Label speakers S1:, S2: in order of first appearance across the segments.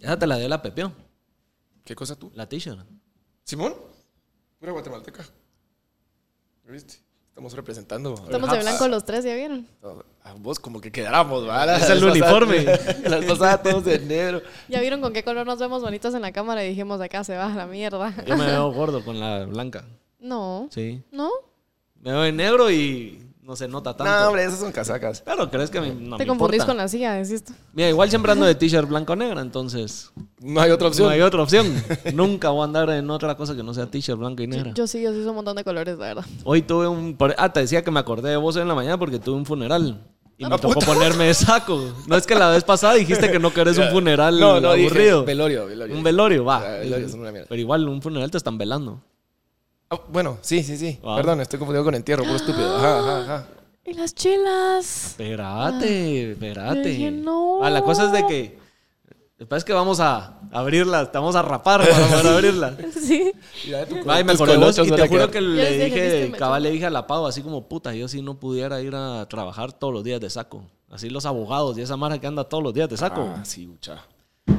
S1: Esa te la dio la Pepeón,
S2: ¿Qué cosa tú?
S1: la t-shirt.
S2: ¿Simón? Pura guatemalteca. ¿Viste? Estamos representando.
S3: Estamos de blanco los tres, ¿ya vieron?
S2: A vos como que quedáramos, ¿verdad?
S1: Es el uniforme.
S2: Las pasadas todos de enero.
S3: ¿Ya vieron con qué color nos vemos bonitos en la cámara y dijimos acá se va a la mierda?
S1: Yo me veo gordo con la blanca.
S3: No.
S1: Sí.
S3: ¿No?
S1: Me veo en negro y no se nota tanto.
S2: No, hombre, esas son casacas.
S1: Claro, crees que a mí no
S3: Te
S1: me
S3: confundís
S1: importa.
S3: con la silla, decís tú.
S1: Mira, igual siempre ando de t-shirt blanco o negra, entonces
S2: No hay otra opción.
S1: no hay otra opción. Nunca voy a andar en otra cosa que no sea t-shirt blanco y
S3: Yo,
S1: negra.
S3: yo sí, yo sí soy un montón de colores, la verdad.
S1: Hoy tuve un... por- Ah, te decía que me acordé de vos hoy en la mañana porque tuve un funeral. Y me
S2: Ah,
S1: tocó
S2: puta.
S1: ponerme de saco. No es que la vez pasada dijiste que no querés un funeral
S2: No, no, dije,
S1: aburrido.
S2: velorio, velorio.
S1: Un velorio, va.
S2: Ah, velorios son una mierda.
S1: Pero igual, un funeral te están velando.
S2: Ah, bueno, sí, sí, sí.
S1: Ah.
S2: Perdón, estoy confundido con entierro, puro estúpido. Ajá, ajá, ajá.
S3: ¡Y las chelas!
S1: Espérate,
S3: Ah, yo
S1: espérate.
S3: dije, "No".
S1: Ah, la cosa es de que. Después que vamos a abrirla, te vamos a rapar para poder abrirla.
S3: Sí.
S2: Mira, tú-
S1: Ay, me
S2: tus
S1: acordé de vos
S2: colochos
S1: y
S2: van
S1: te
S2: a
S1: juro
S2: quedar.
S1: que
S3: les
S1: le
S3: dije, "Viste,
S1: dije,
S3: macho".
S1: cabal, le dije a la pavo, así como puta, yo si no pudiera ir a trabajar todos los días de saco. Así los abogados y esa mara que anda todos los días de saco.
S2: Ah, sí, mucha.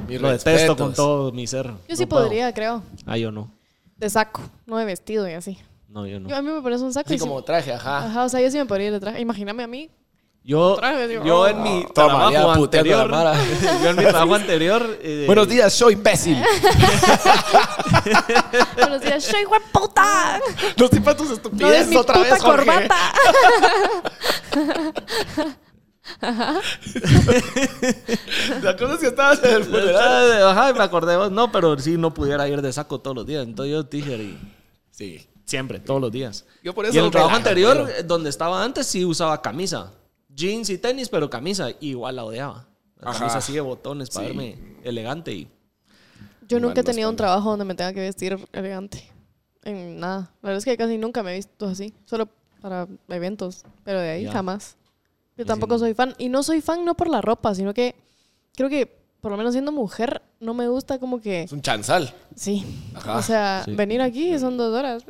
S2: Mis
S1: lo detesto
S2: respetos.
S1: con todo mi ser.
S3: Yo sí
S1: No puedo.
S3: podría, creo.
S1: Ah, yo no.
S3: De saco, no de vestido y así.
S1: No, yo no. ah.
S3: Yo, a mí me pones un saco
S2: Así
S3: y sí-
S2: como traje, ajá.
S3: Ajá, o sea, yo sí me podría ir de traje. Imagíname a mí.
S1: Yo,
S3: traje, digo,
S1: yo
S3: "Oh".
S1: en mi
S2: Toma, ya
S1: trabajo
S2: puteando a la
S1: anterior.
S2: mara.
S1: yo en mi trabajo anterior. eh,
S2: Buenos días, yo imbécil.
S3: Buenos días, yo hijo de puta.
S2: No estoy para tus
S3: No es
S2: estupideces
S3: mi
S2: otra
S3: puta
S2: vez, Jorge.
S3: corbata.
S2: La cosa es que estabas en el funeral.
S1: Ajá, y me acordé de vos. No, pero sí, no pudiera ir de saco todos los días. Entonces yo t-shirt y
S2: Sí.
S1: siempre, todos los días.
S2: Yo por eso
S1: y en el
S2: me
S1: trabajo
S2: la-
S1: anterior,
S2: pero-
S1: eh, donde estaba antes, sí usaba camisa. Jeans y tenis, pero camisa. y igual la odiaba. La
S2: Ajá.
S1: camisa así de botones para
S2: Sí.
S1: verme elegante. Y
S3: Yo nunca he
S2: Mandas
S3: tenido un
S2: panda.
S3: trabajo donde me tenga que vestir elegante. En nada. La verdad es que casi nunca me he visto así. Solo para eventos. Pero de ahí
S1: Ya.
S3: jamás. Yo
S1: Y
S3: tampoco
S1: sin-
S3: soy fan. Y no soy fan no por la ropa, sino que creo que, por lo menos siendo mujer, no me gusta como que.
S2: Es un chanzal.
S3: Sí.
S2: Ajá.
S3: O sea,
S1: Sí.
S3: venir aquí son dos horas.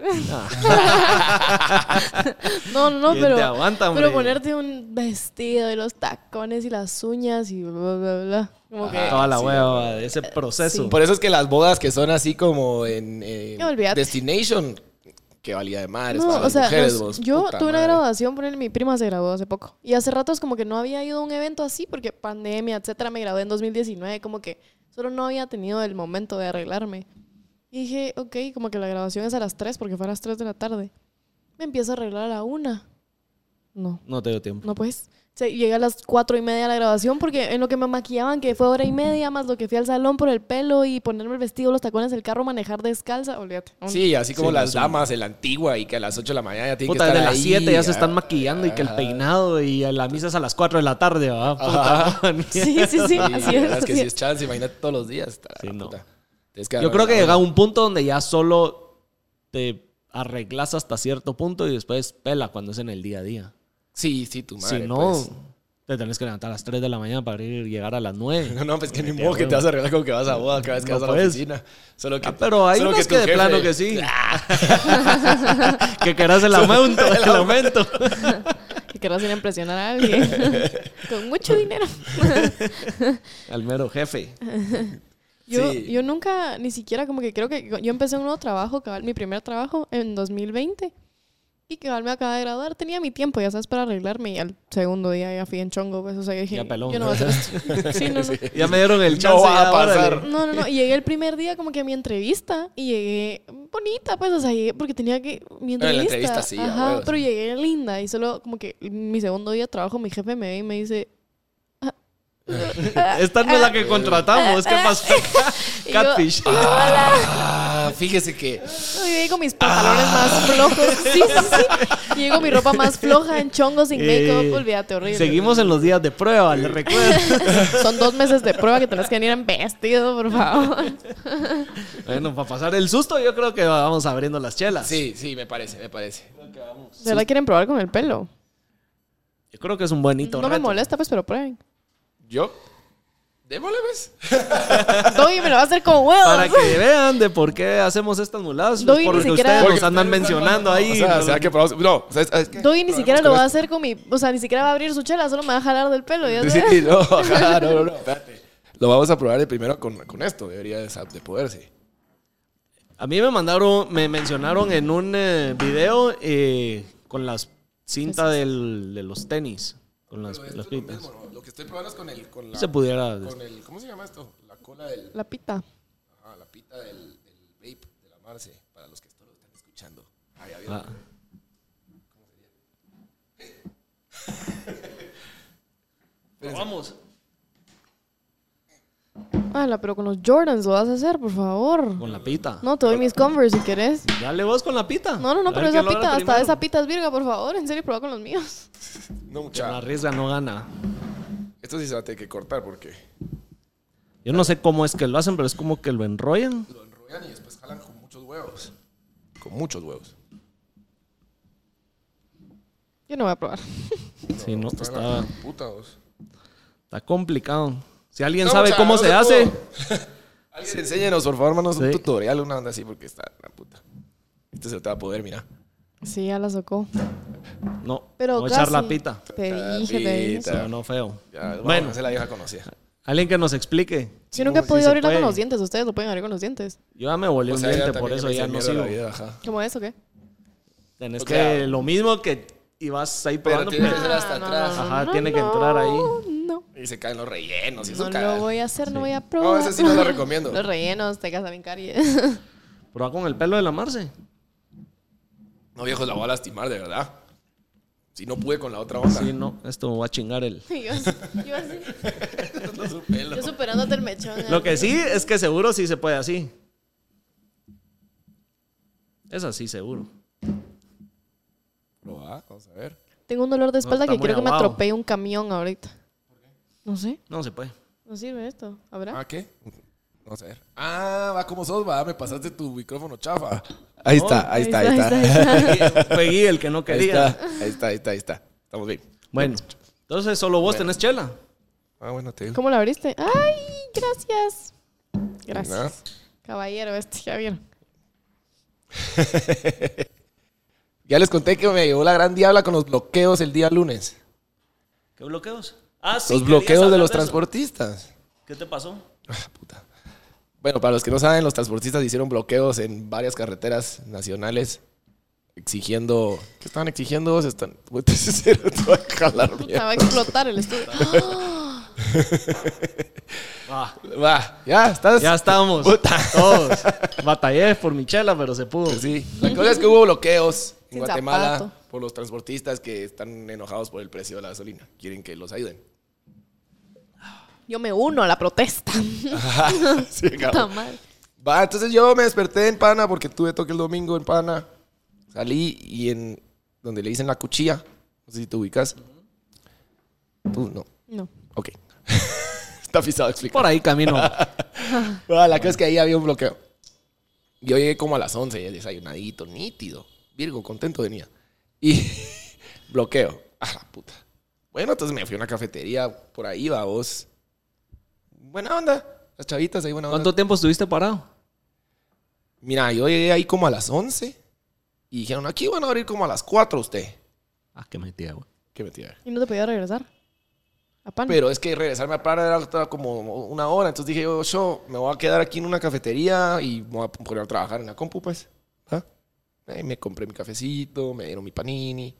S3: no, no, no,
S1: ¿Quién
S3: pero.
S1: te aguanta, hombre?
S3: pero ponerte un vestido y los tacones y las uñas y bla, bla, bla. Como que.
S1: toda la
S2: Eh, sí,
S1: hueva de ese proceso.
S2: Por eso es que las bodas que son así como en eh,
S3: Ya, olvídate.
S2: Destination, que valía de madres
S3: No,
S2: para
S3: o
S2: las
S3: sea,
S2: mujeres,
S3: nos-
S2: vos,
S3: yo
S2: puta
S3: tuve una
S2: madre.
S3: graduación, ponele, mi prima se graduó hace poco. Y hace ratos como que no había ido a un evento así porque pandemia, etcétera, me gradué en 2019, como que solo no había tenido el momento de arreglarme. Y dije, ok, como que la graduación es a las 3 porque fue a las 3 de la tarde. Me empiezo a arreglar a la 1. No,
S1: No te dio tiempo.
S3: no pues. O sea, llegué a las 4 y media a la graduación porque en lo que me maquillaban, que fue hora y media, más lo que fui al salón por el pelo y ponerme el vestido, los tacones, el carro, manejar descalza, olvídate.
S2: Sí, así como
S1: Sí,
S2: las
S1: son-
S2: damas en la antigua y que a las 8 de la mañana ya tienen
S1: Puta,
S2: que estar
S1: desde las
S2: ahí,
S1: 7 ya se
S2: ah,
S1: están maquillando y que el
S2: ajá.
S1: peinado y la misa es a las 4 de la tarde, ¿verdad? Puta, man.
S3: Sí, sí, sí,
S2: Sí, la
S3: así es.
S2: verdad es que
S3: así
S2: si
S3: es.
S2: es chance, imagínate todos los días. está la
S1: Sí, no.
S2: puta. Tienes
S1: Yo creo que
S2: agarrar
S1: llega un punto donde ya solo te arreglas hasta cierto punto y después pela cuando es en el día a día.
S2: Sí, sí, tu madre.
S1: si no,
S2: pues.
S1: te tenés que levantar a las 3 de la mañana para ir, llegar a las 9.
S2: No, no, pues que ni
S1: Ya,
S2: modo que
S1: bueno.
S2: te vas a arreglar como que vas a boda cada vez que
S1: No,
S2: vas a la
S1: pues.
S2: oficina. Solo que,
S1: Ah, pero hay
S2: solo
S1: unos que,
S2: tu
S1: de
S2: jefe- Ah.
S1: plano que sí. que querás el aumento, el aumento.
S3: Y querrás ir a impresionar a alguien. Con mucho dinero.
S1: Al mero jefe.
S3: Yo,
S2: Sí.
S3: yo nunca, ni siquiera como que creo que yo empecé un nuevo trabajo, cabal, mi primer trabajo en 2020. Y cabal me acaba de graduar, tenía mi tiempo, ya sabes, para arreglarme. Y al segundo día ya fui en chongo, pues, o sea, yo dije,
S1: Ya peló.
S3: yo no voy a hacer esto. Sí, no, no.
S1: Ya me dieron el
S2: No
S1: chance.
S2: va a
S1: ya, órale.
S2: pasar.
S3: No, no, no. Y llegué el primer día como que a mi entrevista y llegué bonita, pues, o sea, llegué porque tenía que... Mi
S2: Ah, en
S3: entrevista.
S2: la entrevista sí, a
S3: Ajá,
S2: huevos.
S3: pero llegué linda y solo como que mi segundo día de trabajo mi jefe me ve y me dice... "Ah, ah,
S1: Esta no es la que contratamos. ¿Qué pasó?
S3: Y yo-
S1: Catfish.
S2: Ah, fíjese que.
S3: Yo llegué con mis pantalones más
S1: Ah.
S3: flojos. Sí, sí, sí. Llego mi ropa más floja, en chongos, sin make-up.
S1: Eh,
S3: Olvídate, horrible.
S1: Seguimos en los días de prueba, les recuerdo.
S3: Son dos meses de prueba que tenés que venir en vestido, por favor.
S1: Bueno, para pasar el susto, yo creo que vamos abriendo las chelas.
S2: Sí, sí, me parece, me parece.
S3: ¿De verdad quieren probar con el pelo?
S1: Yo creo que es un buenito
S3: No me
S1: reto.
S3: molesta, pues, pero prueben.
S2: ¿Yo? Démosle, pues.
S3: Doggy me lo va a hacer con huevos.
S1: Para que vean de por qué hacemos estas muladas.
S3: Doy ni
S1: porque
S3: siquiera-
S1: ustedes
S3: Porque
S1: nos andan mencionando ahí.
S2: O sea, será que probamos. No, o sea, es- es que-
S3: Doggy ni siquiera lo
S2: con
S3: va a hacer con mi... O sea, ni siquiera va a abrir su chela, solo me va a jalar del pelo. ya
S2: Sí,
S3: sabes.
S2: sí, no, ajá, no, no, no, espérate. Lo vamos a probar de primero con, con esto. Debería de, sa- de poderse.
S1: A mí me mandaron, me mencionaron en un eh, video eh, con las cinta del- de los tenis, con las, las pintas.
S2: lo, que estoy probando es con el... Con
S1: Se pudiera.
S2: el ¿Cómo se llama esto? La cola del...
S3: La pita.
S2: Ah, la pita del, del vape, de la Marce, para los que esto lo están escuchando. Ah, ya vieron.
S1: ah, Vamos.
S3: Ala, pero con los Jordans lo vas a hacer, por favor.
S1: Con la pita.
S3: No, te doy mis Converse si querés.
S1: Dale vos con la pita.
S3: No, no,
S1: A
S3: no,
S1: ver
S3: pero
S1: qué
S3: esa
S1: logra
S3: pita, hasta
S1: primero.
S3: esa pita es virga, por favor. En serio, prueba con los míos.
S2: No,
S1: Quien
S2: mucha.
S1: arriesga no gana.
S2: Esto sí se va a tener que cortar porque
S1: Yo no sé cómo es que lo hacen, pero es como que lo enrollan.
S2: lo enrollan y después jalan con muchos huevos. Con muchos huevos.
S3: Yo no voy a probar.
S1: Sí, no,
S2: Está de
S1: está,
S2: la gran puta, vos.
S1: está complicado. Si alguien
S2: No,
S1: sabe
S2: pues, mucha,
S1: cómo
S2: no
S1: se
S2: sé
S1: hace,
S2: cómo. Alguien enséñenos, por favor, manos un
S1: Sí.
S2: tutorial, una onda así, porque está de la puta. Este se te va a poder, mira.
S3: Sí, ya la socó.
S1: no,
S3: Pero
S1: no echar la
S3: casi.
S1: pita.
S3: Te dije, te
S2: Pita.
S3: dije.
S1: Pero no feo.
S2: Ya, bueno,
S1: Bueno.
S2: es la vieja conocida.
S1: Alguien que nos explique.
S3: Yo nunca he
S1: Sí
S3: podido
S1: se
S3: abrirla con
S1: puede.
S3: los dientes. Ustedes lo pueden abrir con los dientes.
S1: Yo ya me volé
S2: O
S1: un
S2: sea, ella
S1: diente,
S2: también
S1: por
S2: le
S1: eso
S2: mete
S1: ya
S2: miedo
S1: no
S2: a la
S1: sigo.
S2: vida, ajá.
S3: ¿Cómo es o qué?
S1: Tenés
S2: O sea,
S1: que lo mismo que ibas ahí
S2: Pero
S1: probando.
S2: tiene que
S1: pero-
S2: ser hasta atrás.
S1: Ajá, tiene que entrar ahí.
S3: Ah, No.
S2: Y se caen los rellenos y eso
S3: No
S2: caga.
S3: lo voy a hacer, no voy a
S2: No,
S3: probar.
S2: esa sí no la recomiendo.
S3: Los rellenos, te casa bien caries.
S1: Probá con el pelo de la Marce.
S2: No, viejos, la voy a lastimar, de verdad. Si no pude con la otra onda.
S1: Sí, no, esto va a chingar el.
S3: Y yo, así- yo, así-
S2: No, su pelo.
S3: yo superándote el mechón.
S1: Lo que sí es que seguro sí se puede así. Es así, seguro.
S2: Lo va, vamos a ver.
S3: Tengo un dolor de espalda
S1: está
S3: que
S1: muy
S3: quiero que me
S1: aguado.
S3: atropelle un camión ahorita. No sé,
S1: No se puede.
S3: no sirve esto. ¿Habrá?
S2: ¿Ah, qué? Vamos a ver. Ah, va como sos, va. Me pasaste tu micrófono chafa. Ahí está, ahí está, ahí está. Ahí
S3: Oh, ahí está.
S1: Peguí el que no
S2: está,
S1: quería.
S2: ahí está, ahí está, ahí está. Estamos bien.
S1: Bueno, entonces solo vos tenés chela.
S2: Ah, bueno, te digo.
S3: ¿Cómo lo abriste? ¡Ay, gracias!
S2: Nada.
S3: Gracias. Caballero, este ya vieron.
S2: Ya les conté que me llevó la gran diabla con los bloqueos el día lunes.
S1: ¿Qué bloqueos? Ah, sí.
S2: los
S1: querías
S2: bloqueos de
S1: hablar
S2: los
S1: eso.
S2: transportistas.
S1: ¿Qué te pasó?
S2: Ah, puta. Bueno, para los que no saben, los transportistas hicieron bloqueos en varias carreteras nacionales exigiendo... ¿Qué estaban exigiendo? Se están... Se va a jalar
S3: Puta,
S2: mierda.
S3: va a explotar el estudio.
S1: Ah,
S2: Va, ya, estás...
S1: ya estamos.
S2: Pues, Puta.
S1: Todos. Batallé por mi chela, pero se pudo.
S2: Pues sí. La cosa es que hubo bloqueos en
S3: Sin
S2: Guatemala
S3: zapato.
S2: por los transportistas que están enojados por el precio de la gasolina. Quieren que los ayuden.
S3: Yo me uno a la protesta.
S2: Sí,
S3: Puta
S2: cabrón.
S3: madre.
S2: Va, entonces yo me desperté en Pana porque tuve toque el domingo en Pana. Salí y en donde le dicen la cuchilla. No sé si te ubicas. Tú no.
S3: No.
S2: Ok. Está pisado explicar.
S1: Por ahí camino.
S2: Ah, la cosa es que ahí había un bloqueo. Yo llegué como a las 11, ya desayunadito, nítido. Virgo, contento venía. Y bloqueo. A la puta. Bueno, entonces me fui a una cafetería por ahí, va vos. Buena onda. Las chavitas ahí, buena onda.
S1: ¿Cuánto tiempo estuviste parado?
S2: Mira, yo llegué ahí como a las 11 y dijeron, aquí van a abrir como a las 4 usted.
S1: Ah, qué mentira, güey.
S2: Qué mentira.
S3: ¿Y no te podía regresar? ¿A pan?
S2: Pero es que regresarme a Prada era toda como una hora. Entonces dije, yo, yo me voy a quedar aquí en una cafetería y me voy a poner a trabajar en la compu, pues. ¿Ah? Ahí me compré mi cafecito, me dieron mi panini.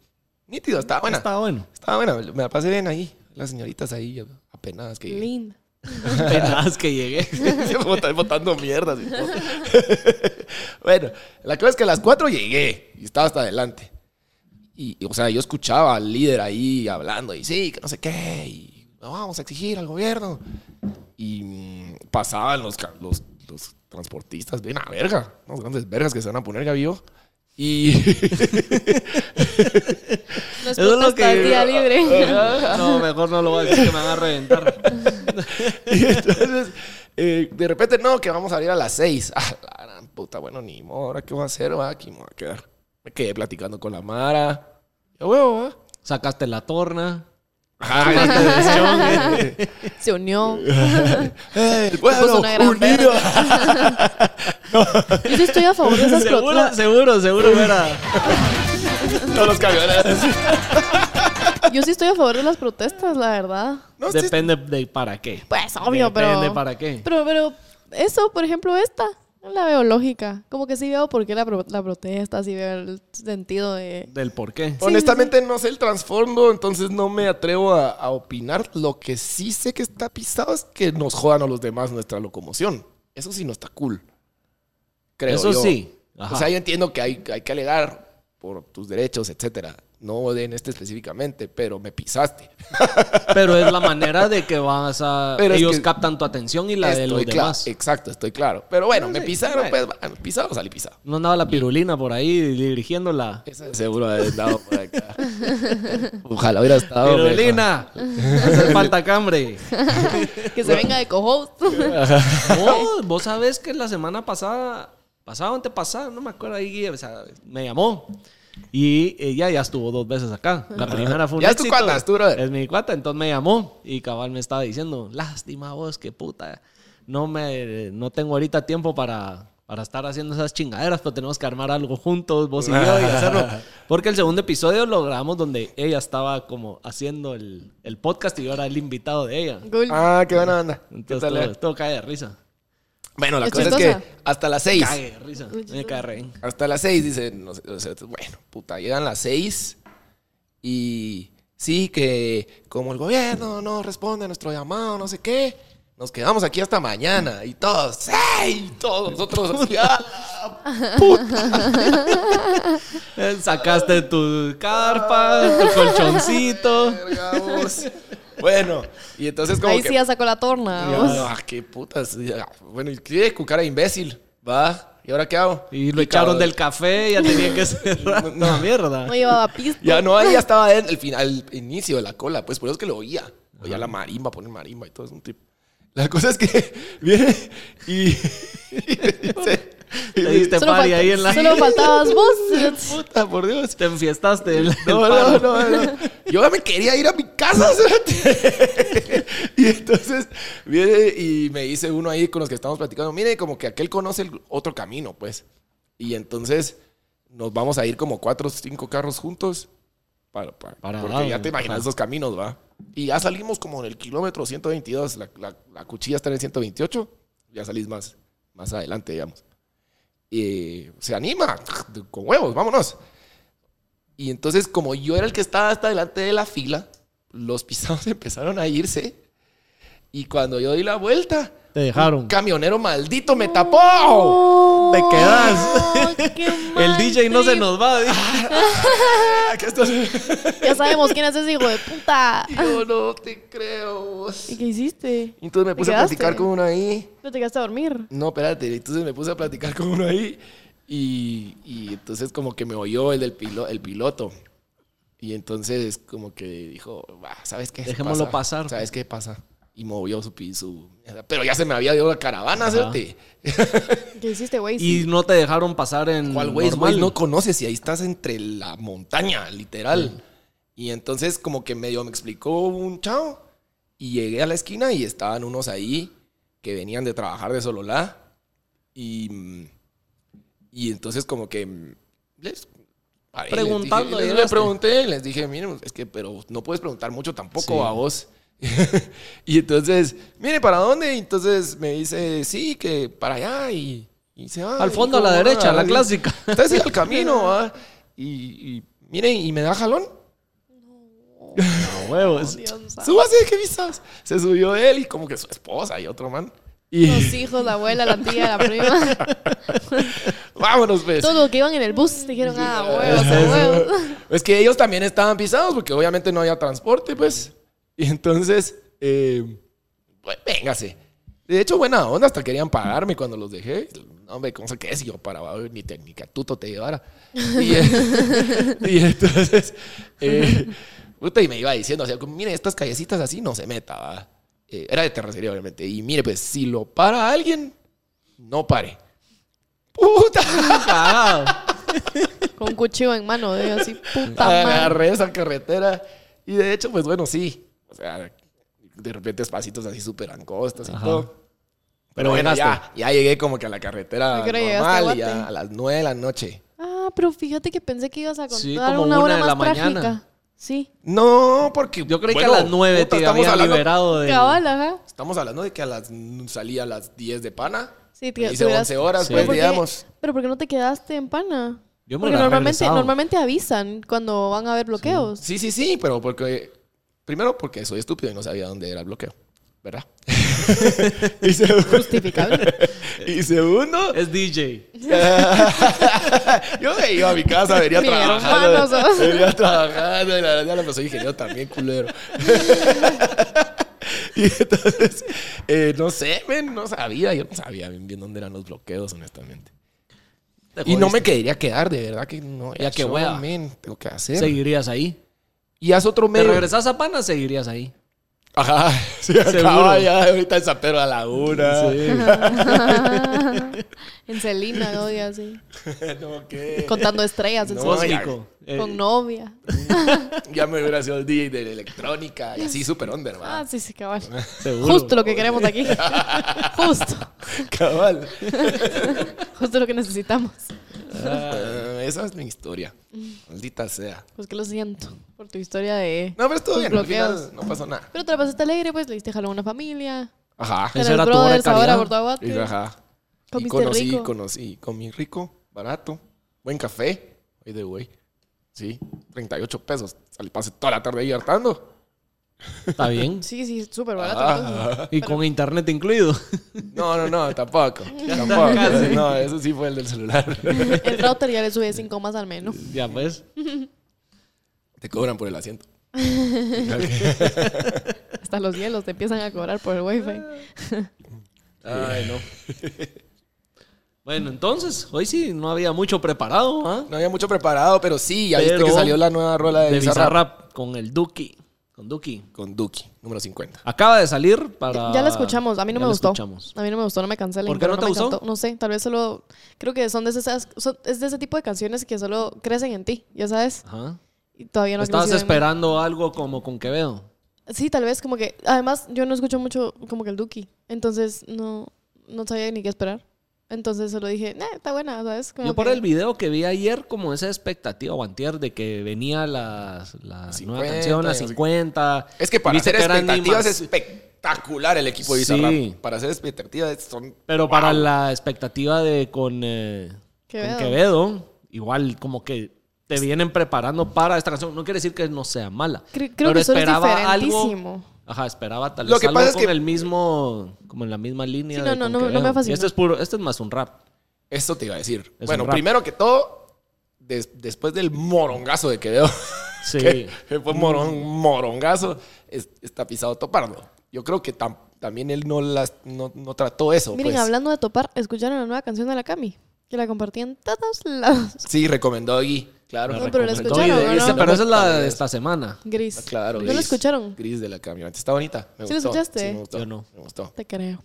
S2: Nítido, estaba buena.
S1: Está bueno.
S2: Estaba buena, me la pasé bien ahí. Las señoritas ahí, apenas que llegué.
S3: Linda.
S1: Apenas que llegué.
S2: Bot- botando mierdas y todo. bueno, la cosa es que a las 4 llegué y estaba hasta adelante. Y, y, o sea, yo escuchaba al líder ahí hablando y sí, que no sé qué, y "No, vamos a exigir al gobierno. Y mm, pasaban los, ca- los, los transportistas, bien a verga, unos grandes vergas que se van a poner, ya vio. Y
S3: No es
S1: Eso es lo que-
S3: protesta, es día libre.
S1: No, mejor no lo voy a decir que me van a reventar.
S2: Y entonces, eh, de repente, no, que vamos a salir a las 6. Ah, la gran puta, bueno, ni modo, ahora qué voy a hacer, va, aquí me voy a quedar. Me quedé platicando con la Mara. Ya huevo, va.
S1: Sacaste la torna.
S3: Ah,
S2: Ajá,
S3: Se unió.
S2: el pueblo
S3: Puso una gran
S2: unido.
S3: Yo sí estoy a favor de esas
S1: Seguro,
S3: protestas.
S1: seguro, seguro, era.
S2: Todos los camiones.
S3: Yo sí estoy a favor de las protestas, la verdad.
S2: No, sí,
S1: Depende de para qué.
S3: Pues obvio, pero.
S1: Depende para qué.
S3: Pero, pero eso, por ejemplo, esta, no la veo lógica. Como que sí veo por qué la, pro- la protesta, sí veo el sentido de...
S1: Del por qué.
S3: Sí.
S2: honestamente no sé el trasfondo, entonces no me atrevo a, a opinar. Lo que sí sé que está pisado es que nos jodan a los demás nuestra locomoción. Eso sí no está cool. Creo
S1: Eso
S2: yo.
S1: sí.
S2: O sea, yo entiendo que hay, hay que alegar por tus derechos, etcétera. No en este específicamente, pero me pisaste.
S1: Pero es la manera de que vas a.
S2: Pero es
S1: ellos
S2: que-
S1: captan tu atención y la de los
S2: Estoy cla- eh,
S1: demás.
S2: Exacto, estoy claro. Pero bueno,
S1: No,
S2: me
S1: sí,
S2: pisaron,
S1: bueno.
S2: pues, bueno, pisado salí pisado.
S1: No andaba la pirulina por ahí dirigiéndola.
S2: Esa seguro ha de haber dado por acá. Ojalá hubiera estado. mejor.
S1: ¡Pirulina! Hace falta cambre.
S3: Que se venga de co-host.
S1: No, vos sabés que la semana pasada, pasada o antepasada, no me acuerdo ahí, o sea, me llamó. Y ella ya estuvo dos veces acá. La primera fue un
S2: Ya es tu
S1: éxito. Eh,
S2: cuata, es tu brother.
S1: Es mi cuata, entonces me llamó y cabal me estaba diciendo, lástima vos, que puta, no, me, no tengo ahorita tiempo para, para estar haciendo esas chingaderas, pero tenemos que armar algo juntos, vos y yo, y hacerlo. Porque el segundo episodio lo grabamos donde ella estaba como haciendo el, el podcast y yo era el invitado de ella.
S3: Cool.
S2: Ah, qué buena onda. ¿Qué
S1: Entonces
S2: tal, eh?
S1: todo, todo cae de risa.
S2: Bueno, la
S3: ¿Es
S2: cosa es
S3: chistosa?
S2: que hasta las seis.
S1: Cague de risa. Me cae re bien.
S2: Hasta las seis, dicen. no sé, o sea, bueno, puta, llegan las seis y sí que como el gobierno no responde a nuestro llamado, no sé qué, nos quedamos aquí hasta mañana y todos, ¡sí! Y todos nosotros, así, "¡Ah, la
S1: Eh, Sacaste tu
S2: Ah.
S1: carpa, tu colchoncito.
S2: verga, vos". Bueno, y entonces como
S3: Ahí
S2: que...
S3: sí ya sacó la torna.
S2: Y yo,
S3: vamos.
S2: "Ah, qué putas. Y, ah, Bueno, y qué con cara de imbécil, va. ¿Y ahora qué hago?
S1: Y lo echaron
S2: cabrón,
S1: del café, ya tenía que cerrar. No, mierda.
S3: No llevaba pista.
S2: Ya no, ahí ya estaba en el final, el inicio de la cola, pues por eso es que lo oía. Oía la marimba, poner marimba y todo, es un tipo. La cosa es que viene y. y me dice-
S1: Te
S2: y me
S1: diste
S3: Solo,
S1: party
S3: falta-
S1: ahí en la.
S3: solo faltabas vos.
S2: puta, por Dios.
S1: Te enfiestaste. en la-
S2: No,
S1: el paro.
S2: no, no, no. Yo ya me quería ir a mi casa. espérate. y entonces viene y me dice uno ahí con los que estamos platicando, mire, como que aquel conoce el otro camino, pues. Y entonces nos vamos a ir como cuatro o cinco carros juntos. Para, para-
S1: Para
S2: porque
S1: abajo,
S2: ya te imaginas
S1: ajá.
S2: esos caminos, ¿va? Y ya salimos como en el kilómetro 122, la, la, la cuchilla está en el 128, ya salís más, más adelante, digamos. Y se anima, con huevos, vámonos. Y entonces, como yo era el que estaba hasta delante de la fila, los pisados empezaron a irse. Y cuando yo di la vuelta,
S1: Te dejaron.
S2: un camionero maldito me tapó.
S1: Te quedas. El DJ no se nos va. dijo.
S2: Ah, que esto es-
S3: Ya sabemos quién es ese hijo de puta.
S2: Yo no te creo.
S3: ¿Y qué hiciste?
S2: Entonces me
S3: ¿Te
S2: puse a
S3: quedaste?
S2: platicar con uno ahí.
S3: ¿No te quedaste a dormir?
S2: No, espérate. Entonces me puse a platicar con uno ahí. Y, y entonces como que me oyó el del pilo- el piloto. Y entonces como que dijo, "Bah, ¿sabes qué? Se
S1: Dejémoslo
S2: pasa.
S1: pasar.
S2: ¿Sabes qué pasa? Y movió su piso. Pero ya se me había ido la caravana,
S1: Ajá.
S2: ¿cierto?
S3: ¿Qué hiciste, güey?
S1: Y no te dejaron pasar en.
S2: ¿Cuál güey?
S1: normal.
S2: Güey, no conoces y ahí estás entre la montaña, literal. Y entonces como que medio me explicó un chao y llegué a la esquina y estaban unos ahí que venían de trabajar de Sololá y y entonces como que mm, les paré, les dije-
S1: Preguntando,
S2: les- le
S1: ayudaste.
S2: pregunté, les dije, miren, es que pero no puedes preguntar mucho tampoco
S1: Sí.
S2: a vos. y entonces, mire, ¿para dónde? Y entonces me dice, sí, que para allá y, y se va.
S1: Al fondo a
S2: Y
S1: la
S2: como,
S1: derecha,
S2: "Ah,
S1: la
S2: sí".
S1: clásica.
S2: Está así al camino, ¿va? Y, y miren, y me da jalón.
S1: No, huevos.
S3: Oh, Dios santo.
S2: Súbase, qué visas. Se subió él y como que su esposa y otro man. Y
S3: Los hijos, la abuela, la tía, la prima.
S2: vámonos, pues.
S3: Todos los que iban en el bus dijeron, ah, huevos,
S2: Eso.
S3: a huevos.
S2: Es que ellos también estaban pisados porque obviamente no había transporte, pues. Y entonces, eh, pues, véngase. De hecho, buena onda, hasta querían pagarme cuando los dejé. No, hombre, ¿cómo se qué si yo paraba ni técnica, tuto te llevara? Y, eh, y entonces, eh, puta, y me iba diciendo, o sea, como, mire, estas callecitas así no se meta, va. Eh, era de terracería, obviamente. Y mire, pues, si lo para alguien, no pare. ¡Puta!
S1: Cagado.
S3: Con un cuchillo en mano, digo así, puta
S1: Ah,
S3: madre.
S2: agarré esa carretera. Y de hecho, pues bueno, sí. O sea, de repente espacitos así súper angostas y
S1: Ajá.
S2: todo.
S1: Pero
S2: Pero bueno,
S1: llegaste.
S2: ya, ya llegué como que a la carretera
S3: ¿A qué hora llegaste a
S2: normal y
S3: Guate?
S2: ya a las 9 de la noche.
S3: Ah, pero fíjate que pensé que ibas a contar
S1: Sí, como
S3: una
S1: una
S3: hora
S1: de la
S3: más trágica.
S1: mañana.
S3: Sí.
S2: No, porque.
S1: Yo creí
S2: bueno,
S1: que a las 9
S2: puta,
S1: te
S2: estamos
S1: habían
S2: hablando-
S1: liberado de.
S3: Cabal, ajá.
S2: Estamos hablando de que a las salía a las 10 de pana.
S3: Sí,
S2: Y
S3: te-
S2: hice
S3: tuvieras-
S2: 11 horas,
S1: Sí.
S2: pues,
S1: ¿Por
S3: qué?
S2: digamos.
S3: Pero ¿por qué no te quedaste en pana?
S1: Yo me
S3: Porque
S1: hubiera
S3: normalmente,
S1: regresado.
S3: normalmente avisan cuando van a haber bloqueos.
S2: Sí, sí, sí, pero porque. Primero, porque soy estúpido y no sabía dónde era el bloqueo. ¿Verdad? y, seg-
S3: Justificable.
S2: y segundo,
S1: Es DJ.
S2: yo me iba a mi casa, venía
S3: Mi hermano
S2: trabajando.
S3: sos.
S2: Venía trabajando y la verdad, pero soy ingeniero también, culero. y entonces, eh, no sé, men, no sabía. Yo no sabía bien, bien dónde eran los bloqueos, honestamente.
S1: Te
S2: Y no
S1: jodiste.
S2: me quería quedar, de verdad que no.
S1: Ya que
S2: yo,
S1: hueva.
S2: men, tengo que hacer.
S1: Seguirías ahí.
S2: Y haz otro
S1: Te
S2: medio.
S1: regresas a Pana, seguirías ahí.
S2: Ajá, sí, acaba ya ahorita el zapero a la una.
S3: en Celina, novia, así.
S2: no, ¿qué?
S3: Contando estrellas en
S2: No,
S3: Celina.
S2: ya-
S1: Cósmico. Eh,
S3: Con novia.
S2: Ya me hubiera sido el DJ de la electrónica y así super under, ¿va?
S3: Ah, sí, sí, cabal.
S1: seguro.
S3: Justo lo que queremos aquí. Justo.
S2: Cabal.
S3: Justo lo que necesitamos.
S2: Ah, esa es mi historia.
S3: Mm.
S2: Maldita sea.
S3: Pues que lo siento por tu historia de...
S2: No, pero estuvo
S3: Tus
S2: bien, al
S3: bloqueos.
S2: final no pasó nada.
S3: Pero te la pasaste alegre, pues le diste jalón a una familia.
S2: Ajá.
S1: Esa
S3: Eran
S1: era tu hora de
S3: brothers, ahora
S1: caridad.
S3: por tu aguate.
S2: Y, ajá. Y
S3: Comiste
S2: conocí,
S3: rico.
S2: conocí, comí rico, barato, buen café. Oye, de güey. Sí, 38 pesos. Salí, pasé toda la tarde ahí hartando.
S1: Está bien.
S3: Sí, sí, súper barato. entonces.
S2: Ah.
S1: Y con internet incluido.
S2: No, no, no, tampoco. tampoco.
S1: casi.
S2: No, eso sí fue el del celular.
S3: El router ya le sube 5 más al menos.
S1: ya pues.
S2: Te cobran por el asiento.
S3: Hasta los hielos te empiezan a cobrar por el wifi.
S1: Ay, no. Bueno, entonces, hoy sí no había mucho preparado, ¿ah?
S2: No había mucho preparado, pero sí, ya viste
S1: Pero-
S2: que salió la nueva rola de,
S1: De
S2: Bizarrap
S1: Bizarrap con el Duki. Con Duki.
S2: con Duki, número 50.
S1: Acaba de salir para.
S3: Ya la escuchamos, a mí no
S1: Ya
S3: me
S1: la
S3: gustó.
S1: escuchamos.
S3: A mí no me gustó, no me cancelen.
S1: ¿Por qué
S3: pero
S1: no te
S3: me
S1: gustó?
S3: encantó. No sé, tal vez solo. Creo que son de esas. son- es de ese tipo de canciones que solo crecen en ti, ya sabes.
S1: Ajá.
S3: Y todavía no ha
S1: Estabas
S3: crecido en mí.
S1: esperando algo como con Quevedo.
S3: Sí, tal vez como que. Además, yo no escucho mucho como que el Duki. Entonces no, no sabía ni qué esperar. Entonces solo dije, "Nah, está buena, ¿sabes? Como
S1: Yo por
S3: que-
S1: el video que vi ayer, como esa expectativa, o antier, de que venía la, la
S2: 50,
S1: nueva canción, la
S2: y no sé-
S1: 50.
S2: Es que para
S1: Viste
S2: hacer
S1: que eran
S2: expectativas
S1: rimas.
S2: es espectacular el equipo de
S1: Sí.
S2: Bizarrap. Para hacer expectativas son...
S1: Pero para la expectativa de con, eh,
S3: Quevedo.
S1: con Quevedo, igual como que te vienen preparando para esta canción. No quiere decir que no sea mala.
S3: Cre- creo
S1: pero
S3: que solo es
S1: esperaba algo.
S3: diferentísimo.
S1: Ajá, esperaba tal vez
S2: Lo que
S1: algo
S2: pasa es
S1: con
S2: que-
S1: el mismo, como en la misma línea.
S3: Sí, no,
S1: de
S3: no,
S1: con
S3: no, no me
S1: Quevedo.
S3: fascinó.
S1: Este es puro, este es más un rap.
S2: Esto te iba a decir.
S1: Es
S2: bueno,
S1: un rap.
S2: primero que todo, des- después del morongazo de Quevedo,
S1: Sí.
S2: que fue morón,
S1: Mm.
S2: morongazo, es- está pisado toparlo. Yo creo que tam- también él no, las, no, no trató eso.
S3: Miren,
S2: pues.
S3: hablando de topar, escucharon la nueva canción de la Cami. Que la compartí en todos lados.
S2: Sí, recomendó Gui. Claro.
S1: La
S3: No, pero la
S1: recomendó
S3: escucharon,
S1: y de-
S3: ¿no?
S1: dice,
S3: No.
S1: Pero esa es la de esta semana.
S3: Gris.
S2: Ah, Claro,
S3: ¿No
S2: gris.
S3: la escucharon?
S2: Gris de la camioneta. Está bonita. Me
S3: ¿Sí la
S2: gustó.
S3: escuchaste?
S2: Sí, me gustó.
S1: Yo no.
S2: Me gustó.
S3: Te creo.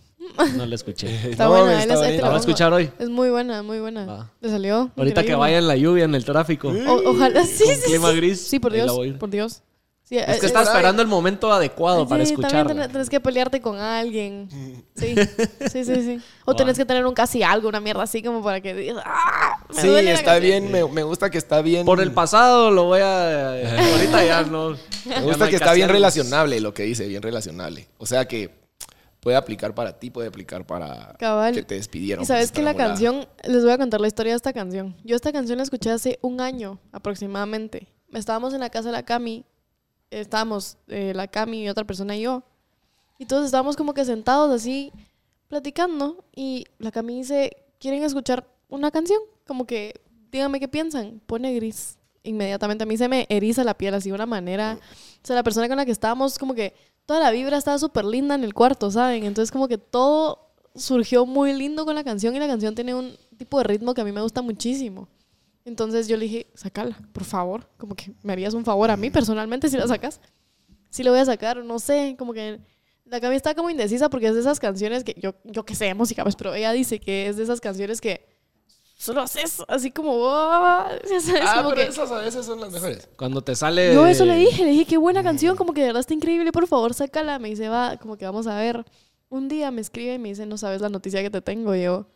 S1: No la escuché.
S3: Está
S2: No,
S3: buena,
S2: está
S3: él es- ahí te
S2: bonita.
S1: La voy a escuchar hoy.
S3: Es muy buena, muy buena.
S1: Va.
S3: Le salió.
S1: Ahorita que
S3: increíble.
S1: vaya en la lluvia, en el tráfico.
S3: O- ojalá. Sí, sí,
S1: clima
S3: sí.
S1: gris,
S3: Sí, por
S1: ahí la
S3: Dios.
S1: voy a ir.
S3: Por Dios. Sí,
S1: Es que
S3: eh,
S1: está
S3: eh,
S1: esperando el momento adecuado para
S3: sí, también tenés-
S1: escucharla.
S3: tenés que pelearte con alguien. Sí, sí, sí. sí. O
S1: Va.
S3: tenés que tener un casi algo, una mierda así como para que digas. "Ah, me
S2: Sí,
S3: duele la
S2: está
S3: cabeza".
S2: bien. Me, me gusta que está bien.
S1: Por el pasado lo voy a... eh, Ahorita ya no.
S2: Eh. Me gusta que está bien relacionable lo que dice, bien relacionable. O sea que puede aplicar para ti, puede aplicar para
S3: Cabal.
S2: que te despidieron.
S3: Y sabes
S2: pues,
S3: que la
S2: está enamorada.
S3: canción, les voy a contar la historia de esta canción. Yo esta canción la escuché hace un año aproximadamente. Estábamos en la casa de la Cami, estábamos eh, la Cami y otra persona y yo. Y todos estábamos como que sentados así platicando y la Cami dice, ¿quieren escuchar una canción? Como que, díganme qué piensan. Pone gris. Inmediatamente a mí se me eriza la piel así de una manera. O sea, la persona con la que estábamos como que toda la vibra estaba súper linda en el cuarto, ¿saben? Entonces como que todo surgió muy lindo con la canción y la canción tiene un tipo de ritmo que a mí me gusta muchísimo. Entonces yo le dije, sacala, por favor. Como que me harías un favor a mí personalmente si la sacas. Si la voy a sacar, no sé, como que... La Cami está como indecisa porque es de esas canciones que yo, yo que sé de música, pues, pero ella dice que es de esas canciones que solo haces así como... "Ah", ya sabes,
S2: Ah,
S3: como
S2: pero
S3: que-
S2: esas a veces son las mejores.
S1: Cuando te sale...
S3: yo eso le dije, le dije, qué buena canción, como que de verdad está increíble, por favor, sácala. Me dice, va, como que vamos a ver. Un día me escribe y me dice, no sabes la noticia que te tengo. Y yo,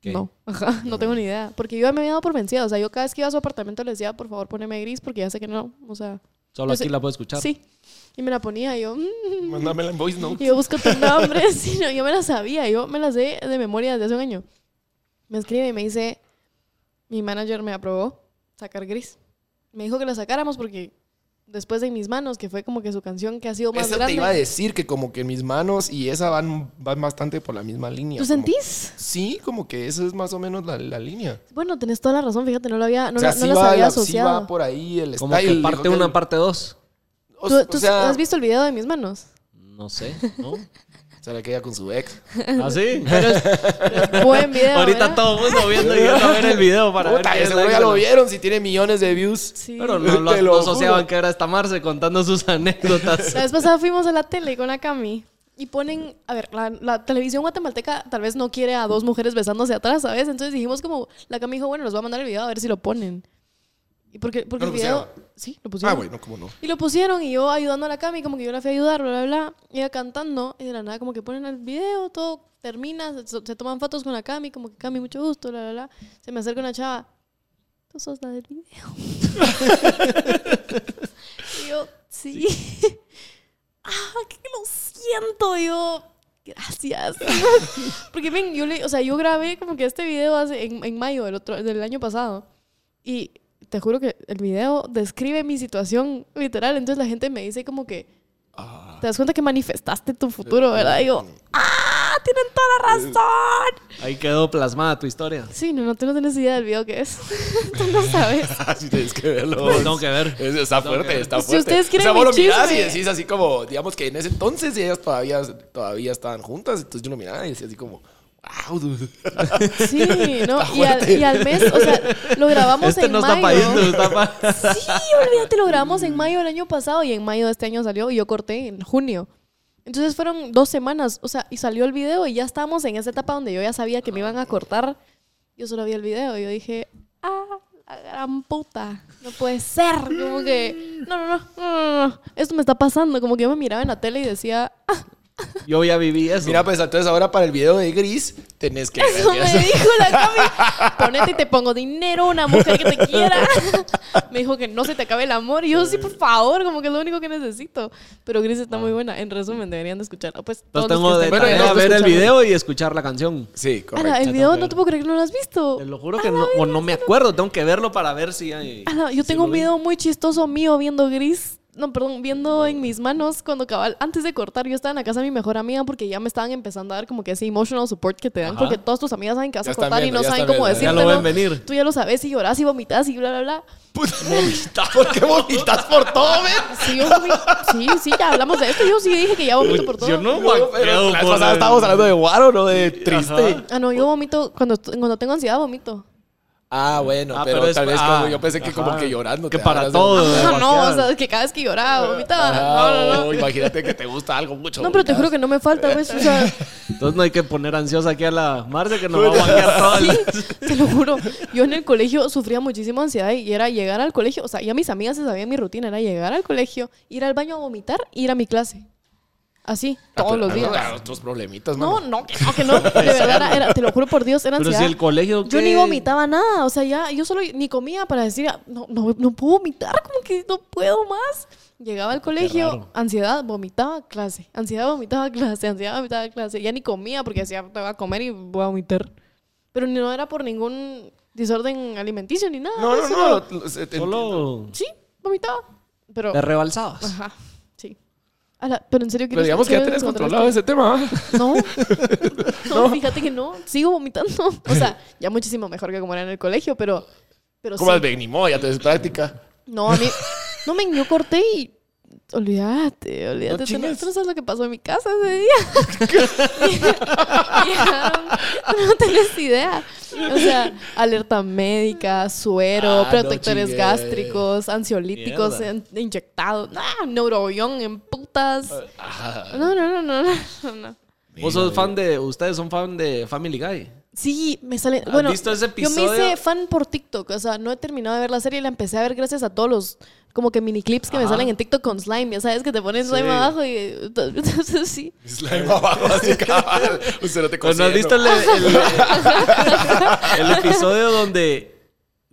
S1: ¿Qué?
S3: no, ajá, no tengo ni idea. Porque yo ya me había dado por vencida. O sea, yo cada vez que iba a su apartamento le decía, por favor, poneme gris, porque ya sé que no. O sea,
S1: Solo
S3: Yo
S1: aquí
S3: sé-
S1: la puedo escuchar.
S3: Sí. Y me la ponía y yo, mm,
S2: Mándamela en voice note.
S3: y yo busco tu nombre, sí, no, yo me la sabía, yo me la sé de memoria desde hace un año. Me escribe y me dice, mi manager me aprobó sacar Gris. Me dijo que la sacáramos porque después de Mis Manos, que fue como que su canción que ha sido más
S2: Eso
S3: grande.
S2: te iba a decir que como que mis manos y esa van, van bastante por la misma línea.
S3: ¿Tú
S2: como-
S3: sentís?
S2: Sí, como que esa es más o menos la, la línea.
S3: Bueno, tenés toda la razón, fíjate, no lo había, no,
S2: o sea,
S3: la- no
S2: sí,
S3: las
S2: va,
S3: había
S2: la- sí
S3: asociado.
S2: va por ahí el
S1: Como que
S2: style,
S1: parte
S2: digo que-
S1: una, parte dos.
S2: o-
S3: ¿Tú,
S2: o
S3: tú
S2: sea,
S3: has visto el video de Mis Manos?
S1: No sé, ¿no? ¿Ah,
S2: Se la queda con su ex.
S1: ¿Así?
S3: Buen video,
S1: Ahorita
S3: ¿verdad?
S1: todo el mundo viendo y yo a ver el video para
S2: Puta,
S1: ver.
S2: que
S1: qué es la
S2: seguro ya
S1: que-
S2: lo vieron si tiene millones de views.
S3: Sí.
S1: Pero no lo
S2: Te lo
S1: no asociaban
S2: juro.
S1: que era esta Marce contando sus anécdotas.
S3: La vez pasada fuimos a la tele con la Cami y ponen, a ver, la, la televisión guatemalteca tal vez no quiere a dos mujeres besándose atrás, ¿sabes? Entonces dijimos como, la Cami dijo, bueno, nos va a mandar el video a ver si lo ponen. Y porque, porque
S2: ¿No lo
S3: el video...
S2: pusieron?
S3: Sí, lo pusieron.
S2: Ah, bueno, cómo no.
S3: Y lo pusieron y yo ayudando a la Cami, como que yo la fui a ayudar, bla, bla, bla. Y ella cantando y de la nada como que ponen el video, todo termina, se, se toman fotos con la Cami, como que Cami, mucho gusto, bla, bla, bla. Se me acerca una chava, tú sos la del video. y yo, sí. ah, que lo siento, Y yo. Gracias. Porque ven, yo le, o sea, yo grabé como que este video hace, en, en mayo del, otro, del año pasado. Y te juro que el video describe mi situación literal. Entonces la gente me dice como que,
S2: Ah.
S3: te das cuenta que manifestaste tu futuro, ¿verdad? Y yo, ¡ah! Tienen toda la razón.
S1: Ahí quedó plasmada tu historia.
S3: Sí, no, no, tú no tienes idea del video que es. tú no sabes.
S2: sí, tienes que verlo.
S1: Pues tengo que ver.
S2: Es- está
S1: Tengo que
S2: fuerte,
S1: ver.
S2: está
S3: Si
S2: fuerte.
S3: ustedes quieren
S2: o sea,
S3: mi
S2: vos lo mirás y
S3: chisme.
S2: decís así como, digamos que en ese entonces ellas todavía, todavía estaban juntas, entonces yo lo miraba y decía así como, wow, dude".
S3: Sí, ¿no?
S2: Está
S3: Y al,
S2: fuerte.
S3: y al mes, o sea, lo grabamos
S1: Este
S3: en
S1: no
S3: mayo.
S1: está para irnos, está pa-
S3: Sí, olvídate, lo grabamos en mayo del año pasado y en mayo de este año salió y yo corté en junio. Entonces fueron dos semanas, o sea, y salió el video y ya estábamos en esa etapa donde yo ya sabía que me iban a cortar. Yo solo vi el video y yo dije, ah, la gran puta, no puede ser. Como que, no, no, no, no, no, no, esto me está pasando. Como que yo me miraba en la tele y decía, ah,
S1: Yo ya viví eso.
S2: Mira, pues entonces ahora para el video de Gris tenés que ver.
S3: eso me dijo la Cami, ponete y te pongo dinero, una mujer que te quiera. Me dijo que no se te acabe el amor. Y yo, sí, por favor, como que es lo único que necesito. Pero Gris está muy buena. En resumen, deberían de escucharla. Pues, todos
S1: Entonces tengo
S3: los que
S1: de
S3: estén-
S2: Bueno,
S1: tarea
S2: ya te
S1: ver el
S2: escucharon.
S1: video y escuchar la canción.
S2: Sí, correcto.
S3: Ala, el
S1: tengo
S3: video
S1: que
S3: no te puedo creer que no lo has visto.
S1: Te lo juro que no, o no me acuerdo. Tengo que verlo para ver si hay.
S3: Ala, Ah, yo
S1: si
S3: tengo
S1: lo
S3: un
S1: vi.
S3: video muy chistoso mío viendo Gris. No, perdón, viendo en mis manos cuando cabal, antes de cortar, yo estaba en la casa de mi mejor amiga porque ya me estaban empezando a dar como que ese emotional support que te dan,
S1: Ajá.
S3: porque todas tus amigas saben que vas
S2: Ya
S3: a
S2: están
S3: cortar
S2: viendo,
S3: y no
S2: ya
S3: saben
S2: están
S3: cómo
S2: viendo,
S1: Ya
S3: decírtelo.
S1: lo ven venir.
S3: Tú ya lo sabes y lloras y vomitas y bla, bla, bla.
S2: Puta, vomitas. ¿Por qué vomitas por todo, men?
S3: Sí, yo vomi- sí, sí, ya hablamos de esto. Yo sí dije que ya vomito por todo.
S1: Yo no
S2: No, pero
S1: guaqueo
S2: la vez
S1: por
S2: pasada
S1: el-
S2: estábamos hablando de guaro, no de triste.
S1: Ajá.
S3: Ah, no, yo vomito cuando, est- cuando tengo ansiedad, vomito.
S2: Ah, bueno,
S1: Ah,
S2: pero,
S1: pero es-
S2: tal vez
S1: ah,
S2: como yo pensé que como
S1: ajá.
S2: que llorando.
S1: Que
S2: te
S1: para
S2: agarras de-
S1: todo.
S3: Ah,
S1: Demasiado.
S3: no, o sea, que cada vez que lloraba, vomitaba.
S2: Ah,
S3: No, no, no.
S2: Imagínate que te gusta algo mucho. Ah,
S3: No, pero te
S2: vomitas.
S3: juro que no me falta, ¿ves? O sea,
S1: Entonces no hay que poner ansiosa aquí a la Marce que nos va a guaquear todo el-
S3: te lo juro. Yo en el colegio sufría muchísima ansiedad y era llegar al colegio. O sea, ya mis amigas se sabían mi rutina. Era llegar al colegio, ir al baño a vomitar, ir a mi clase. Así,
S2: Ah, pero-
S3: todos los
S2: ah,
S3: días.
S2: ah, Otros problemitas,
S3: No,
S2: mano.
S3: no, que no, que no. De verdad, era- era- te lo juro por Dios, era
S1: Pero
S3: ansiedad.
S1: si el colegio.
S3: Yo
S1: ¿qué?
S3: ni vomitaba nada, o sea, ya, yo solo ni comía para decir, ah, no, no, no puedo vomitar, como que no puedo más. Llegaba al colegio,
S1: raro.
S3: ansiedad, vomitaba, clase, ansiedad, vomitaba, clase, ansiedad, vomitaba, clase. Ya ni comía porque decía, te voy a comer y voy a vomitar. Pero no era por ningún desorden alimenticio ni nada.
S2: No, no,
S3: pues,
S2: no.
S3: solo-
S2: lo- lo- se- te entiendo.
S1: Solo
S3: Sí, vomitaba, pero...
S1: te rebalsabas.
S3: Ajá, sí. Ala, pero en serio,
S2: Pero
S3: ¿quieres-
S2: digamos que ya
S3: quieres
S2: tenés
S3: encontrar
S2: controlado ese tema. ¿ah?
S3: no. no, fíjate que no. Sigo vomitando. O sea, ya muchísimo mejor que como era en el colegio, pero. pero
S2: Como
S3: sí.
S2: el Benimo, ya tenés práctica.
S3: No, a mí. No, men, yo corté y. Olvídate, olvídate.
S2: No
S3: tú, no,
S2: chingues.
S3: tú no sabes lo que pasó en mi casa ese día. Ya, tú no tenés idea. O sea, alerta médica, suero,
S2: Ah, no
S3: protectores
S2: chingues.
S3: gástricos, ansiolíticos
S1: Mierda.
S3: en- inyectados, ah, neurobión en putas.
S2: Ah,
S3: No, no, no, no, no, no.
S1: Vos sos fan de. Ustedes son fan de Family Guy.
S3: Sí, me sale.
S1: ¿Has
S3: Bueno,
S1: visto ese
S3: yo me hice
S1: episodio?
S3: fan por TikTok. O sea, no he terminado de ver la serie y la empecé a ver gracias a todos los como que mini clips que me
S1: Ajá.
S3: salen en TikTok con slime. Ya sabes que te pones slime
S1: Sí.
S3: abajo y. Entonces, sí.
S2: Slime abajo, así cabal. Usted no te
S1: Pues no has visto
S2: considero.
S1: el, el- el episodio donde.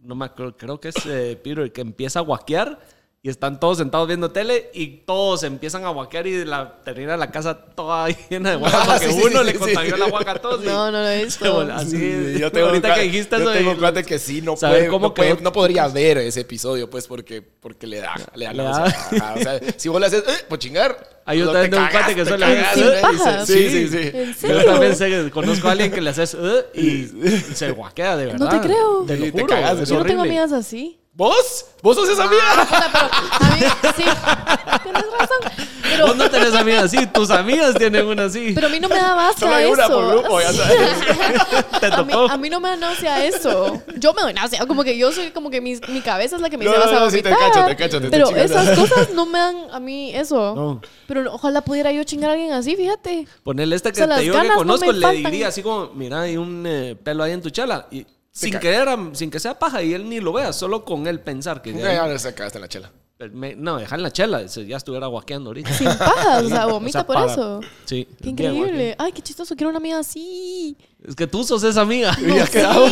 S1: No me acuerdo, creo que es eh, Peter que empieza a guaquear Y están todos sentados viendo tele y todos empiezan a guaquear y la, termina la casa toda llena de guaca
S2: Ah,
S1: porque
S2: sí, sí,
S1: uno
S2: sí,
S1: le
S2: sí,
S1: contagió
S2: sí.
S1: la guaca a todos. y-
S3: No, no lo he
S1: Se voló.
S3: visto.
S1: Así,
S2: Sí,
S1: ahorita
S2: un cua-
S1: que dijiste
S2: yo
S1: eso
S2: tengo
S1: de-
S2: un cuate que sí, no
S1: saber
S2: puede,
S1: cómo
S2: no, puede-
S1: quedó-
S2: no podría ver ese episodio, pues, porque, porque le da, le da
S1: Le
S2: la
S1: da.
S2: ansiedad. Ajá, o sea, si vos le haces, eh, pues chingar.
S1: Ah, yo
S2: no
S1: también
S2: te
S1: tengo un cuate
S2: cagaste,
S1: que solo
S2: te
S1: le hace,
S2: cagaste,
S3: "Eh",
S2: dice.
S1: sin
S2: Sí, sí, sí.
S3: ¿En
S1: Yo
S3: serio?
S1: también sé- conozco a alguien que le haces "Eh", y se guaquea de verdad.
S3: No te creo.
S1: Te lo
S2: Sí, te
S1: juro.
S2: cagas,
S1: es
S2: yo
S3: Yo no tengo
S1: horrible.
S3: amigas así.
S2: ¿Vos? ¿Vos sos esa
S1: Ah,
S2: mía?
S3: Puta, pero a mí, sí, tienes razón. Pero,
S1: Vos no tenés amigas así, tus amigas tienen una así.
S3: pero a mí no me da
S2: Solo
S3: basta
S2: hay
S3: eso.
S2: una por grupo, ya sabes.
S1: Te
S3: A mí,
S1: tocó.
S3: a mí no me da náusea eso. Yo me doy náusea. Como que yo soy, como que mi, mi cabeza es la que me
S2: No,
S3: dice
S2: no,
S3: vas a
S2: no, sí, te
S3: vomitar.
S2: cacho, te cacho, te estoy
S3: Pero
S2: chingando.
S3: esas cosas no me dan a mí eso.
S1: No.
S3: Pero no- ojalá pudiera yo chingar a alguien así, fíjate.
S1: Ponerle esta que
S3: sea,
S1: te
S3: las
S1: digo que
S3: ganas no
S1: conozco,
S3: me
S1: le
S3: faltan.
S1: diría así como, mira, hay un eh, pelo ahí en tu chala. Y sin
S2: ca-
S1: querer, am- sin que sea paja y él ni lo vea, solo con él pensar que... de ahí-
S2: Ya, ya, se cagaste en la chela.
S1: me- no, dejar en la chela, se- ya estuviera guaqueando ahorita.
S3: Sin pajas, o sea,
S1: O
S3: vomita
S1: sea,
S3: por
S1: para-
S3: eso.
S1: Sí.
S3: Qué
S1: bien
S3: increíble. Ay, qué chistoso, quiero una amiga así.
S1: guaqueando. Es que tú sos esa amiga.
S2: Y ya quedamos.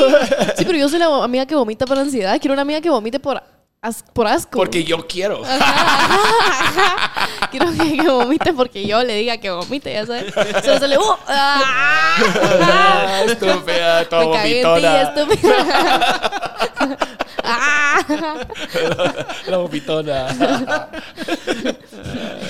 S3: Sí, pero yo soy la amiga que vomita por ansiedad. Quiero una amiga que vomite por, as- por asco.
S2: Porque yo quiero.
S3: Ah, Quiero que, que vomite porque yo le diga que vomite, ya sabes. Solo sale, ¡uh! ¡Ah!
S2: Ah, Estúpida, toda
S3: Me cagué en ti,
S2: vomitona.
S3: estúpida. Ah.
S2: La vomitona.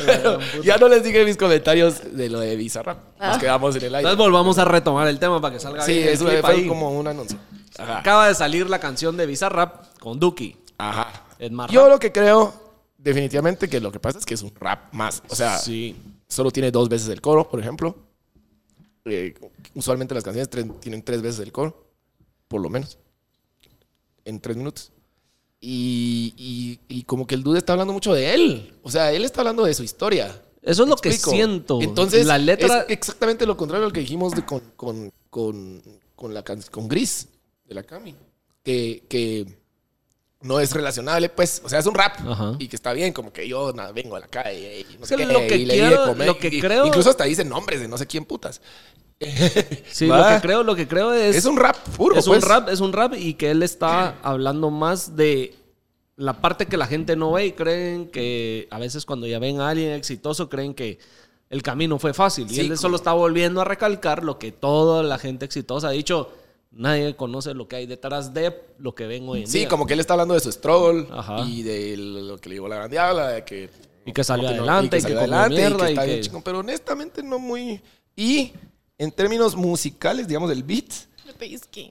S2: Pero ya no les dije mis comentarios de lo de Bizarrap.
S3: Ah.
S2: Nos quedamos en el aire.
S1: Entonces volvamos a retomar el tema para que salga
S2: Sí,
S1: bien el
S2: eso
S1: clip
S2: fue
S1: ahí.
S2: como un anuncio. este Ajá.
S1: Acaba de salir la canción de Bizarrap con Duki.
S2: Ajá.
S1: Es más
S2: Yo
S1: rap.
S2: lo que creo, definitivamente, que lo que pasa es que es un rap más. O sea,
S1: Sí.
S2: solo tiene dos veces el coro, por ejemplo. Eh, usualmente las canciones tres- tienen tres veces el coro, por lo menos, en tres minutos. Y, y- y como que el dude está hablando mucho de él. O sea, él está hablando de su historia.
S1: Eso es lo que
S2: explico.
S1: siento.
S2: Entonces,
S1: la letra...
S2: es exactamente lo contrario al que dijimos de con, con, con, con la can- con Gris, de la Cami. Que, que no es relacionable, pues. O sea, es un rap.
S1: Ajá.
S2: Y que está bien, como que yo na, vengo a la calle y no
S1: Es
S2: sé
S1: que
S2: qué,
S1: lo que
S2: y le di
S1: quiero-
S2: de comer,
S1: lo que
S2: y-
S1: creo-
S2: Incluso hasta dicen nombres de no sé quién putas.
S1: Sí,
S2: Va.
S1: lo que creo, lo que creo es...
S2: Es, un rap puro,
S1: es
S2: pues.
S1: un rap, es un rap y que él está hablando más de la parte que la gente no ve y creen que a veces cuando ya ven a alguien exitoso creen que el camino fue fácil y
S2: Sí,
S1: él
S2: como-
S1: solo está volviendo a recalcar lo que toda la gente exitosa ha dicho, nadie conoce lo que hay detrás de lo que ven hoy en
S2: Sí,
S1: día.
S2: como que él está hablando de su stroll
S1: Ajá.
S2: y de lo que le llevó la gran diabla, de que...
S1: Y que salió
S2: no-
S1: adelante, y que comió mierda, y
S2: está bien
S1: que-
S2: chingón, pero honestamente no muy... Y en términos musicales, digamos, el beat...
S3: Me pellizqué.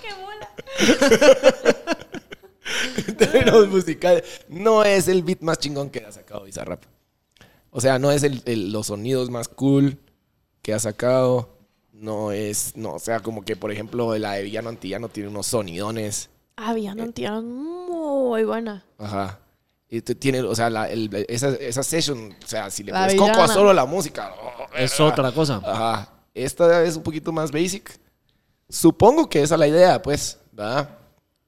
S3: ¡Qué bola!
S2: en términos musicales, no es el beat más chingón que ha sacado Bizarrap. O sea, no es el- el- los sonidos más cool que ha sacado. No es, no, o sea, como que, por ejemplo, la de Villano Antillano tiene unos sonidones.
S3: Ah, Villano Antillano, muy buena.
S2: Ajá. Y te- tiene, o sea, la- el- esa, esa session, o sea, si le
S3: La
S2: pones coco a
S3: villana.
S2: solo la música. oh,
S1: es
S2: ah,
S1: otra cosa.
S2: Ajá. Esta es un poquito más basic. Supongo que esa es la idea, pues, ¿verdad?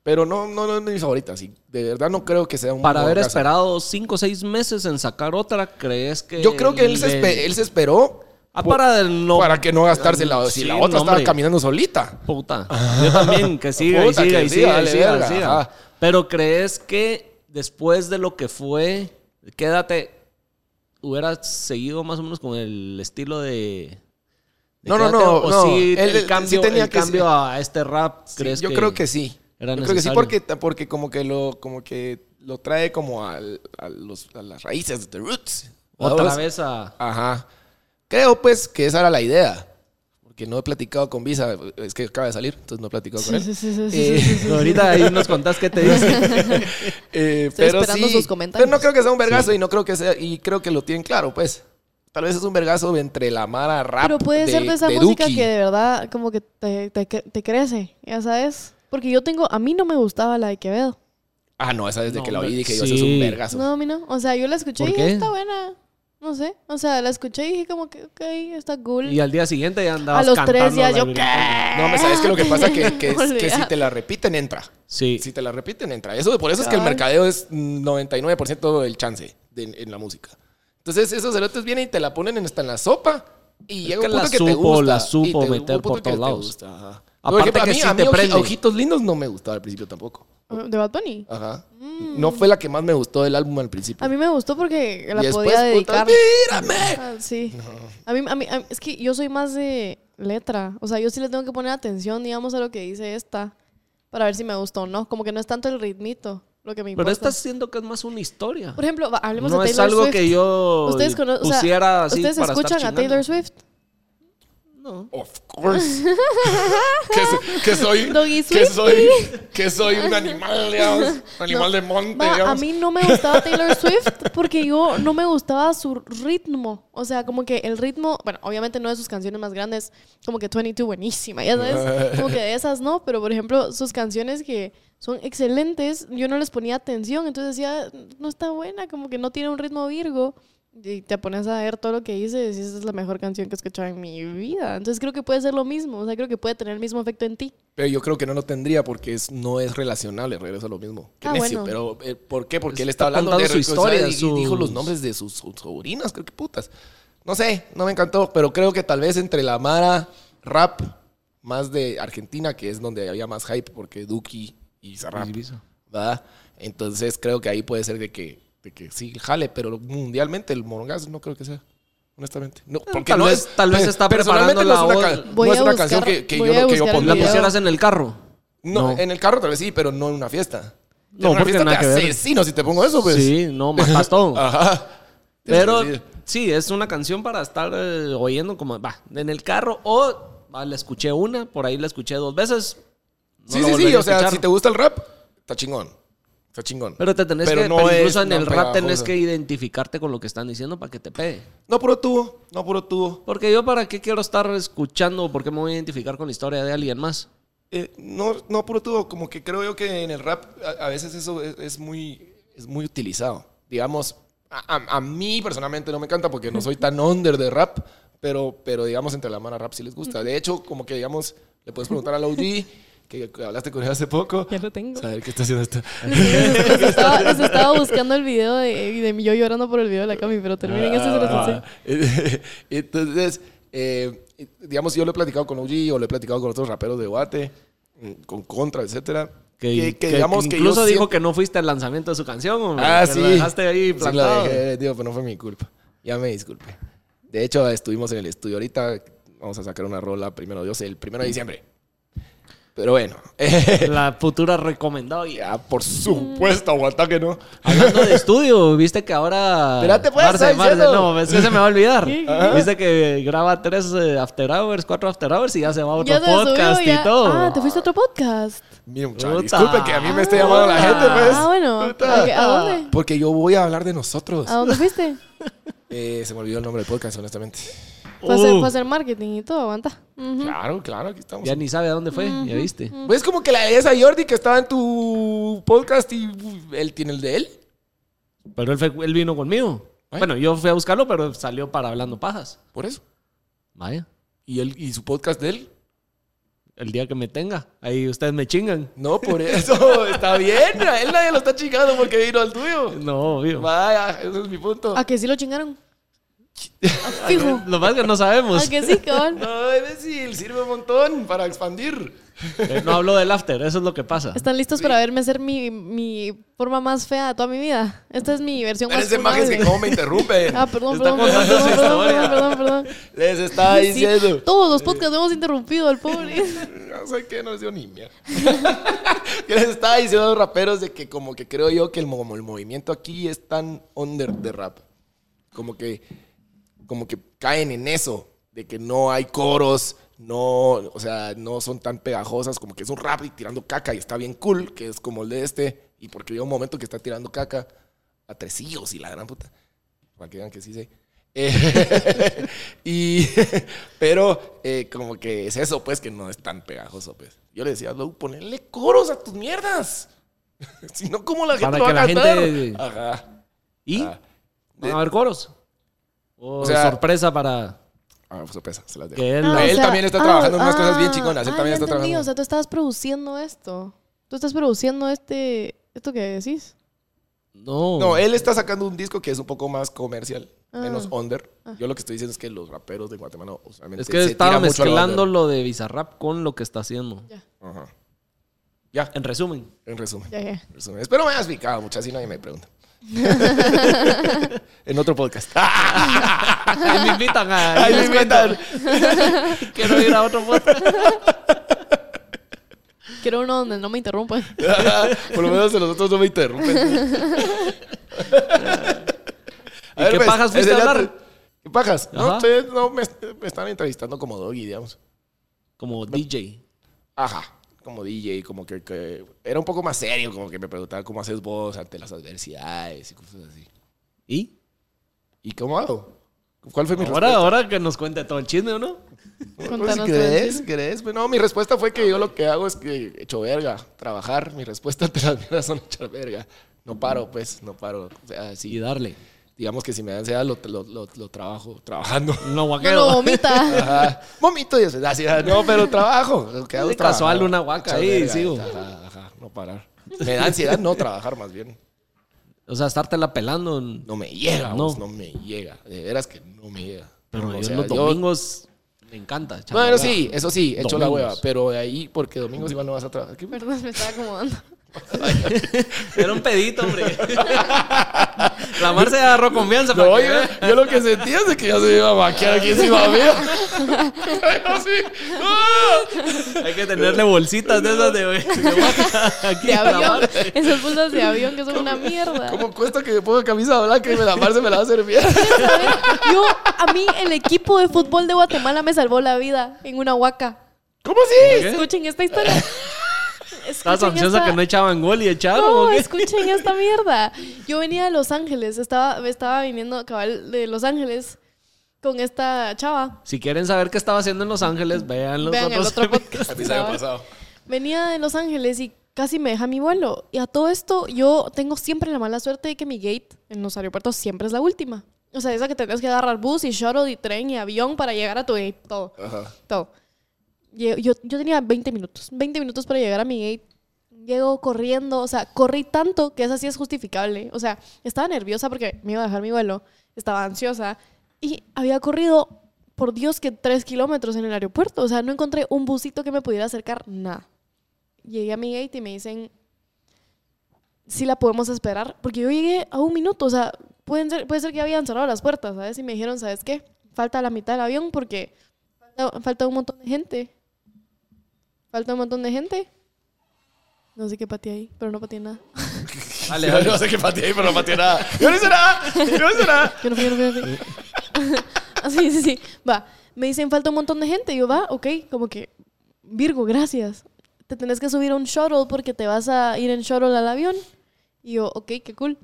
S2: Pero no, no, no es de mis favoritas. Y de verdad no creo que sea un.
S1: Para haber
S2: fracaso.
S1: esperado cinco o seis meses en sacar otra, ¿crees que...?
S2: Yo creo que él se,
S1: le-
S2: espe- él se esperó.
S1: Ah,
S2: por-
S1: para el no...
S2: para que no gastarse la, si
S1: Sí,
S2: la otra
S1: no,
S2: estaba
S1: hombre.
S2: caminando solita.
S1: Puta. Yo también, que siga y
S2: Puta,
S1: siga
S2: que
S1: y
S2: siga,
S1: siga y
S2: dale
S1: siga, y
S2: verga,
S1: siga.
S2: ajá.
S1: Pero crees que después de lo que fue, quédate, hubiera seguido más o menos con el estilo de. de
S2: No, no,
S1: Quédate?
S2: no,
S1: O
S2: no.
S1: sí,
S2: Él-
S1: el,
S2: él sí
S1: cambio,
S2: tenía
S1: el
S2: que-
S1: cambio a este rap,
S2: Sí,
S1: ¿crees
S2: yo
S1: que
S2: creo que sí. Yo
S1: era
S2: creo que sí
S1: necesario?
S2: porque, porque como que lo como que lo trae como al- a, los- a las raíces de The Roots.
S1: Otra
S2: ¿Vamos?
S1: vez a.
S2: Ajá. Creo pues que esa era la idea. Porque no he platicado con Visa, es que acaba de salir, entonces no he platicado con él.
S3: Sí, sí, sí, sí,
S2: Eh,
S1: Ahorita ahí nos contás qué te dice.
S2: eh,
S3: Estoy
S2: pero
S3: esperando
S2: sí,
S3: sus comentarios.
S2: Pero no creo que sea un vergazo y no creo que sea y creo que lo tienen claro, pues. Tal vez es un vergazo entre la mara rap
S3: Pero puede
S2: de-
S3: ser de esa
S2: de
S3: música
S2: Duki.
S3: que de verdad como que te, te, te crece, ya sabes. Porque yo tengo, a mí no me gustaba la de Quevedo.
S2: Ah, no, esa desde
S1: No,
S2: que la oí
S1: hombre,
S2: dije yo, eso es un
S1: sí.
S2: vergazo.
S3: No, a mí no. O sea, yo la escuché y
S1: ¿Por
S3: dije,
S1: qué?
S3: está buena. No sé. O sea, la escuché y dije como que, ok, está cool.
S1: Y al día siguiente ya andabas
S3: a los
S1: cantando
S3: tres ya
S1: la
S3: yo,
S1: virgen.
S3: ¿qué?
S2: No, me sabes que lo que pasa que, que, es- que si
S3: Olvídate.
S2: te la repiten entra.
S1: Sí.
S2: Si te la repiten entra. Eso por eso es que el
S3: Cabal.
S2: mercadeo es 99% del chance de- en la música. Entonces esos cerotes vienen y te la ponen en- hasta en la sopa y llega
S1: que
S2: un punto
S1: la
S2: que te
S1: supo-
S2: gusta.
S1: la
S2: y
S1: supo
S2: te- un
S1: meter
S2: punto
S1: por
S2: que
S1: todos
S2: te
S1: lados.
S2: gusta, ajá. Por
S1: Aparte
S2: ejemplo, a
S1: que
S2: mí,
S1: sí
S2: a mí
S1: te
S2: Oji-
S1: prende.
S2: Ojitos Lindos no me gustaba al principio tampoco.
S3: ¿De Bad Bunny?
S2: Ajá.
S1: Mm.
S2: No fue la que más me gustó del álbum al principio.
S3: A mí me gustó porque la
S2: y después,
S3: podía
S2: puta,
S3: dedicar.
S2: ¡mírame!
S3: Ah, sí. A, mí, a, mí, a mí- es que yo soy más de letra. O sea, yo sí le tengo que poner atención, digamos, a lo que dice esta. Para ver si me gustó o no. Como que no es tanto el ritmito lo que me importa.
S1: Pero esta siento que es más una historia.
S3: Por ejemplo, va, hablemos
S1: No
S3: de
S1: es
S3: Taylor
S1: algo
S3: Swift.
S1: que yo
S3: Ustedes, cono- o sea,
S1: pusiera así
S3: ¿ustedes
S1: para estar
S3: escuchan a
S1: chingando.
S3: Taylor Swift.
S1: No.
S2: Of course. que, so- que soy.
S3: Doggy
S2: que
S3: Swift.
S2: soy. Que soy un animal, digamos. Un animal de monte,
S3: Va, a
S2: digamos.
S3: mí no me gustaba Taylor Swift porque yo no me gustaba su ritmo. O sea, como que el ritmo, bueno, obviamente no de sus canciones más grandes, como que 22 buenísima, ya sabes, como que de esas no, pero por ejemplo, sus canciones que son excelentes, yo no les ponía atención, entonces decía, no está buena, como que no tiene un ritmo virgo. Y te pones a ver todo lo que hice y decís, esa es la mejor canción que he escuchado en mi vida. Entonces creo que puede ser lo mismo, o sea, creo que puede tener el mismo efecto en ti.
S2: Pero yo creo que no lo tendría porque es, no es relacionable, regreso a lo mismo. Qué
S3: Ah,
S2: necio,
S3: bueno.
S2: pero eh, ¿por qué? Porque
S1: Pues
S2: él
S1: está
S2: está hablando de
S1: contando su historia,
S2: y- y
S1: sus-
S2: dijo los nombres de sus, sus sobrinas, creo que putas. No sé, no me encantó, pero creo que tal vez entre la Mara rap más de Argentina, que es donde había más hype porque Duki y Zarrap, ¿verdad? Entonces creo que ahí puede ser de que, de que sí jale, pero mundialmente el morongazo no creo que sea. Honestamente. No, porque
S1: tal
S2: no
S1: vez-
S2: es-
S1: tal vez está
S2: personalmente
S1: preparando
S2: no es
S1: la
S2: una,
S1: voz.
S2: ca-
S3: Voy
S2: no
S3: a
S2: es una
S3: buscar-
S2: canción que, que
S3: voy
S2: yo,
S3: a
S2: no- que yo
S3: buscar el
S1: ¿La
S2: pondría.
S3: video.
S1: pusieras en el carro?
S2: No,
S1: No.
S2: en el carro tal vez sí, pero no en una fiesta.
S1: No,
S2: No, en una
S1: porque
S2: fiesta te
S1: nada que ver.
S2: asesino si te pongo eso, Ah, pues.
S1: Sí, no, matas todo.
S2: Ajá.
S1: Pero
S2: Tienes que decir.
S1: sí, es una canción para estar eh, oyendo como, va, en el carro o va, la escuché una, por ahí la escuché dos veces. no la
S2: Sí, sí, sí.
S1: volvería a
S2: O sea,
S1: escuchar.
S2: si te gusta el rap, está chingón. Está chingón.
S1: Pero te tenés
S2: Pero
S1: que,
S2: no
S1: pero
S2: es
S1: incluso en
S2: una
S1: el rap tenés
S2: pegajosa.
S1: que identificarte con lo que están diciendo para que te pegue.
S2: No puro tubo, no puro tubo.
S1: Porque yo para qué quiero estar escuchando, por qué me voy a identificar con la historia de alguien más.
S2: Eh, no, no puro tubo. Como que creo yo que en el rap a, a veces eso es, es muy, es muy utilizado. Digamos, a, a- a mí personalmente no me encanta porque no soy tan under de rap. Pero, pero digamos, entre la mano rap sí les gusta. De hecho, como que digamos, le puedes preguntar al OG, que, que hablaste con él hace poco.
S3: Ya lo tengo.
S2: Saber qué está haciendo esto.
S3: Les estaba, les estaba buscando el video de, de mí- yo llorando por el video de la Cami, pero terminen este
S1: Ah,
S3: se los enseño.
S2: Ah, Entonces, eh, digamos, yo lo he platicado con OG o lo he platicado con otros raperos de Guate, mm, con Contra, etcétera.
S1: Que, que- que incluso
S2: yo
S1: dijo
S2: siempre-
S1: que no fuiste al lanzamiento de su canción. hombre,
S2: Ah,
S1: que
S2: sí.
S1: La dejaste ahí
S2: Sí, la
S1: plantado.
S2: dejé, digo, pero no fue mi culpa. Ya me disculpe. De hecho, estuvimos en el estudio ahorita. Vamos a sacar una rola primero, Dios, el primero de diciembre. Pero bueno,
S1: La futura recomendada. Y
S2: ya, por supuesto, aguanta que no.
S1: Hablando de estudio, viste que ahora.
S2: Espérate, pues,
S1: Marce,
S2: estoy
S1: Marce,
S2: diciendo.
S1: no, es que se me va a olvidar. Viste que graba tres eh, after hours, cuatro after hours y ya se va a otro
S3: Ya se subió,
S1: podcast
S3: ya.
S1: y todo.
S3: Ah, te fuiste a otro podcast.
S2: Mira, muchacho,
S1: Puta.
S2: disculpe que a mí me esté llamando la
S1: Ah.
S2: gente, pues.
S3: Ah, bueno.
S2: Puta.
S3: Ok, ¿A dónde?
S2: Porque yo voy a hablar de nosotros.
S3: ¿A dónde fuiste?
S2: Eh, se me olvidó el nombre del podcast, honestamente.
S3: Fue a hacer,
S1: Uh.
S3: fue a hacer marketing y todo, aguanta. Ujú.
S2: Claro, claro, aquí estamos.
S1: Ya ni sabe a dónde fue, ya viste.
S2: Pues como que la de esa Jordi que estaba en tu podcast y uh, él tiene el de él.
S1: Pero él, fue- él vino conmigo.
S2: Ay.
S1: Bueno, yo fui a buscarlo, pero salió para hablando pajas.
S2: Por eso.
S1: Vaya.
S2: Y él y su podcast de él.
S1: El día que me tenga. Ahí ustedes me chingan.
S2: No, por eso. está bien. A él nadie lo está chingando porque vino al tuyo.
S1: No, obvio.
S2: Vaya, ese es mi punto.
S3: ¿A que sí lo chingaron? Ah, Fijo.
S1: Lo más que no sabemos.
S3: ¿A que sí, cabrón?
S2: No, imbécil, sirve un montón para expandir.
S1: Eh, No habló del after, eso es lo que pasa.
S3: ¿Están listos para verme hacer mi, mi forma más fea de toda mi vida? Esta es mi versión más
S2: Parece imágenes que
S3: funable.
S2: cómo me interrumpen.
S3: Ah, perdón,
S1: Está
S3: perdón, perdón,
S1: contando su
S3: perdón, perdón,
S1: historia.
S3: perdón, perdón, perdón.
S2: Les estaba
S3: Sí,
S2: diciendo.
S3: todos los podcasts lo hemos interrumpido al pobre.
S2: No sé qué, no les dio ni mierda. que les estaba diciendo a los raperos de que como que creo yo que el, mo- como el movimiento aquí es tan under de rap. Como que, como que caen en eso, de que no hay coros, no, o sea, no son tan pegajosas, como que es un rap y tirando caca y está bien cool, que es como el de este, y porque llega un momento que está tirando caca a tres hijos y la gran puta. Para que vean que sí sé. Eh, y, pero eh, como que es eso, pues, que no es tan pegajoso, pues. Yo le decía, Lou, ponerle coros a tus mierdas. si no, ¿cómo la
S1: Para
S2: gente lo va
S1: que
S2: a
S1: la
S2: cantar?
S1: gente-
S2: Ajá.
S1: ¿Y?
S2: Ah.
S1: ¿Van a haber coros? O,
S2: O sea-
S1: sorpresa para
S2: Ah, pues, sorpresa, se las dejo.
S1: que él
S3: Ah,
S1: la-
S3: o
S2: Él también está trabajando en unas cosas bien chingonas, él
S3: ah,
S2: también
S3: ya
S2: está
S3: entendí,
S2: trabajando.
S3: O sea, tú estabas produciendo esto. Tú estás produciendo este esto que decís.
S1: No.
S2: No, él está sacando un disco que es un poco más comercial. menos
S3: Ah.
S2: under. Yo lo que estoy diciendo es que los raperos de Guatemala usualmente
S1: Es que
S2: se
S1: estaba
S2: tiran mucho al
S1: mezclando
S2: under.
S1: lo de Bizarrap con lo que está haciendo.
S3: Ya,
S2: Ajá. Ya,
S1: En resumen.
S2: en resumen.
S3: ya, ya.
S2: en resumen. Espero me hayas picado, muchas y nadie me pregunta. en otro podcast.
S1: Ahí me invitan a.
S2: Ahí
S1: les
S2: me invitan.
S1: cuento. Quiero ir a otro podcast.
S3: Quiero uno donde no me interrumpan.
S2: Por lo menos de nosotros no me interrumpen.
S1: ¿Y qué
S2: pues,
S1: pajas fuiste a hablar?
S2: adelante. ¿Qué pajas? No,
S1: Ajá.
S2: ustedes no me, me están entrevistando como doggy, digamos.
S1: Como DJ.
S2: Ajá, como DJ, como que, que- era un poco más serio, como que me preguntaban cómo haces vos ante las adversidades y cosas así.
S1: ¿Y?
S2: ¿Y cómo hago? ¿Cuál fue mi
S1: Ahora,
S2: respuesta?
S1: ahora que nos cuente todo el chisme, ¿o no?
S2: Pues,
S3: Contanos
S2: ¿Crees? ¿Crees? Pues, No, mi respuesta fue que yo lo que hago es que echo verga, trabajar. Mi respuesta ante las mierdas son echar verga. No paro, pues, no paro. O sea, sí,
S1: Y darle.
S2: digamos que si me da ansiedad lo, lo, lo- lo trabajo trabajando.
S1: No
S3: No
S1: guaqueo.
S3: lo vomita.
S2: Ajá. Momento y ansiedad, sí, ah, no, pero trabajo. Lo que hago es
S1: De casual,
S2: trabajar.
S1: una guaca
S2: Echar
S1: ahí,
S2: verga,
S1: sigo.
S2: Ajá, ajá, no parar. Me da ansiedad no trabajar más bien.
S1: O sea, estártela pelando. en-
S2: No me llega,
S1: No.
S2: no, no me llega. De veras que no me llega.
S1: Pero
S2: no,
S1: yo
S2: o sea,
S1: los
S2: yo-
S1: domingos me encanta. echar la
S2: Bueno,
S1: hueva.
S2: sí, eso sí, echo la
S1: Domingos.
S2: hueva, pero de ahí, porque domingos igual no vas a trabajar. ¿Qué
S3: Perdón, me estaba acomodando.
S1: Era un pedito, hombre. la Mar se agarró confianza.
S2: No,
S1: para que
S2: yo,
S1: vea.
S2: yo lo que sentía es de que ya se iba a maquiar aquí encima mío. Yo así, ¡ah!
S1: Hay que tenerle bolsitas de esas de, de guaca. Aquí
S3: De
S1: a la
S3: avión.
S1: Mar.
S3: Esas bolsas de avión que son una mierda.
S2: ¿Cómo cuesta que me ponga camisa blanca y me la marce me la va a servir?
S3: Yo, a mí, el equipo de fútbol de Guatemala me salvó la vida en una huaca.
S2: ¿Cómo así?
S1: ¿Qué?
S3: Escuchen esta historia.
S1: Estabas
S3: Escuchen
S1: ansiosa
S3: esta-
S1: que no echaban gol y echaron.
S3: No,
S1: ¿o qué?
S3: escuchen esta mierda. Yo venía de Los Ángeles, estaba, estaba viniendo cabal de Los Ángeles con esta chava.
S1: Si quieren saber qué estaba haciendo en Los Ángeles, vean los
S3: Vean el
S1: otros.
S3: otro podcast.
S2: A mí se me ha
S3: cabal.
S2: pasado.
S3: Venía de Los Ángeles y casi me deja mi vuelo. Y a todo esto, yo tengo siempre la mala suerte de que mi gate en los aeropuertos siempre es la última. O sea, esa que tenías que agarrar bus y shuttle y tren y avión para llegar a tu gate, todo.
S2: Ajá.
S3: todo. Lle- Yo, yo tenía 20 minutos, 20 minutos para llegar a mi gate. Llego corriendo, o sea, corrí tanto que esa sí es justificable. O sea, estaba nerviosa porque me iba a dejar mi vuelo, estaba ansiosa y había corrido, por Dios, que 3 kilómetros en el aeropuerto. O sea, no encontré un busito que me pudiera acercar, nada. Llegué a mi gate y me dicen, si la podemos esperar, porque yo llegué a un minuto, o sea, pueden ser, puede ser que habían cerrado las puertas, ¿sabes? Y me dijeron, ¿sabes qué? Falta la mitad del avión porque falta, falta un montón de gente. Falta un montón de gente. No sé qué pateé ahí, pero no pateé nada.
S1: Dale,
S2: yo
S1: dale.
S2: no sé qué pateé, pero no pateé nada. Yo no hice nada. Yo no hice nada.
S3: Yo no fui, yo no fui, yo no fui. Ah, sí, sí, sí. Va. Me dicen, falta un montón de gente. Yo, va, ok, como que, Virgo, gracias. Te tenés que subir a un shuttle porque te vas a ir en shuttle al avión. Y yo, ok, qué cool.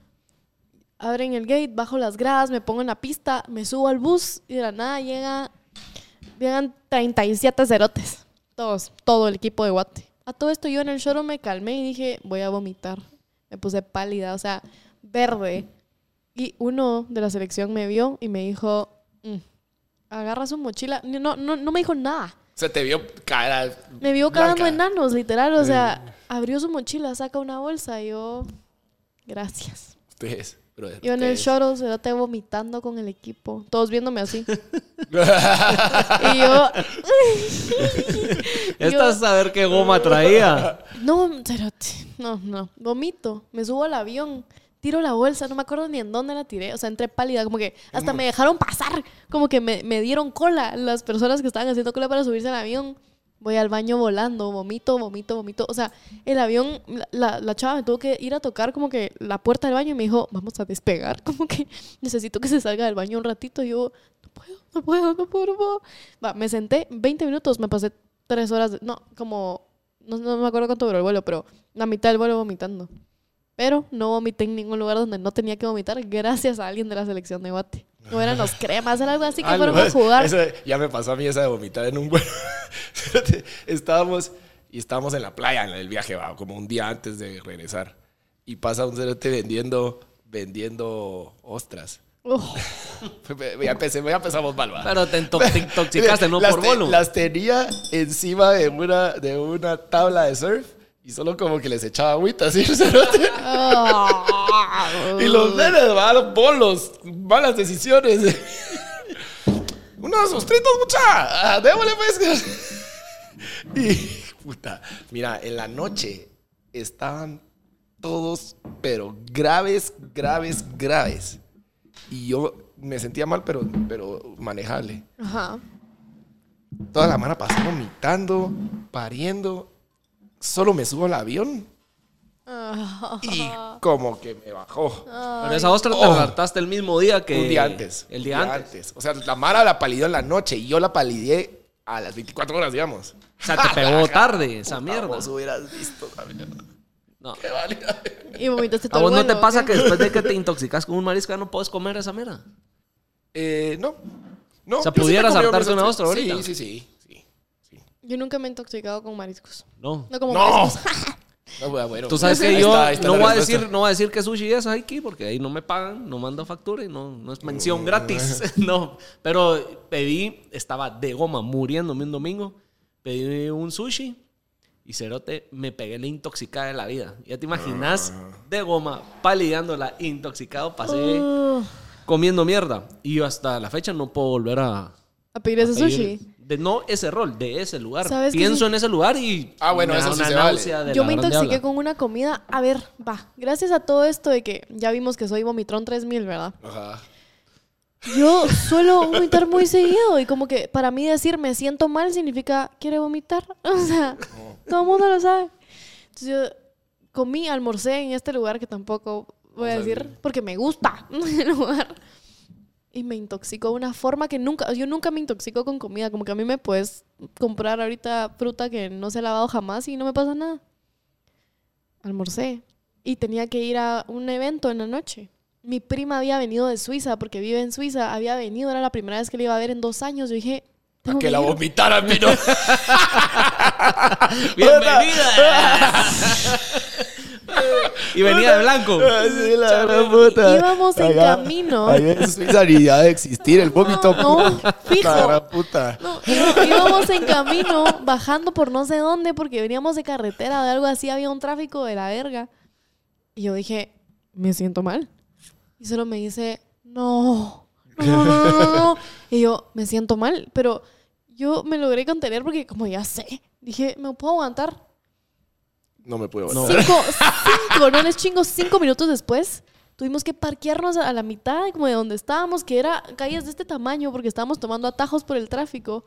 S3: Abren el gate, bajo las gradas, me pongo en la pista, me subo al bus y de la nada llega, llegan 37 cerotes. Todos, todo el equipo de Guate. A todo esto yo en el shuttle me calmé y dije, voy a vomitar. Me puse pálida, o sea, verde. Y uno de la selección me vio y me dijo, "Mm, agarra su mochila. No, no, no me dijo nada.
S2: Se te vio cara.
S3: Me vio cagando
S2: blanca.
S3: enanos, literal. O sea, abrió su mochila, saca una bolsa y yo, gracias.
S2: Ustedes, brother.
S3: Yo en el
S2: ustedes.
S3: shuttle se te vomitando con el equipo. Todos viéndome así. y yo,
S1: Esta es saber qué goma traía.
S3: No, cerote. No, no. Vomito. Me subo al avión. Tiro la bolsa. No me acuerdo ni en dónde la tiré. O sea, entré pálida. Como que hasta me dejaron pasar. Como que me, me dieron cola las personas que estaban haciendo cola para subirse al avión. Voy al baño volando. Vomito, vomito, vomito. O sea, el avión, la, la, la chava me tuvo que ir a tocar como que la puerta del baño y me dijo, vamos a despegar. Como que necesito que se salga del baño un ratito. Y yo, no puedo, no puedo, no puedo, no puedo. Va, me senté 20 minutos. Me pasé tres horas. de- no, como no, no me acuerdo cuánto duró el vuelo, pero la mitad del vuelo vomitando. Pero no vomité en ningún lugar donde no tenía que vomitar gracias a alguien de la selección de Guate. No eran los cremas, era algo así
S2: Ah,
S3: que
S1: Algo
S3: fueron a jugar.
S2: Eso ya me pasó a mí esa de vomitar en un vuelo. estábamos y estábamos en la playa en el viaje, va, como un día antes de regresar. Y pasa un cerote vendiendo, vendiendo ostras.
S3: Uf,
S2: Ya, empecé, ya empezamos mal, va.
S1: Pero te intox- te intoxicaste, no
S2: Las
S1: por
S2: te-
S1: bolo.
S2: Las tenía encima de una, de una tabla de surf Y solo como que les echaba agüita así. el cerote. Y los nenes, va, bolos, malas decisiones. Unos sustritos, mucha. Ah, Démosle, pues. Y, puta, mira, en la noche estaban todos, pero graves, graves, graves. Y yo me sentía mal, pero, pero manejable.
S3: Ajá.
S2: Toda la mano pasó vomitando, pariendo. Solo me subo al avión y como que me bajó.
S1: Pero esa ostra te
S2: oh.
S1: la hartaste el mismo día que.
S2: Un día antes.
S1: El
S2: un
S1: día antes.
S2: O sea, la Mara la palidió en la noche y yo la palidé a las 24 horas, digamos.
S1: O sea, te pegó tarde esa mierda.
S2: Vos hubieras visto la mierda.
S1: No.
S2: Qué válida.
S3: Y vomitaste
S1: ¿A
S3: todo
S1: vos
S3: el
S1: no te
S3: vuelo,
S1: pasa
S3: ¿ok?
S1: que después de que te intoxicas con un marisco ya no puedes comer esa mierda?
S2: Eh, no. No.
S1: O sea,
S2: yo sí
S1: ¿pudieras
S2: me comí
S1: hartarte una
S2: ostras.
S1: ostra ahorita?
S2: Sí, sí, sí. sí, sí.
S3: Yo nunca me he intoxicado con mariscos.
S1: No.
S3: No como
S2: ¡No!
S3: mariscos.
S2: No, bueno, bueno.
S1: Tú sabes que
S2: Ahí
S1: yo
S2: está, ahí está
S1: no,
S2: la
S1: voy a
S2: respuesta.
S1: decir, no voy a decir que sushi es aquí porque ahí no me pagan, no mando factura y no, no es
S2: Uh.
S1: mención gratis. No, pero pedí, estaba de goma muriéndome un domingo, pedí un sushi y cerote, me pegué la intoxicada de la vida. Ya te imaginas,
S2: Ah.
S1: de goma, palidándola, intoxicado, pasé
S3: Uh,
S1: comiendo mierda. Y yo hasta la fecha no puedo volver a...
S3: a pedir ese
S1: pedir
S3: sushi.
S1: De, no ese rol, de ese lugar.
S3: ¿Sabes qué
S1: Pienso
S3: sí?
S1: en ese lugar y...
S2: Ah, bueno,
S1: me da
S2: eso sí
S1: una
S2: se vale.
S1: náusea de
S3: Yo me
S1: ladrón de
S3: intoxiqué
S1: habla.
S3: con una comida. A ver, va. Gracias a todo esto de que ya vimos que soy Vomitron 3000, ¿verdad?
S2: Ajá.
S3: Yo suelo vomitar muy seguido y como que para mí decir me siento mal significa quiere vomitar. O sea, todo el mundo lo sabe. Entonces yo comí, almorcé en este lugar que tampoco voy
S2: Vamos
S3: a
S2: a
S3: decir
S2: ver.
S3: porque me gusta el lugar. Y me intoxicó de una forma que nunca, yo nunca me intoxico con comida. Como que a mí me puedes comprar ahorita fruta que no se ha lavado jamás y no me pasa nada. Almorcé y tenía que ir a un evento en la noche. Mi prima había venido de Suiza porque vive en Suiza, había venido, era la primera vez que le iba a ver en dos años. Yo dije,
S2: A
S3: tengo
S2: que la
S3: ir.
S2: vomitaran, vino.
S1: ¡Bienvenida! y venía de blanco.
S2: Ah, sí, la gran
S3: Íbamos en
S2: Allá-
S3: camino.
S2: allá en Suiza ni ha de existir el vómito.
S3: No, fijo.
S2: La gran puta.
S3: No, íb- íbamos en camino, bajando por no sé dónde, porque veníamos de carretera o de algo así, había un tráfico de la verga. Y yo dije, me siento mal. Y solo me dice, no, no, no, no, no, no". Y yo, me siento mal, pero yo me logré contener porque como ya sé, dije, me puedo aguantar.
S2: No me puedo
S1: No.
S2: aguantar.
S3: Cinco, cinco, no les chingo, cinco minutos después. Tuvimos que parquearnos a la mitad como de donde estábamos, que era calles de este tamaño porque estábamos tomando atajos por el tráfico.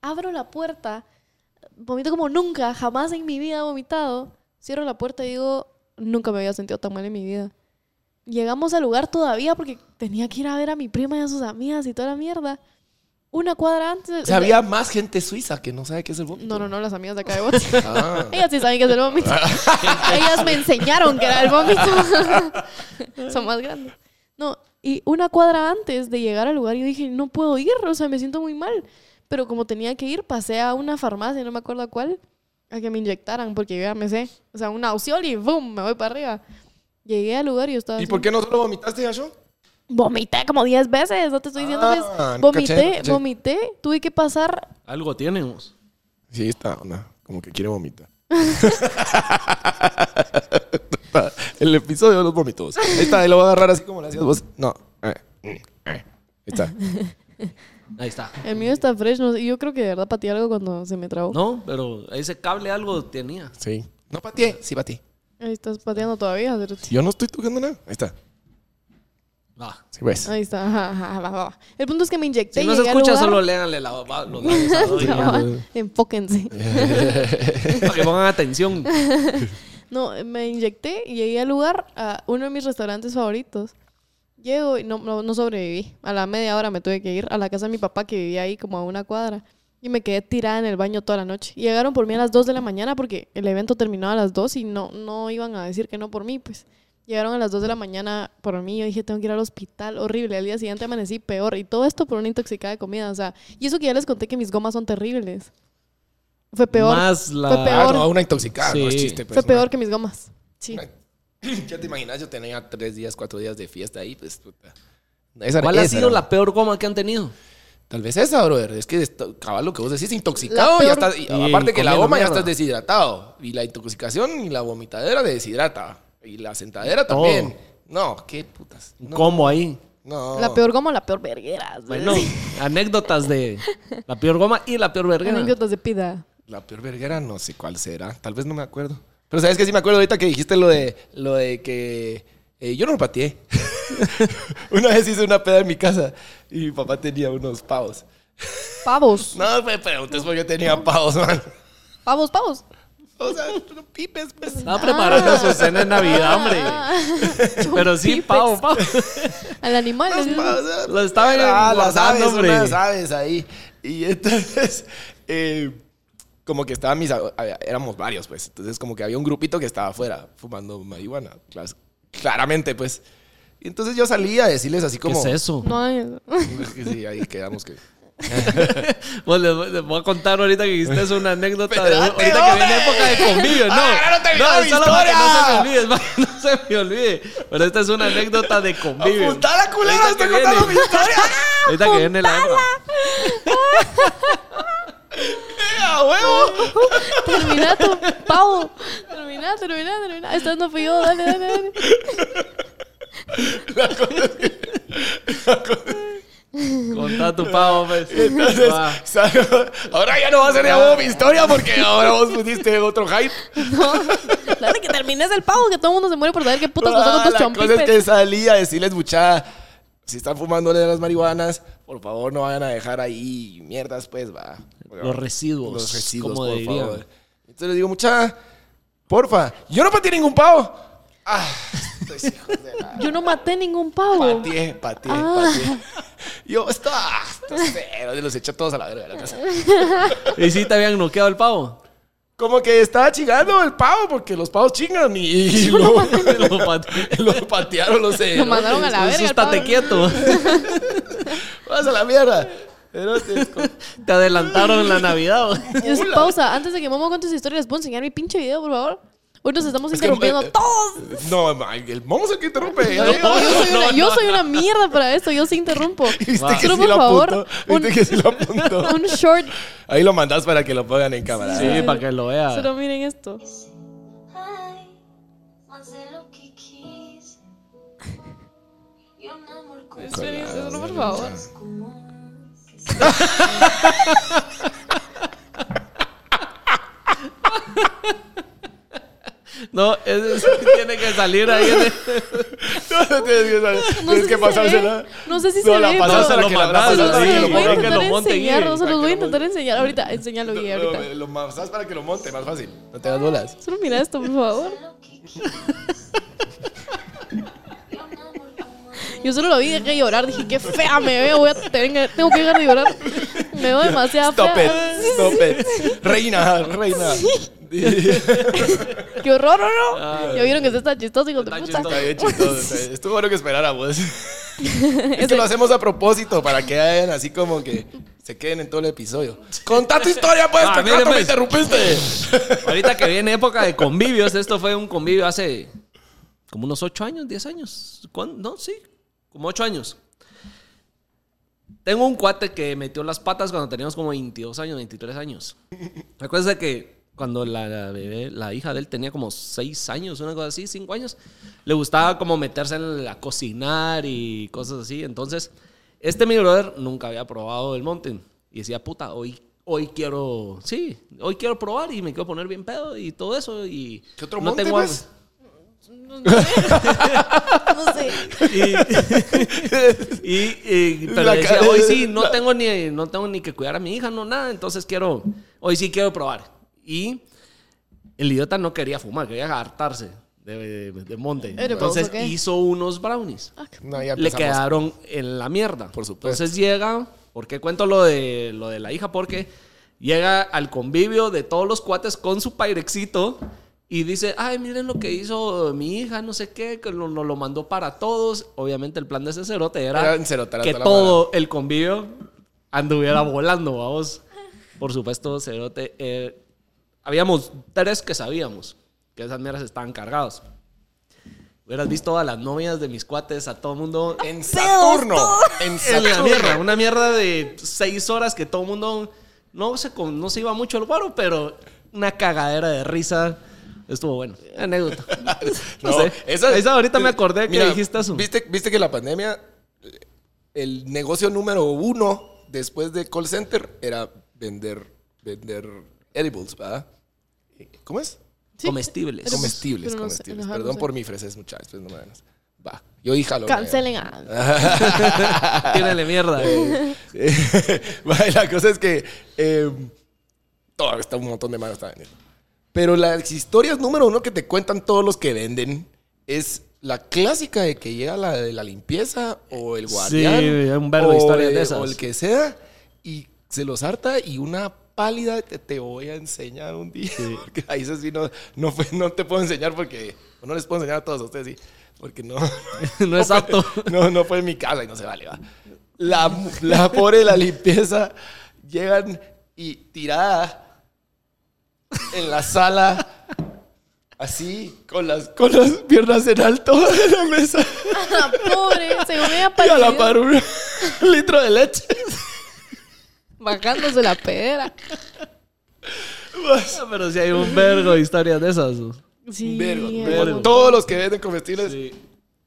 S3: Abro la puerta, vomito como nunca, jamás en mi vida he vomitado. Cierro la puerta y digo, nunca me había sentido tan mal en mi vida. Llegamos al lugar todavía porque tenía que ir a ver a mi prima y a sus amigas y toda la mierda. Una cuadra antes.
S2: O sea, había más gente suiza que no sabe qué es el vómito.
S3: No, no, no, las amigas de acá de Guate.
S2: Ah.
S3: Ellas sí saben que es el vómito. Ellas me enseñaron que era el vómito. Son más grandes. No, y una cuadra antes de llegar al lugar yo dije, no puedo ir, o sea, me siento muy mal. Pero como tenía que ir, pasé a una farmacia, no me acuerdo a cuál, a que me inyectaran, porque yo ya me sé. O sea, una auxiol y ¡boom! Me voy para arriba. Llegué al lugar y yo estaba
S2: ¿Y
S3: así,
S2: por qué no solo vomitaste, Gasho?
S3: Vomité como 10 veces, no te estoy diciendo
S2: Ah,
S3: que es-
S2: no
S3: Vomité,
S2: caché, no caché.
S3: vomité, tuve que pasar
S1: Algo tenemos.
S2: Sí, está onda. Como que quiere vomitar. el episodio de los vómitos. Ahí está, ahí lo voy a agarrar así como lo hacías vos. No. Eh, eh, eh. Ahí está.
S1: Ahí está.
S3: El mío está fresh, no sé, y yo creo que de verdad pateé algo cuando se me trabó.
S1: No, pero ese cable algo tenía.
S2: Sí. No pateé. Sí, pateé.
S3: Ahí estás pateando todavía, Cerote.
S2: Yo no estoy tocando nada. Ahí está.
S1: Va.
S2: Sí, pues.
S3: Ahí está, ajá, ajá, va, va, va. El punto es que me inyecté.
S1: Si no se
S3: llegué al
S1: escucha,
S3: lugar.
S1: solo léanle la, va- los labios a Dodi, ya,
S3: Chaval, Enfóquense.
S1: para que pongan atención.
S3: No, me inyecté y llegué al lugar, a uno de mis restaurantes favoritos. Llego y no, no, no sobreviví. A la media hora me tuve que ir a la casa de mi papá que vivía ahí como a una cuadra. Y me quedé tirada en el baño toda la noche. Y Llegaron por mí a las 2 de la mañana porque el evento terminaba a las 2 y no, no iban a decir que no por mí, pues. Llegaron a las 2 de la mañana por mí. Yo dije, tengo que ir al hospital. Horrible. Al día siguiente amanecí peor. Y todo esto por una intoxicada de comida. O sea, y eso que ya les conté que mis gomas son terribles. Fue peor.
S1: Más la...
S3: Fue
S2: Ah,
S3: peor.
S2: no, una intoxicada. No es
S1: Sí.
S2: chiste. pues,
S3: Fue
S2: una-
S3: peor que mis gomas. Sí.
S2: Ya te imaginas, yo tenía tres días, cuatro días de fiesta ahí, pues puta. Esa
S1: ¿Cuál ha
S2: esa
S1: sido
S2: era-
S1: la peor goma que han tenido?
S2: Tal vez esa, brother. Es que esto- cabal lo que vos decís,
S3: La
S2: intoxicado.
S3: peor-
S2: Ya estás,
S1: Y
S2: y aparte que la
S1: comiendo
S2: goma ya
S1: mierda.
S2: estás deshidratado. Y la intoxicación y la vomitadera deshidrata. Y la sentadera también. No, qué putas.
S1: Un
S2: No,
S1: combo ahí.
S2: no.
S3: La peor goma, la peor verguera.
S1: Bueno, anécdotas de la peor goma y la peor vergüenza.
S3: Anécdotas de pida.
S2: La peor verguera no sé cuál será. Tal vez no me acuerdo. Pero sabes que sí me acuerdo ahorita que dijiste lo de, lo de que eh, yo no lo pateé. una vez hice una peda en mi casa y mi papá tenía unos pavos.
S3: Pavos.
S2: No pues, me preguntes por qué tenía pavos, man.
S3: Pavos, pavos.
S2: O sea, no pipes, pues.
S1: Estaba
S3: Ah.
S1: preparando su cena de Navidad, hombre. Pero sí,
S3: Chupipex.
S1: pavo, pavo.
S3: Al animal.
S2: Los
S3: así,
S2: pavos,
S1: Lo estaban
S2: ah, las
S1: engordando,
S2: aves,
S1: hombre.
S2: unas aves ahí. Y entonces, eh, como que estaban mis... ab- había- Éramos varios, pues. Entonces, como que había un grupito que estaba afuera fumando marihuana. clas- Claramente, pues. Y entonces yo salí a decirles así
S1: ¿Qué
S2: como... "Pues
S1: es eso?
S3: No, es-
S2: que sí, ahí quedamos que...
S1: Pues les, voy- les voy a contar ahorita que hiciste eso, una anécdota de ahorita
S2: Espérate,
S1: que viene
S2: hombre.
S1: época de convivio, no.
S2: Ah, no terminó
S1: no,
S2: mi
S1: solo para que no se me
S2: historia.
S1: olvide, para que no se me olvide. Pero esta es una anécdota de convivio.
S2: ¡Apuntá la culera!
S1: Ahorita
S2: ¡Estoy
S1: que
S2: contando mi
S1: viene.
S2: historia!
S1: Ahorita que viene la época.
S2: ¡A huevo!
S3: Termina tu pavo. Termina, termina, termina. Esta no fui yo. Dale, dale, dale.
S1: Contá tu pavo, pues.
S2: Entonces,
S1: Va.
S2: salgo- ahora ya no va a ser de a huevo mi historia porque ahora vos pusiste otro hype.
S3: No. Dale que termines el pavo, que todo el mundo se muere por saber qué putas pasó
S2: Ah,
S3: con tus pues.
S2: la cosa es
S3: chompipes.
S2: que salí a decirles, mucha, si están fumando de las marihuanas, por favor no vayan a dejar ahí mierdas, pues va.
S1: Los residuos,
S2: Los residuos,
S1: como
S2: por
S1: dirían.
S2: favor. Entonces les digo, mucha, porfa, yo no pateé ningún pavo. Ah, estos hijos de la...
S3: Yo no maté ningún pavo.
S2: Pateé, pateé,
S3: Ah.
S2: pateé. Yo, esto, ah, estos ceros, los echó todos a la verga de la casa.
S1: ¿Y si te habían noqueado el pavo?
S2: Como que estaba chingando el pavo, porque los pavos chingan y, y lo,
S1: Lo pateé.
S2: lo patearon, los
S3: Lo mandaron a la verga.
S1: Eso
S3: el
S1: estate
S3: pavo.
S1: quieto.
S2: Vas a la mierda. Pero te-
S1: Te adelantaron la Navidad. güey.
S3: Dios, pausa. Antes de que Momo cuente su historia, ¿les puedo enseñar mi pinche video, por favor? Hoy nos estamos
S2: Es que-
S3: interrumpiendo
S2: eh,
S3: todos.
S2: No, ma, el vamos a que interrumpe. ya
S1: No,
S2: digo.
S3: Yo soy, una,
S1: no,
S3: yo
S1: no,
S3: soy una mierda para esto. Yo sí interrumpo.
S2: Viste
S1: Va.
S2: que
S3: Pero,
S2: sí
S3: por
S2: lo
S3: favor,
S2: apuntó. Viste
S3: un-
S2: que sí lo apuntó.
S3: Un short.
S2: Ahí lo mandas para que lo pongan en cámara. ¿eh?
S1: Sí, para que lo
S2: Ah.
S1: vea.
S3: Solo miren esto.
S4: Ay, hace lo que quise. Yo me amor con
S3: Esperen, Solo por favor.
S4: como
S1: No, ese sí tiene que salir ahí. en el-
S2: No, no tienes que,
S3: No
S2: tienes
S3: sé
S2: que
S3: si
S2: pasársela.
S3: se ve. No sé si
S2: No,
S3: se
S2: la
S3: ve.
S2: pasas
S3: pero-
S2: a la que la
S1: mandas,
S2: pasas,
S3: Se
S1: no,
S3: los
S2: así,
S1: sí,
S3: se los
S2: lo
S3: voy a
S1: que
S2: borras.
S1: lo
S3: intentar
S1: monten,
S3: enseñar.
S1: eh,
S3: no, Se
S2: para
S3: los
S2: que
S3: voy a
S2: lo
S3: intentar enseñar. Ahorita, enséñalo, Guille,
S2: Lo,
S3: ahorita.
S2: lo pasas para que lo monte, más fácil. No te das bolas.
S3: Solo mira esto, por favor.
S4: lo que quise. Yo me amor como
S3: Yo solo lo vi y dejé de llorar. Dije, qué fea me veo. Voy a tener, tengo que dejar de llorar. Me veo demasiado
S2: Stop it,
S3: fea.
S2: stop it. Reina, reina.
S3: Qué horror, ¿o no? Ya vieron que se está chistoso, hijo de
S1: Está
S3: puta.
S2: Ah. Está bien chistoso, está bien. Estuvo bueno que esperáramos. Es que lo hacemos a propósito para que hagan así como que se queden en todo el episodio. Contá tu historia, pues,
S1: Ah,
S2: que
S1: miren,
S2: tanto me
S1: pues.
S2: interrumpiste.
S1: Ahorita que viene época de convivios, esto fue un convivio hace como unos 8 años, 10 años. ¿Cuán- No, sí, como 8 años. Tengo un cuate que metió las patas cuando teníamos como 22 años, 23 años. Recuerda que cuando la, la bebé, la hija de él tenía como 6 años, una cosa así, 5 años, le gustaba como meterse en la cocinar y cosas así. Entonces, este mi brother nunca había probado el mountain y decía, puta, hoy, hoy quiero, sí, hoy quiero probar y me quiero poner bien pedo y todo eso. Y
S2: ¿Qué otro monte,
S1: hambre".
S2: pues?
S3: No sé.
S1: y, y- y- pero
S2: La
S1: decía,
S2: cara-
S1: hoy sí, no tengo, ni, no tengo ni que cuidar a mi hija, no nada, entonces quiero, hoy sí quiero probar. Y el idiota no quería fumar, quería hartarse de, de- de monte.
S3: Pero,
S1: Entonces
S3: ¿por qué?
S1: hizo unos brownies.
S2: No, ya
S1: Le
S2: empezamos.
S1: quedaron en la mierda.
S2: Por supuesto.
S1: Entonces llega, ¿por qué cuento lo de, lo de la hija? Porque llega al convivio de todos los cuates con su pairexito y dice, ay, miren lo que hizo mi hija, no sé qué, que nos lo, lo mandó para todos. Obviamente el plan de ese cerote era
S2: Era encerotar a
S1: que
S2: toda la
S1: todo el convivio anduviera volando, vamos. Por supuesto, cerote, eh, habíamos tres que sabíamos que esas mierdas estaban cargadas. Hubieras visto a las novias de mis cuates, a todo mundo.
S2: En Saturno. En
S1: En la
S2: Saturno.
S1: mierda, una mierda de seis horas que todo el mundo no se, con- no se iba mucho al guaro, pero una cagadera de risa. Estuvo bueno. Anécdota. No, sé. Esa, ahorita me acordé que
S2: Mira,
S1: dijiste eso.
S2: ¿viste, viste que la pandemia, el negocio número uno después de call center era vender, vender edibles, ¿verdad? ¿Cómo es?
S3: Sí.
S1: Comestibles.
S3: Pero- pues,
S2: Comestibles,
S3: pero no sé,
S2: comestibles.
S3: ajá, no
S2: Perdón
S3: sé.
S2: por mi francés, muchachos, pues no me ganas. Va, yo dije lo
S3: Cancelen a...
S1: Tírale mierda.
S2: Bueno, la cosa es que eh, todo, está un montón de manos está vendiendo. Pero las historias número uno que te cuentan todos los que venden es la clásica de que llega la de la limpieza o el guardián.
S1: Sí, hay un verbo de
S2: o
S1: historias
S2: el-
S1: de esas.
S2: O el que sea y se los harta y una pálida te, te voy a enseñar un día. Porque ahí eso sí no, no, fue- no te puedo enseñar porque no les puedo enseñar a todos a ustedes, sí. Porque no,
S1: no es apto.
S2: no, no fue en mi casa y no se vale, va. La, la pobre la limpieza llegan y tirada en la sala, así, con las, con las piernas en alto de la mesa.
S3: Pobre, según ella
S2: Y a la
S3: parecía-
S2: par un litro de leche.
S3: bajándose la pedera.
S1: Ah, Pero sí hay un vergo de historias de esas.
S3: Sí, eh,
S2: Vergo,
S3: hay un
S2: vergo.
S3: montón.
S2: Todos los que venden comestibles,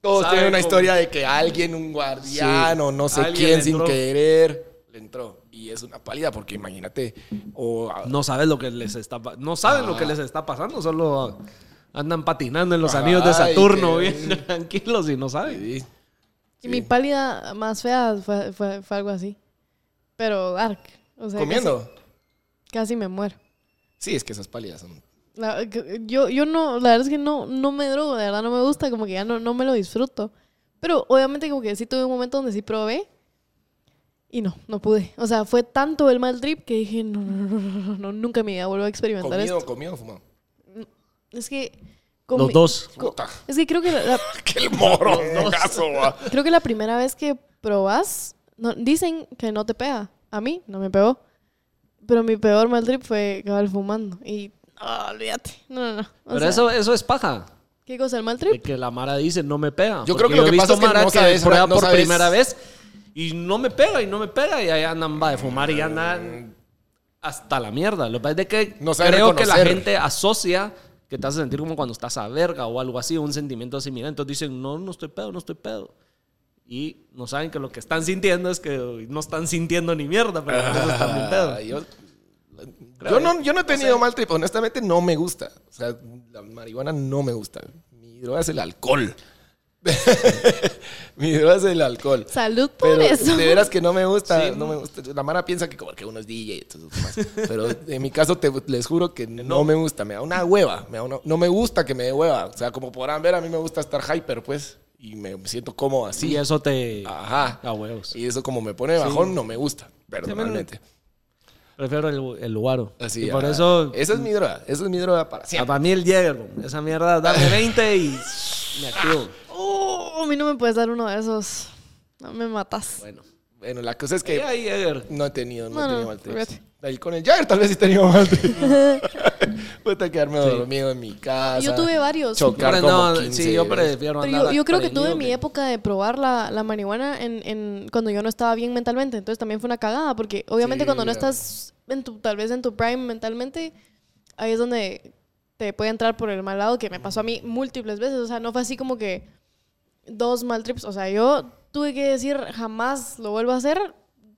S2: todos
S1: Saben
S2: tienen una
S1: cómo-
S2: historia de que alguien, un guardián
S1: Sí.
S2: o no sé
S1: Alguien
S2: quién,
S1: le
S2: sin
S1: entró.
S2: querer, le entró. Y es una pálida porque imagínate, o a-
S1: No sabes lo que les está pa- No saben lo que les está pasando, solo andan patinando en los anillos de
S2: Ay,
S1: Saturno,
S2: qué-
S1: bien tranquilos y no saben.
S2: Sí.
S3: Y mi pálida más fea fue, fue- fue algo así. Pero dark. O sea,
S2: comiendo.
S3: Casi, casi me muero.
S2: Sí, es que esas pálidas son.
S3: La- que- yo, yo no, la verdad es que no, no me drogo, de verdad no me gusta, como que ya no, no me lo disfruto. Pero obviamente como que sí tuve un momento donde sí probé y no, no pude. O sea, fue tanto el mal trip que dije, no, no, no, no, no, no, nunca me voy a volver a experimentar
S2: Comido,
S3: esto.
S2: comido, fumado.
S3: Es que...
S1: Los
S3: comi-
S1: dos.
S2: Puta,
S3: Es que creo que la- la,
S2: ¡Qué ah. el moro! ¡No caso! va.
S3: Creo que la primera vez que probas, no, dicen que no te pega. A mí no me pegó. Pero mi peor mal trip fue acabar fumando. Y ah, olvídate. No, no, no. O
S1: Pero
S3: sea,
S1: eso, eso es paja.
S3: ¿Qué cosa el mal
S1: de
S3: trip?
S1: que la Mara dice no me pega.
S2: Yo
S1: Porque
S2: creo que lo
S1: he
S2: que pasa
S1: visto
S2: es que
S1: Mara
S2: no sabes,
S1: prueba
S2: no
S1: por
S2: sabes.
S1: primera vez y no me pega y no me pega y ahí andan va de fumar y andan hasta la mierda. Lo que pasa es de que
S2: No saben
S1: creo que la
S2: reconocer.
S1: gente asocia que te hace sentir como cuando estás a verga o algo así, un sentimiento similar. Entonces dicen, no, no estoy pedo, no estoy pedo. Y no saben que lo que están sintiendo es que no están sintiendo ni mierda, pero no están bien
S2: Ah,
S1: pedo.
S2: yo, yo, no, yo no he tenido mal trip. Honestamente, no me gusta. O sea, la marihuana no me gusta. Mi droga es el alcohol. Mi droga es el alcohol.
S3: Salud por
S2: Pero
S3: eso.
S2: de veras que no me gusta, no me gusta. La Mara piensa que como que uno es DJ, entonces, más. pero en mi caso te, les juro que no, me gusta, me da una hueva, me da una- no me gusta que me dé hueva. O sea, como podrán ver, a mí me gusta estar hyper, pues, y me siento cómodo así.
S1: Sí, eso te...
S2: Ajá.
S1: A huevos.
S2: Y eso como me pone bajón, no me gusta, personalmente.
S1: Prefiero el, el guaro.
S2: Así, ah.
S1: y por
S2: ajá.
S1: eso
S2: Esa es mi droga, esa es mi droga para
S1: Ah,
S2: siempre.
S1: Para mí el Jäger, bro. esa mierda, dame 20 y me activo.
S2: Ah,
S3: Oh, a mí no me puedes dar uno de esos. No me matas.
S1: Bueno,
S2: Bueno, la cosa es
S1: ¿qué
S2: que
S1: hay Jäger?
S2: no he tenido, no,
S3: No,
S2: he
S3: no,
S2: tenido mal trip.
S3: fíjate.
S2: Ahí Con el Jagger tal vez sí he tenido mal trip. Voy a quedarme dormido en mi casa.
S3: Yo tuve varios.
S2: Chocar
S1: Pero
S2: como
S1: no,
S2: 15
S1: sí, yo
S2: veces.
S1: prefiero
S3: Pero
S1: andar
S3: yo, yo creo que tuve
S1: prevenido
S3: mi época de probar la, la marihuana en, en- cuando yo no estaba bien mentalmente. Entonces también fue una cagada, porque obviamente
S2: Sí,
S3: cuando no
S2: ya.
S3: estás en tu, tal vez en tu prime mentalmente, ahí es donde te puede entrar por el mal lado, que me pasó a mí múltiples veces. O sea, no fue así como que dos mal trips. O sea, yo tuve que decir jamás lo vuelvo a hacer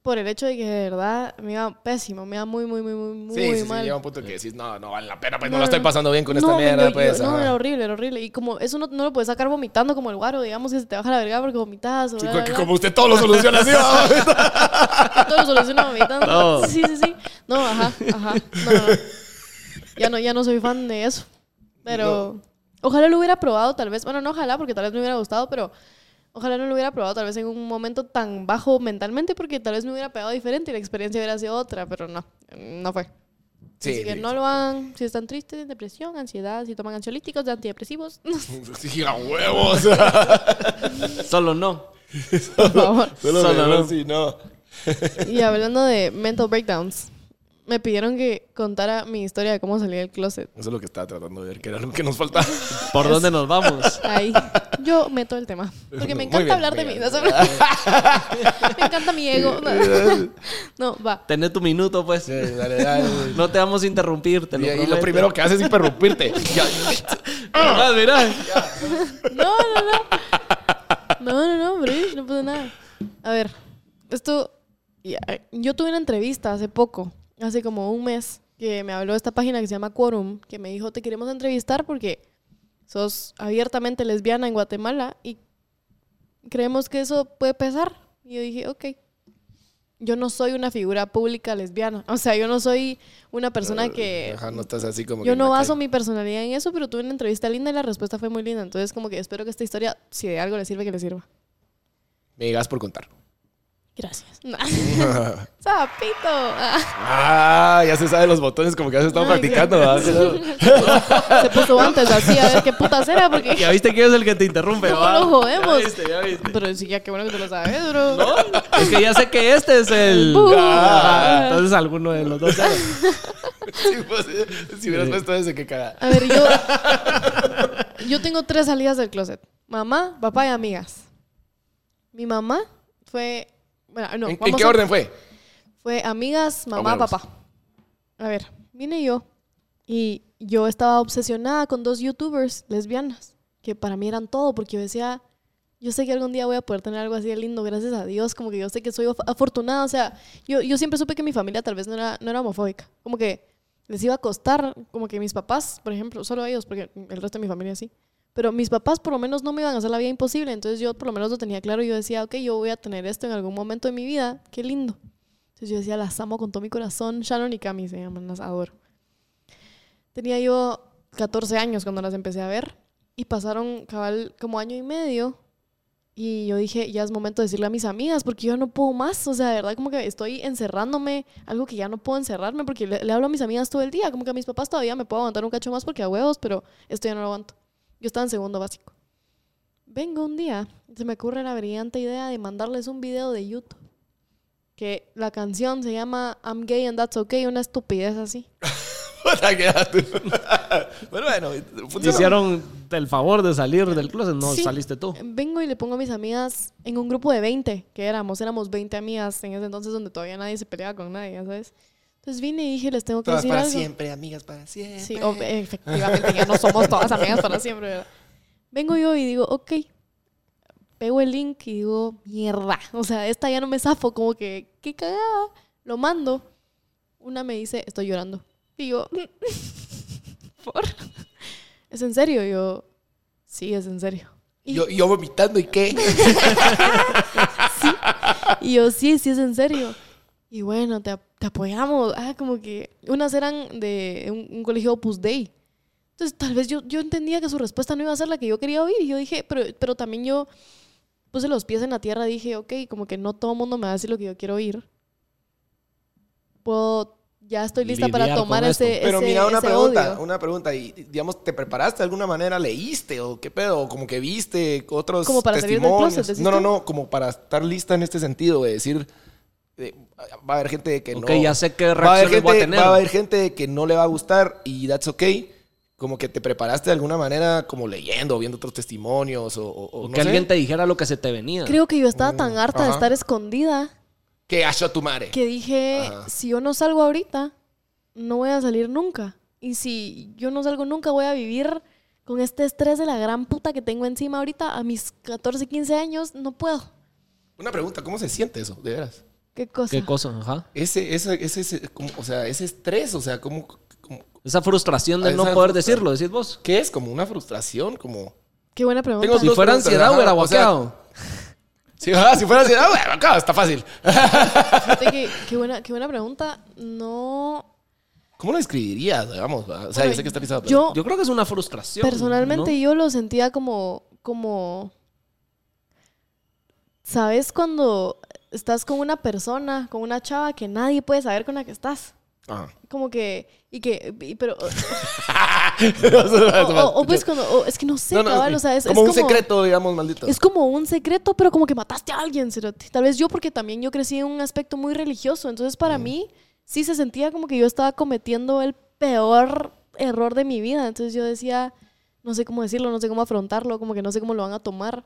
S3: por el hecho de que de verdad me iba pésimo, me iba muy, muy, muy, muy, muy
S2: Sí, sí, sí,
S3: mal.
S2: llega un punto que decís, no, no vale la pena, pues no,
S3: No,
S2: la estoy
S3: no.
S2: pasando bien con
S3: No,
S2: esta
S3: hombre,
S2: mierda,
S3: no, yo-
S2: pues.
S3: no,
S2: ajá.
S3: era horrible, era horrible. Y como eso no, no lo puedes sacar vomitando como el guaro, digamos que se te baja la verga porque vomitas. O
S2: Sí,
S3: bla,
S2: como
S3: bla,
S2: que
S3: bla.
S2: como usted todo lo soluciona Ah, así, va.
S3: Todo lo soluciona vomitando.
S1: No.
S3: Sí, sí, sí. No, ajá, ajá. No, no, no. Ya no, ya no soy fan de eso. Pero ojalá lo hubiera probado tal vez. Bueno, no ojalá porque tal vez me hubiera gustado, pero ojalá no lo hubiera probado tal vez en un momento tan bajo mentalmente porque tal vez me hubiera pegado diferente y la experiencia hubiera sido otra, pero no, no fue.
S2: Sí,
S3: Así que
S2: sí,
S3: no lo hagan si están tristes, en depresión, ansiedad, si toman ansiolíticos, antidepresivos.
S2: Sí, a huevos.
S1: Solo no.
S3: Por favor.
S2: Solo
S1: Solo
S2: no,
S1: no.
S2: sí, no.
S3: Y hablando de mental breakdowns, me pidieron que contara mi historia de cómo salí del closet.
S2: Eso es lo que estaba tratando de ver, que era lo que nos faltaba.
S1: ¿Por dónde nos vamos?
S3: Ahí. Yo meto el tema. Porque me
S2: Muy
S3: encanta
S2: bien,
S3: hablar de
S2: muy
S3: mí.
S2: bien.
S3: No sé- me encanta mi ego. No, va.
S1: Tené tu minuto, pues.
S2: dale, dale, dale.
S1: No te vamos a interrumpir, te
S2: Y
S1: lo
S2: ahí lo
S1: prometo.
S2: primero que hace es interrumpirte. Ya.
S1: Ah, mira.
S3: No, no, no. No, no, no, Brish, no pasa nada. A ver, esto. ya, Yo tuve una entrevista hace poco, hace como un mes, que me habló esta página que se llama Quorum, que me dijo: Te queremos entrevistar porque sos abiertamente lesbiana en Guatemala y creemos que eso puede pesar. Y yo dije: Ok. Yo no soy una figura pública lesbiana. O sea, yo no soy una persona que
S2: Ajá, no estás así como. que
S3: yo
S2: en
S3: no
S2: la
S3: baso
S2: calle.
S3: mi personalidad en eso, pero tuve una entrevista linda y la respuesta fue muy linda. Entonces, como que espero que esta historia, si de algo le sirve, que le sirva.
S2: Me llegas por contar.
S3: Gracias. ¡Sapito! Ah,
S2: Ah, ya se sabe los botones como que has estado
S3: Ay,
S2: practicando. ¿verdad?
S3: Se puso antes así, a ver qué puta era, porque
S1: Ya viste que es el que te interrumpe,
S3: ¿Cómo
S1: va.
S3: lo jodemos?
S1: Ya viste, ya viste.
S3: Pero sí, ya qué bueno que tú lo sabes, bro.
S1: Es que ya sé que este es el.
S3: Bu.
S1: Ah, entonces alguno de los dos. sabe.
S2: Sí, pues, si hubieras puesto ese, qué cagada.
S3: A ver, yo. Yo tengo tres salidas del closet: mamá, papá y amigas. Mi mamá fue. Bueno, no.
S2: ¿En, en
S3: vamos
S2: qué
S3: a-
S2: orden fue?
S3: Fue amigas, mamá,
S2: Vámonos.
S3: papá. A ver, vine yo y yo estaba obsesionada con dos youtubers lesbianas que para mí eran todo porque yo decía, yo sé que algún día voy a poder tener algo así de lindo, gracias a Dios, como que yo sé que soy af- afortunada, o sea, yo, yo siempre supe que mi familia tal vez no era, no era homofóbica, como que les iba a costar, como que mis papás, por ejemplo, solo ellos, porque el resto de mi familia sí, pero mis papás por lo menos no me iban a hacer la vida imposible, entonces yo por lo menos lo tenía claro, yo decía, ok, yo voy a tener esto en algún momento de mi vida, qué lindo. Entonces yo decía, las amo con todo mi corazón. Shannon y Cami se llaman, las adoro. Tenía yo 14 años cuando las empecé a ver y pasaron cabal como año y medio y yo dije, ya es momento de decirle a mis amigas porque yo no puedo más, o sea, de verdad como que estoy encerrándome, algo que ya no puedo encerrarme porque le, le hablo a mis amigas todo el día, como que a mis papás todavía me puedo aguantar un cacho más porque a huevos, pero esto ya no lo aguanto. Yo estaba en segundo básico. Vengo un día, se me ocurre la brillante idea de mandarles un video de YouTube que la canción se llama I'm gay and that's okay, una estupidez así.
S2: Puta, qué asco. bueno, bueno,
S1: Te
S2: funcionó.
S1: hicieron el favor de salir del closet, no
S3: Sí.
S1: saliste tú.
S3: Vengo y le pongo a mis amigas en un grupo de 20, que éramos, éramos 20 amigas en ese entonces donde todavía nadie se peleaba con nadie, ya sabes. Entonces vine y dije, les tengo que
S2: Todas
S3: decir
S2: para
S3: algo.
S2: siempre, amigas para siempre.
S3: Sí, ob- efectivamente, ya no somos todas amigas para siempre, ¿verdad? Vengo yo y digo, ok, pego el link y digo, mierda, o sea, esta ya no me zafo, como que, qué cagada, lo mando. Una me dice, estoy llorando. Y yo, ¿por? ¿Es en serio? Y Yo, sí, es en serio.
S2: Y yo, y yo vomitando, ¿y qué?
S3: Y yo, sí, sí, es en serio. Y bueno, te, ap- te apoyamos. Ah, como que unas eran de un, un colegio Opus Dei. Entonces, tal vez yo, yo entendía que su respuesta no iba a ser la que yo quería oír. Y yo dije, pero, pero también yo puse los pies en la tierra. Dije, ok, como que no todo el mundo me va a decir lo que yo quiero oír. Puedo, ya estoy lista para
S1: Lidiar con
S3: tomar
S1: esto.
S3: ese,
S2: Pero
S3: ese-
S2: mira, una
S3: ese
S2: pregunta,
S3: odio.
S2: una pregunta. Y, digamos, ¿te preparaste de alguna manera? ¿Leíste o qué pedo? ¿O como que viste otros
S3: Como para salir del
S2: testimonios?
S3: closet, decís
S2: no, no,
S3: tú.
S2: no. Como para estar lista en este sentido de decir... eh, va a haber gente que
S1: Ok,
S2: no...
S1: ya sé qué
S2: va a,
S1: reacciones
S2: haber gente,
S1: voy a tener.
S2: va a haber gente que no le va a gustar y that's okay. Como que te preparaste de alguna manera como leyendo, viendo otros testimonios o... o- o
S1: O
S2: no
S1: que alguien
S2: sé.
S1: te dijera lo que se te venía.
S3: Creo que yo estaba tan harta de
S2: Mm, ajá.
S3: estar escondida
S2: Que asha tu madre.
S3: que dije,
S2: Ajá.
S3: si yo no salgo ahorita, no voy a salir nunca. Y si yo no salgo nunca, voy a vivir con este estrés de la gran puta que tengo encima ahorita a mis 14, 15 años, no puedo.
S2: Una pregunta, ¿cómo se siente eso? De veras.
S3: ¿Qué cosa?
S1: ¿Qué cosa? Ajá.
S2: Ese, ese, ese, ese- como- o sea, ese estrés, o sea, como, como-
S1: Esa frustración de
S2: Ah,
S1: no
S2: esa
S1: poder
S2: frustra-
S1: decirlo, decís vos.
S2: ¿qué es? Como una frustración, como...
S3: Qué buena pregunta.
S2: Tengo
S1: Si
S2: dos
S1: fuera
S2: preguntas,
S1: ansiedad,
S2: ajá,
S1: hubiera
S2: o sea-
S1: guaqueado.
S2: Sí, ah, si fuera así, ah, bueno, acá está fácil.
S3: Fíjate que- qué, buena, qué buena pregunta. No.
S2: ¿Cómo lo describirías, digamos? va? O sea, yo sé que está rizado, pero-
S3: Yo,
S1: Yo creo que es una frustración.
S3: personalmente,
S1: ¿no?
S3: yo lo sentía como, como. ¿Sabes cuando estás con una persona, con una chava que nadie puede saber con la que estás?
S2: Ajá.
S3: Como que. Y que. y- pero.
S2: Eso
S3: O,
S2: va-
S3: o- o pues cuando, o- es que no sé,
S2: No, no,
S3: cabal, o sea, es
S2: como
S3: es
S2: un secreto, digamos, maldito.
S3: Es como un secreto, pero
S2: Mm.
S3: como que mataste a alguien, cerote. Tal vez yo, porque también yo crecí en un aspecto muy religioso, entonces para mí sí se sentía como que yo estaba cometiendo el peor error de mi vida. Entonces yo decía, no sé cómo decirlo, no sé cómo afrontarlo, como que no sé cómo lo van a tomar.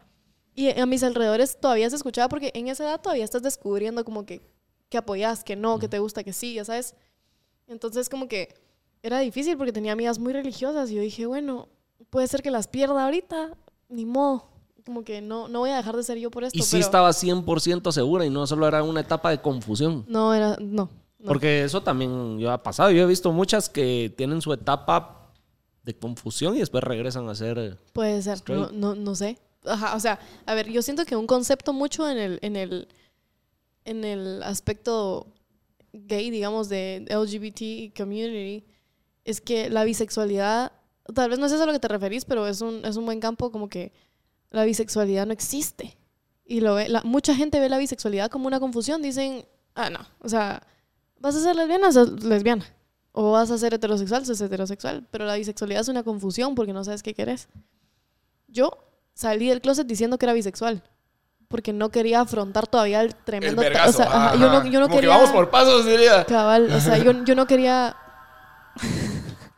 S3: Y a mis alrededores todavía se escuchaba porque en esa edad todavía estás descubriendo como que, que apoyas, que no, que te gusta, que sí, ya sabes. Entonces como que era difícil porque tenía amigas muy religiosas y yo dije, bueno, puede ser que las pierda ahorita, ni modo. Como que no, no voy a dejar de ser yo por esto.
S1: Y sí
S3: pero-
S1: estaba 100% segura y no solo era una etapa de confusión.
S3: No, era, no. no.
S1: Porque eso también yo ha pasado. Yo he visto muchas que tienen su etapa de confusión y después regresan a ser... eh,
S3: Puede ser, no,
S1: Straight.
S3: no, no sé. Ajá, o sea, a ver, yo siento que un concepto mucho en el, en el, en el aspecto gay, digamos, de LGBT community, es que la bisexualidad, tal vez no es eso a lo que te referís, pero es un, es un buen campo como que la bisexualidad no existe. Y lo ve, la- mucha gente ve la bisexualidad como una confusión, dicen, ah, no, o sea, vas a ser lesbiana, sos lesbiana. O vas a ser heterosexual, sos heterosexual. Pero la bisexualidad es una confusión porque no sabes qué querés. Yo salí del closet diciendo que era bisexual. Porque no quería afrontar todavía el
S2: El
S3: tremendo... ta-
S2: vergazo.
S3: o sea, ajá,
S2: ajá.
S3: yo no, yo no
S2: Como que
S3: quería...
S2: vamos por pasos, diría.
S3: Cabal, o sea, yo, yo no quería...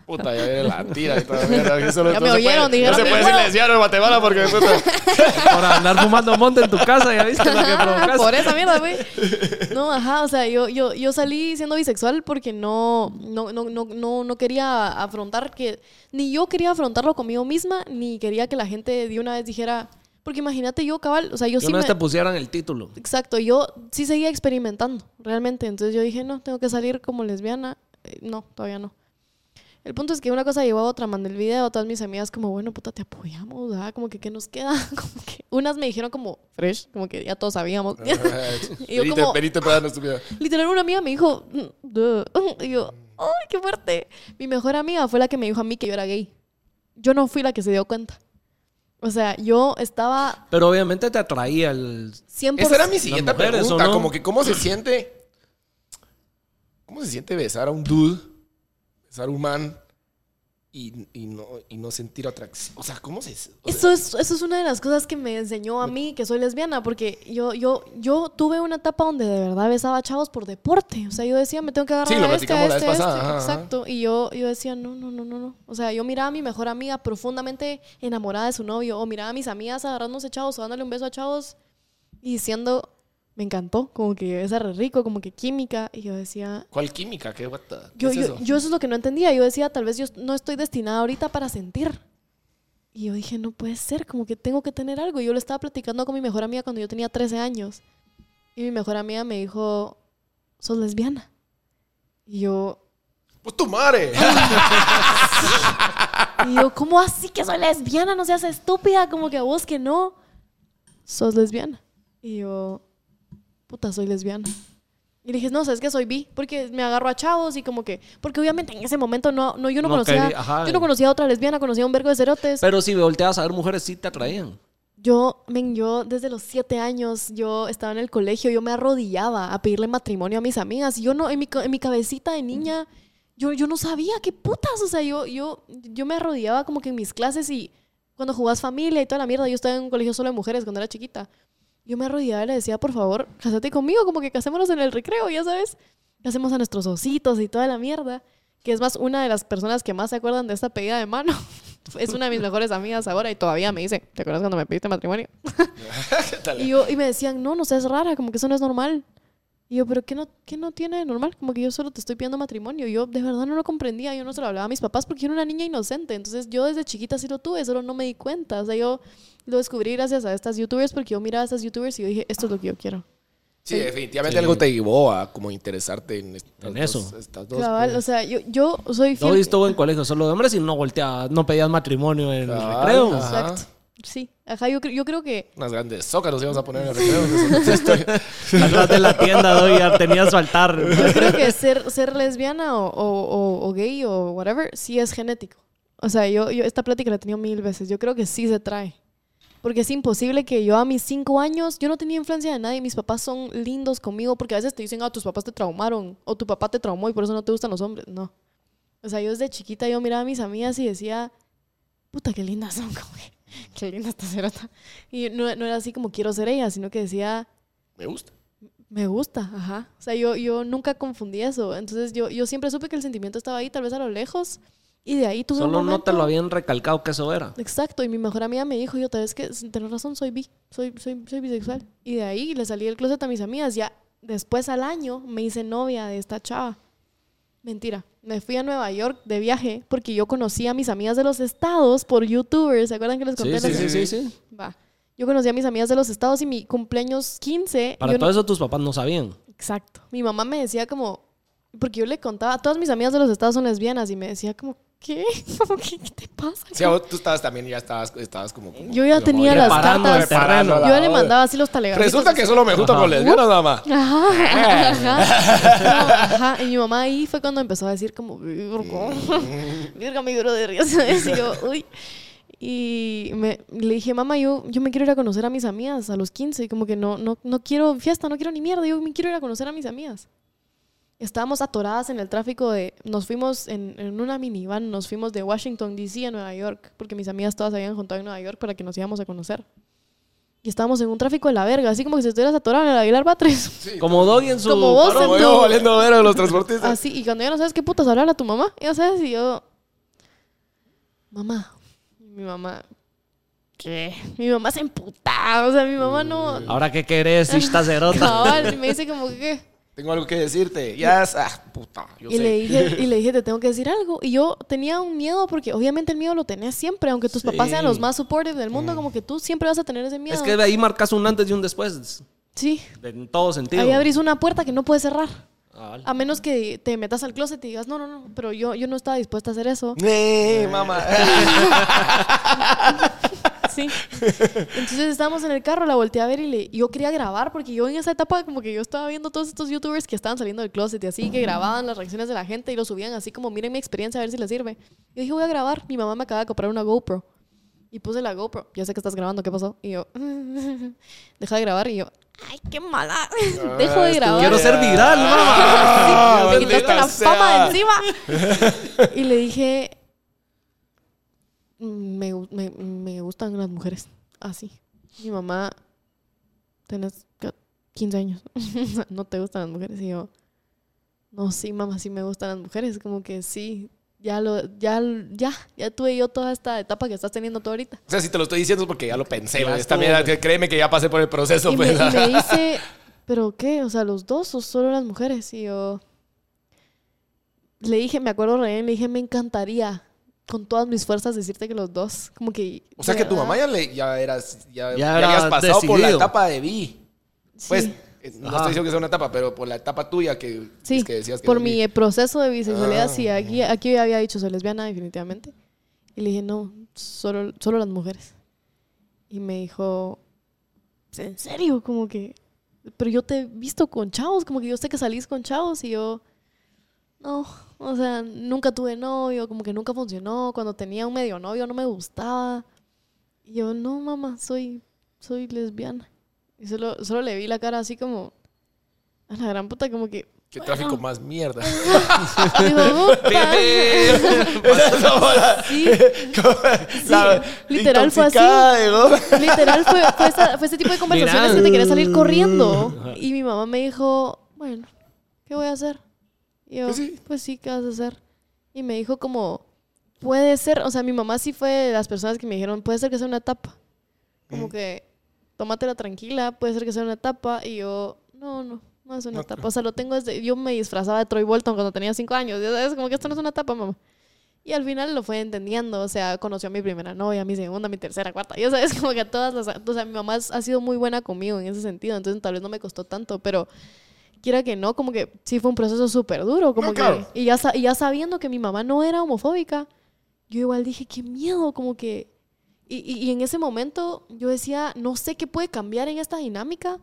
S2: Puta, ya viene la tira. y toda la mierda, que solo-
S3: Ya
S2: no
S3: me
S2: se
S3: oyeron,
S2: puede-
S3: dijeron,
S2: No se
S3: "Me
S2: puede
S3: muero".
S2: silenciar en Guatemala porque... puta,
S1: Por andar fumando monte en tu casa, ya viste lo que provocaste.
S3: Por esa mierda, güey. No, ajá, o sea, yo, yo, yo salí siendo bisexual porque no, no, no, no, no, no quería afrontar que... Ni yo quería afrontarlo conmigo misma, ni quería que la gente de una vez dijera... Porque imagínate yo, cabal, o sea, yo
S1: Que
S3: sí
S1: una
S3: me...
S1: vez te pusieran el título.
S3: Exacto, yo sí seguía experimentando, realmente. Entonces yo dije, no, tengo que salir como lesbiana. Eh, no, todavía no. El punto es que una cosa llevó a otra, mandé el video, todas mis amigas como, bueno, puta, te apoyamos, ah, como que, ¿qué nos queda? Como que, unas me dijeron como, fresh, como que ya todos sabíamos. Y yo
S2: Venite,
S3: como-
S2: venite para darnos tu vida.
S3: Literal, una amiga me dijo, "Mm, duh". y yo, ¡ay, qué fuerte! Mi mejor amiga fue la que me dijo a mí que yo era gay. Yo no fui la que se dio cuenta. O sea, yo estaba
S1: Pero obviamente te atraía el...
S3: 100%...
S2: Esa era mi siguiente
S1: mujeres,
S2: pregunta.
S1: ¿o no?
S2: Como que cómo se siente... ¿Cómo se siente besar a un dude? Besar a un man y, y no, y no sentir atracción. O sea, ¿cómo se... o sea,
S3: Eso es, eso es una de las cosas que me enseñó a mí que soy lesbiana, porque yo, yo, yo tuve una etapa donde de verdad besaba chavos por deporte. O sea, yo decía, me tengo que agarrar
S2: Sí, lo
S3: a este, a
S2: platicamos la
S3: este,
S2: vez
S3: a
S2: pasada,
S3: este.
S2: ajá, ajá.
S3: Exacto. Y yo, yo decía, no, no, no, no, no. O sea, yo miraba a mi mejor amiga profundamente enamorada de su novio, o miraba a mis amigas agarrándose chavos o dándole un beso a chavos y diciendo, me encantó, como que es re rico, como que química. Y yo decía,
S2: ¿Cuál química? ¿Qué, what the- qué
S3: yo,
S2: es
S3: yo,
S2: eso?
S3: yo eso es lo que no entendía. Yo decía, tal vez yo no estoy destinada ahorita para sentir. Y yo dije, no puede ser, como que tengo que tener algo. Y yo lo estaba platicando con mi mejor amiga cuando yo tenía 13 años. Y mi mejor amiga me dijo, sos lesbiana. Y yo,
S2: Pues tu madre.
S3: y yo ¿cómo así que soy lesbiana? No seas estúpida, como que a vos que no. Sos lesbiana. Y yo, puta, soy lesbiana. Y le dije, no, sabes que soy bi, porque me agarro a chavos y como que, porque obviamente en ese momento no, no yo no,
S1: No
S3: conocía,
S1: quería- ajá.
S3: yo no conocía a otra lesbiana, conocía a un vergo de cerotes.
S1: Pero si volteabas a ver mujeres, sí te atraían.
S3: Yo, men, yo desde los siete años, yo estaba en el colegio, yo me arrodillaba a pedirle matrimonio a mis amigas. Y yo no, en mi, ca- en mi cabecita de niña, yo, yo no sabía qué putas. O sea, yo, yo, yo me arrodillaba como que en mis clases y cuando jugás familia y toda la mierda, yo estaba en un colegio solo de mujeres cuando era chiquita. Yo me arrodillaba y le decía, por favor, casate conmigo, como que casémonos en el recreo, ya sabes. Casemos a nuestros ositos y toda la mierda. Que es más, una de las personas que más se acuerdan de esta pedida de mano. Es una de mis mejores amigas ahora y todavía me dice, ¿te acuerdas cuando me pediste matrimonio?
S2: Dale.
S3: Y, yo, y me decían, no, no seas rara, como que eso no es normal. Y yo, ¿pero qué no, qué no tiene de normal? Como que yo solo te estoy pidiendo matrimonio. Yo de verdad no lo comprendía, yo no se lo hablaba a mis papás porque yo era una niña inocente. Entonces yo desde chiquita sí lo tuve, solo no me di cuenta. O sea, yo lo descubrí gracias a estas youtubers porque yo miraba a estas youtubers y yo dije, esto es lo que yo quiero.
S2: Sí, definitivamente
S1: Sí.
S2: algo te llevó a como interesarte en, estas
S1: En
S2: dos-
S1: eso.
S2: estas dos,
S3: Cabal,
S2: pues.
S3: o sea, yo, yo soy
S1: Yo
S3: fiel.
S1: he visto en colegio solo de hombres y no volteabas, no pedías matrimonio en el
S2: Cabal,
S1: recreo.
S2: ajá.
S3: Exacto. Sí, ajá, yo, cre- yo creo que...
S2: Unas grandes zócalos íbamos a poner en el recreo.
S1: Atrás de la tienda, doy, ya tenía su altar.
S3: Yo creo que ser, ser lesbiana o, o- o- o gay o whatever sí es genético. O sea, yo, yo esta plática la he tenido mil veces. Yo creo que sí se trae. Porque es imposible que yo a mis cinco años, yo no tenía influencia de nadie. Mis papás son lindos conmigo porque a veces te dicen, ah, tus papás te traumaron o tu papá te traumó y por eso no te gustan los hombres. No. O sea, yo desde chiquita yo miraba a mis amigas y decía, puta, qué lindas son, como que, qué linda esta cerota. Y no, no era así como quiero ser ella, sino que decía,
S2: Me gusta.
S3: Me gusta, ajá. O sea, yo, yo nunca confundí eso. Entonces, yo, yo siempre supe que el sentimiento estaba ahí, tal vez a lo lejos. Y de ahí tuve un
S1: Solo no te
S3: momento-
S1: lo habían recalcado que eso era.
S3: Exacto, y mi mejor amiga me dijo, yo tal vez que, tenés razón, soy bi, soy, soy, soy bisexual. Y de ahí le salí del closet a mis amigas. Ya después al año me hice novia de esta chava. Mentira, me fui a Nueva York de viaje porque yo conocí a mis amigas de los estados por youtubers, ¿se acuerdan que les conté?
S1: Sí, sí,
S3: las-
S1: sí, sí, sí.
S3: Va. Yo conocí a mis amigas de los estados y mi cumpleaños 15...
S1: Para
S3: yo no-
S1: todo eso tus papás no sabían.
S3: Exacto. Mi mamá me decía como, porque yo le contaba, todas mis amigas de los estados son lesbianas y me decía como, ¿qué? Como, ¿Qué, qué te pasa?
S2: Sí, a vos tú estabas también, ya estabas, estabas como, como-
S3: Yo ya
S2: como
S3: tenía las
S1: Preparando el
S3: cartas.
S2: terreno.
S3: Yo ya le mandaba así los talegados.
S2: Resulta que solo me junto con lesbianas, mamá.
S3: Ajá, ajá, ajá. Y mi mamá ahí fue cuando empezó a decir como, virgo, virgo mi duro de río, ¿sabes? Y yo, uy. Y me, le dije, mamá, yo, yo me quiero ir a conocer a mis amigas a los 15. Como que no, no, no quiero fiesta, no quiero ni mierda. Yo me quiero ir a conocer a mis amigas. Estábamos atoradas en el tráfico de... Nos fuimos en, en una minivan, nos fuimos de Washington, D.C. a Nueva York. Porque mis amigas todas se habían juntado en Nueva York para que nos íbamos a conocer. Y estábamos en un tráfico de la verga, así como que si estuvieras atorado en el Aguilar Batres.
S1: Como Doggy en su...
S3: Como vos
S1: paro-
S2: Como
S3: en
S2: yo
S3: tu-
S2: valiendo ver a los transportistas.
S3: Así, y cuando ya no sabes qué putas hablar a tu mamá, ya sabes, y yo, mamá, Y mi mamá, ¿qué? Mi mamá se emputaba, o sea, mi mamá no,
S1: Ahora qué querés, esta cerota.
S3: cabal, y me dice como que, ¿qué?
S2: Tengo algo que decirte. Ya, es- ah, puta, yo
S3: Y
S2: sé.
S3: le, dije, y le dije, te tengo que decir algo. Y yo tenía un miedo, porque obviamente el miedo lo tenés siempre, aunque tus papás sean los más supportive del mundo, como que tú siempre vas a tener ese miedo.
S1: Mm. Es que de ahí marcas un antes y un después.
S3: sí,
S1: En todo sentido.
S3: ahí abrís una puerta que no puedes cerrar.
S1: Ah, vale.
S3: A menos que te metas al closet y digas, no, no, no, pero yo, yo no estaba dispuesta a hacer eso.
S2: Nee, mamá.
S3: Sí. Entonces estábamos en el carro, la volteé a ver y le, yo quería grabar porque yo en esa etapa como que yo estaba viendo todos estos youtubers que estaban saliendo del closet y así, que grababan las reacciones de la gente y lo subían así como, miren mi experiencia, a ver si les sirve. Yo dije, voy a grabar. Mi mamá me acaba de comprar una GoPro. Y puse la GoPro. Ya sé que estás grabando, ¿qué pasó? Y yo, deja de grabar. Y yo, ay, qué mala. Dejo de grabar.
S1: Quiero ser viral, mamá.
S2: Ah,
S3: Me quitaste
S2: maldita
S3: la
S2: sea.
S3: fama de encima. y le dije, me, gu- me- me gustan las mujeres. Así. Mi mamá, tenés ca- 15 años. no te gustan las mujeres. Y yo, no, sí, mamá, sí me gustan las mujeres. Como que sí. Ya lo, ya, ya, ya tuve yo toda esta etapa que estás teniendo tú ahorita.
S2: O sea, si te lo estoy diciendo es porque ya lo pensé.
S1: Ya
S2: güey. Esta
S1: estuvo,
S2: mierda,
S1: güey.
S2: créeme que ya pasé por el proceso.
S3: y, me,
S2: pues.
S3: y me dice, ¿pero qué? O sea, ¿los dos o solo las mujeres? Y yo le dije, me acuerdo re bien, le dije, me encantaría con todas mis fuerzas decirte que los dos. Como que.
S2: O sea, que tu
S3: ¿verdad?
S2: mamá ya, le, ya eras. Ya,
S1: Ya
S2: ya
S1: era
S2: habías pasado por la
S1: decidido.
S2: etapa de Vi.
S3: Sí,
S2: Pues, eh, no
S1: Ajá.
S2: estoy diciendo que sea una etapa, pero por la etapa tuya que,
S3: sí,
S2: que decías que
S3: por
S2: eras
S3: mi
S2: bi.
S3: eh, proceso de
S2: Ah.
S3: bisexualidad, sí, aquí, aquí yo había dicho soy lesbiana, definitivamente. Y le dije, no, solo, solo las mujeres. Y me dijo, ¿en serio? Como que, pero yo te he visto con chavos, como que yo sé que salís con chavos y yo, no, o sea, nunca tuve novio, como que nunca funcionó. Cuando tenía un medio novio no me gustaba. Y yo, no, mamá, soy, soy lesbiana. Y solo, solo le vi la cara así como, a la gran puta, como que,
S2: Qué tráfico más mierda.
S3: Digo, "Upa". Sí,
S2: La
S3: literal fue así.
S2: intoxicada de dos.
S3: literal fue, fue, esa- fue ese tipo de conversaciones
S1: Mirá.
S3: que te querías salir corriendo. Y mi mamá me dijo, bueno, ¿qué voy a hacer? Y yo,
S2: Pues sí.
S3: pues sí, ¿qué vas a hacer? Y me dijo como, puede ser, o sea, mi mamá sí fue de las personas que me dijeron, puede ser que sea una etapa. Como que, tómatela tranquila, puede ser que sea una etapa. Y yo, no, no, no es una etapa. O sea, lo tengo desde, yo me disfrazaba de Troy Bolton cuando tenía cinco años. Ya sabes, como que esto no es una etapa, mamá. Y al final lo fue entendiendo, o sea, conoció a mi primera novia, a mi segunda, a mi tercera, cuarta. Ya sabes, como que a todas las... O sea, mi mamá ha sido muy buena conmigo en ese sentido, entonces tal vez no me costó tanto, pero quiera que no, como que sí fue un proceso súper duro. Como
S2: No,
S3: que,
S2: claro.
S3: y, ya, sa- y ya sabiendo que mi mamá no era homofóbica, yo igual dije, qué miedo, como que... Y, y- y en ese momento yo decía, no sé qué puede cambiar en esta dinámica,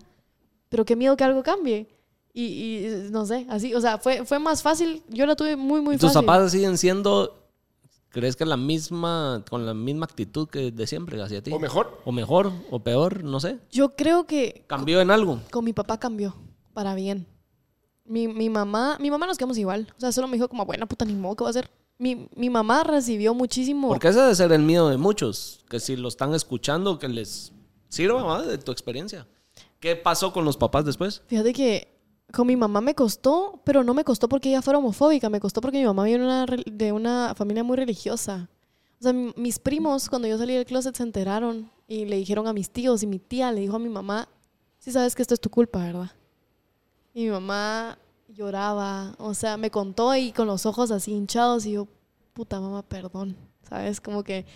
S3: pero qué miedo que algo cambie. Y, y, no sé, así, o sea, fue, fue más fácil, yo la tuve muy, muy
S1: ¿Y tus
S3: fácil.
S1: papás siguen siendo, crees que la misma, con la misma actitud que de siempre hacia ti?
S2: O mejor.
S1: O mejor, o peor, no sé.
S3: Yo creo que
S1: ¿Cambió en algo?
S3: con mi papá cambió para bien. Mi, mi mamá, mi mamá nos quedamos igual. O sea, solo me dijo como, bueno, puta, ni modo, ¿qué va a hacer? Mi, mi mamá recibió muchísimo.
S1: Porque ese debe ser el miedo de muchos, que si lo están escuchando, que les sirva más de tu experiencia. ¿Qué pasó con los papás después?
S3: Fíjate que Con mi mamá me costó, pero no me costó porque ella fuera homofóbica, me costó porque mi mamá viene de una re- de una familia muy religiosa. O sea, mi- mis primos, cuando yo salí del closet, se enteraron y le dijeron a mis tíos y mi tía le dijo a mi mamá, sí sabes que esto es tu culpa, ¿verdad? Y mi mamá lloraba, o sea, me contó y con los ojos así hinchados y yo, puta mamá, perdón, ¿sabes? Como que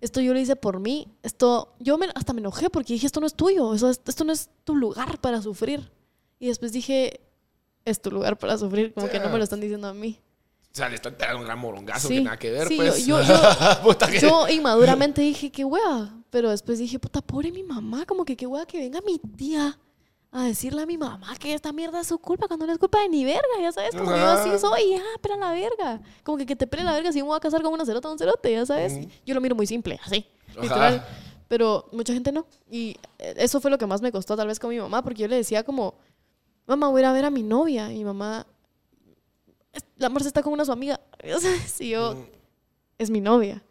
S3: esto yo lo hice por mí, esto, yo me- hasta me enojé porque dije, esto no es tuyo, eso es- esto no es tu lugar para sufrir. Y después dije, es tu lugar para sufrir, como que no me lo están diciendo a mí.
S2: O sea, le están tirando un gran morongazo
S3: Sí,
S2: que nada que ver,
S3: sí,
S2: pues.
S3: yo- yo- yo-
S2: Puta que-
S3: Yo inmaduramente dije, qué wea. Pero después dije, puta, pobre mi mamá, como que qué wea que venga mi tía a decirle a mi mamá que esta mierda es su culpa cuando no es culpa de ni verga, ya sabes, como que yo así
S2: Ajá.
S3: soy, ya, pela la verga. Como que que te pele la verga si yo me voy a casar con una cerota, un cerote, ya sabes. Yo lo miro muy simple, así,
S2: Ajá.
S3: literal. Pero mucha gente no. Y eh, eso fue lo que más me costó tal vez con mi mamá, porque yo le decía como, mamá, voy a ir a ver a mi novia. Y mi mamá, "Es- la Marce está con una su amiga. Ya sabes, Y yo,
S1: Mm.
S3: es mi novia.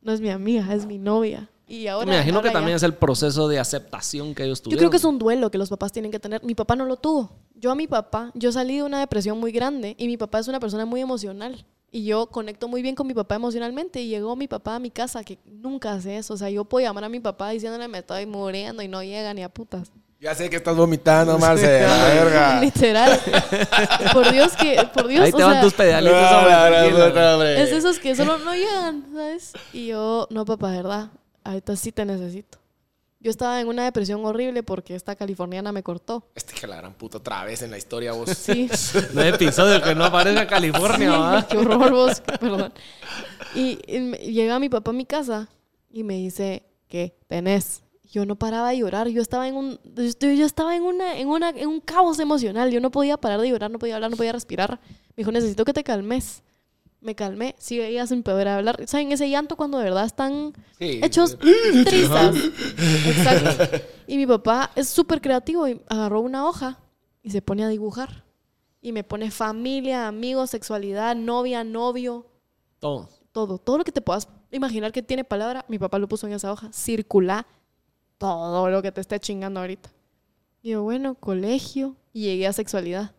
S3: No es mi amiga, es mi novia. Y ahora.
S1: Me imagino
S3: ahora
S1: que también
S3: ya.
S1: es el proceso de aceptación que ellos
S3: Yo
S1: tuvieron.
S3: creo que es un duelo que los papás tienen que tener. Mi papá no lo tuvo. Yo a mi papá, yo salí de una depresión muy grande y mi papá es una persona muy emocional. Y yo conecto muy bien con mi papá emocionalmente y llegó mi papá a mi casa, que nunca hace eso. O sea, yo puedo llamar a mi papá diciéndole me estoy muriendo y no llega ni a putas.
S2: Ya sé que estás vomitando, Marce. a la verga.
S3: Literal. por Dios que, por Dios,
S1: Ahí
S3: o
S1: te van
S3: sea,
S1: tus pedalitos.
S2: Ah,
S1: hombre,
S2: la gran
S1: tranquila.
S2: puta, hombre.
S3: Es de esos que solo no llegan, ¿sabes? Y yo, no, papá, ¿verdad? Ahorita sí te necesito. Yo estaba en una depresión horrible porque esta californiana me cortó.
S2: Este que la gran puta otra vez en la historia, vos.
S3: Sí.
S1: No hay episodio que no aparezca California, ¿va?
S3: Qué horror vos, perdón. Y, y me- llega mi papá a mi casa y me dice, ¿qué tenés? Yo no paraba de llorar, yo estaba en un yo estoy- yo estaba en una en una en un caos emocional, yo no podía parar de llorar, no podía hablar, no podía respirar. Me dijo, "Necesito que te calmes." Me calmé, sí veía sin poder hablar. ¿Saben ese llanto cuando de verdad están
S2: Sí. Este
S3: hechos trizas? Exacto. Y mi papá es súper creativo y agarró una hoja y se pone a dibujar. Y me pone familia, amigos, sexualidad, novia, novio,
S1: Todo.
S3: todo. Todo lo que te puedas imaginar que tiene palabra, mi papá lo puso en esa hoja. Circula todo lo que te esté chingando ahorita. Y yo, bueno, colegio. Y llegué a sexualidad.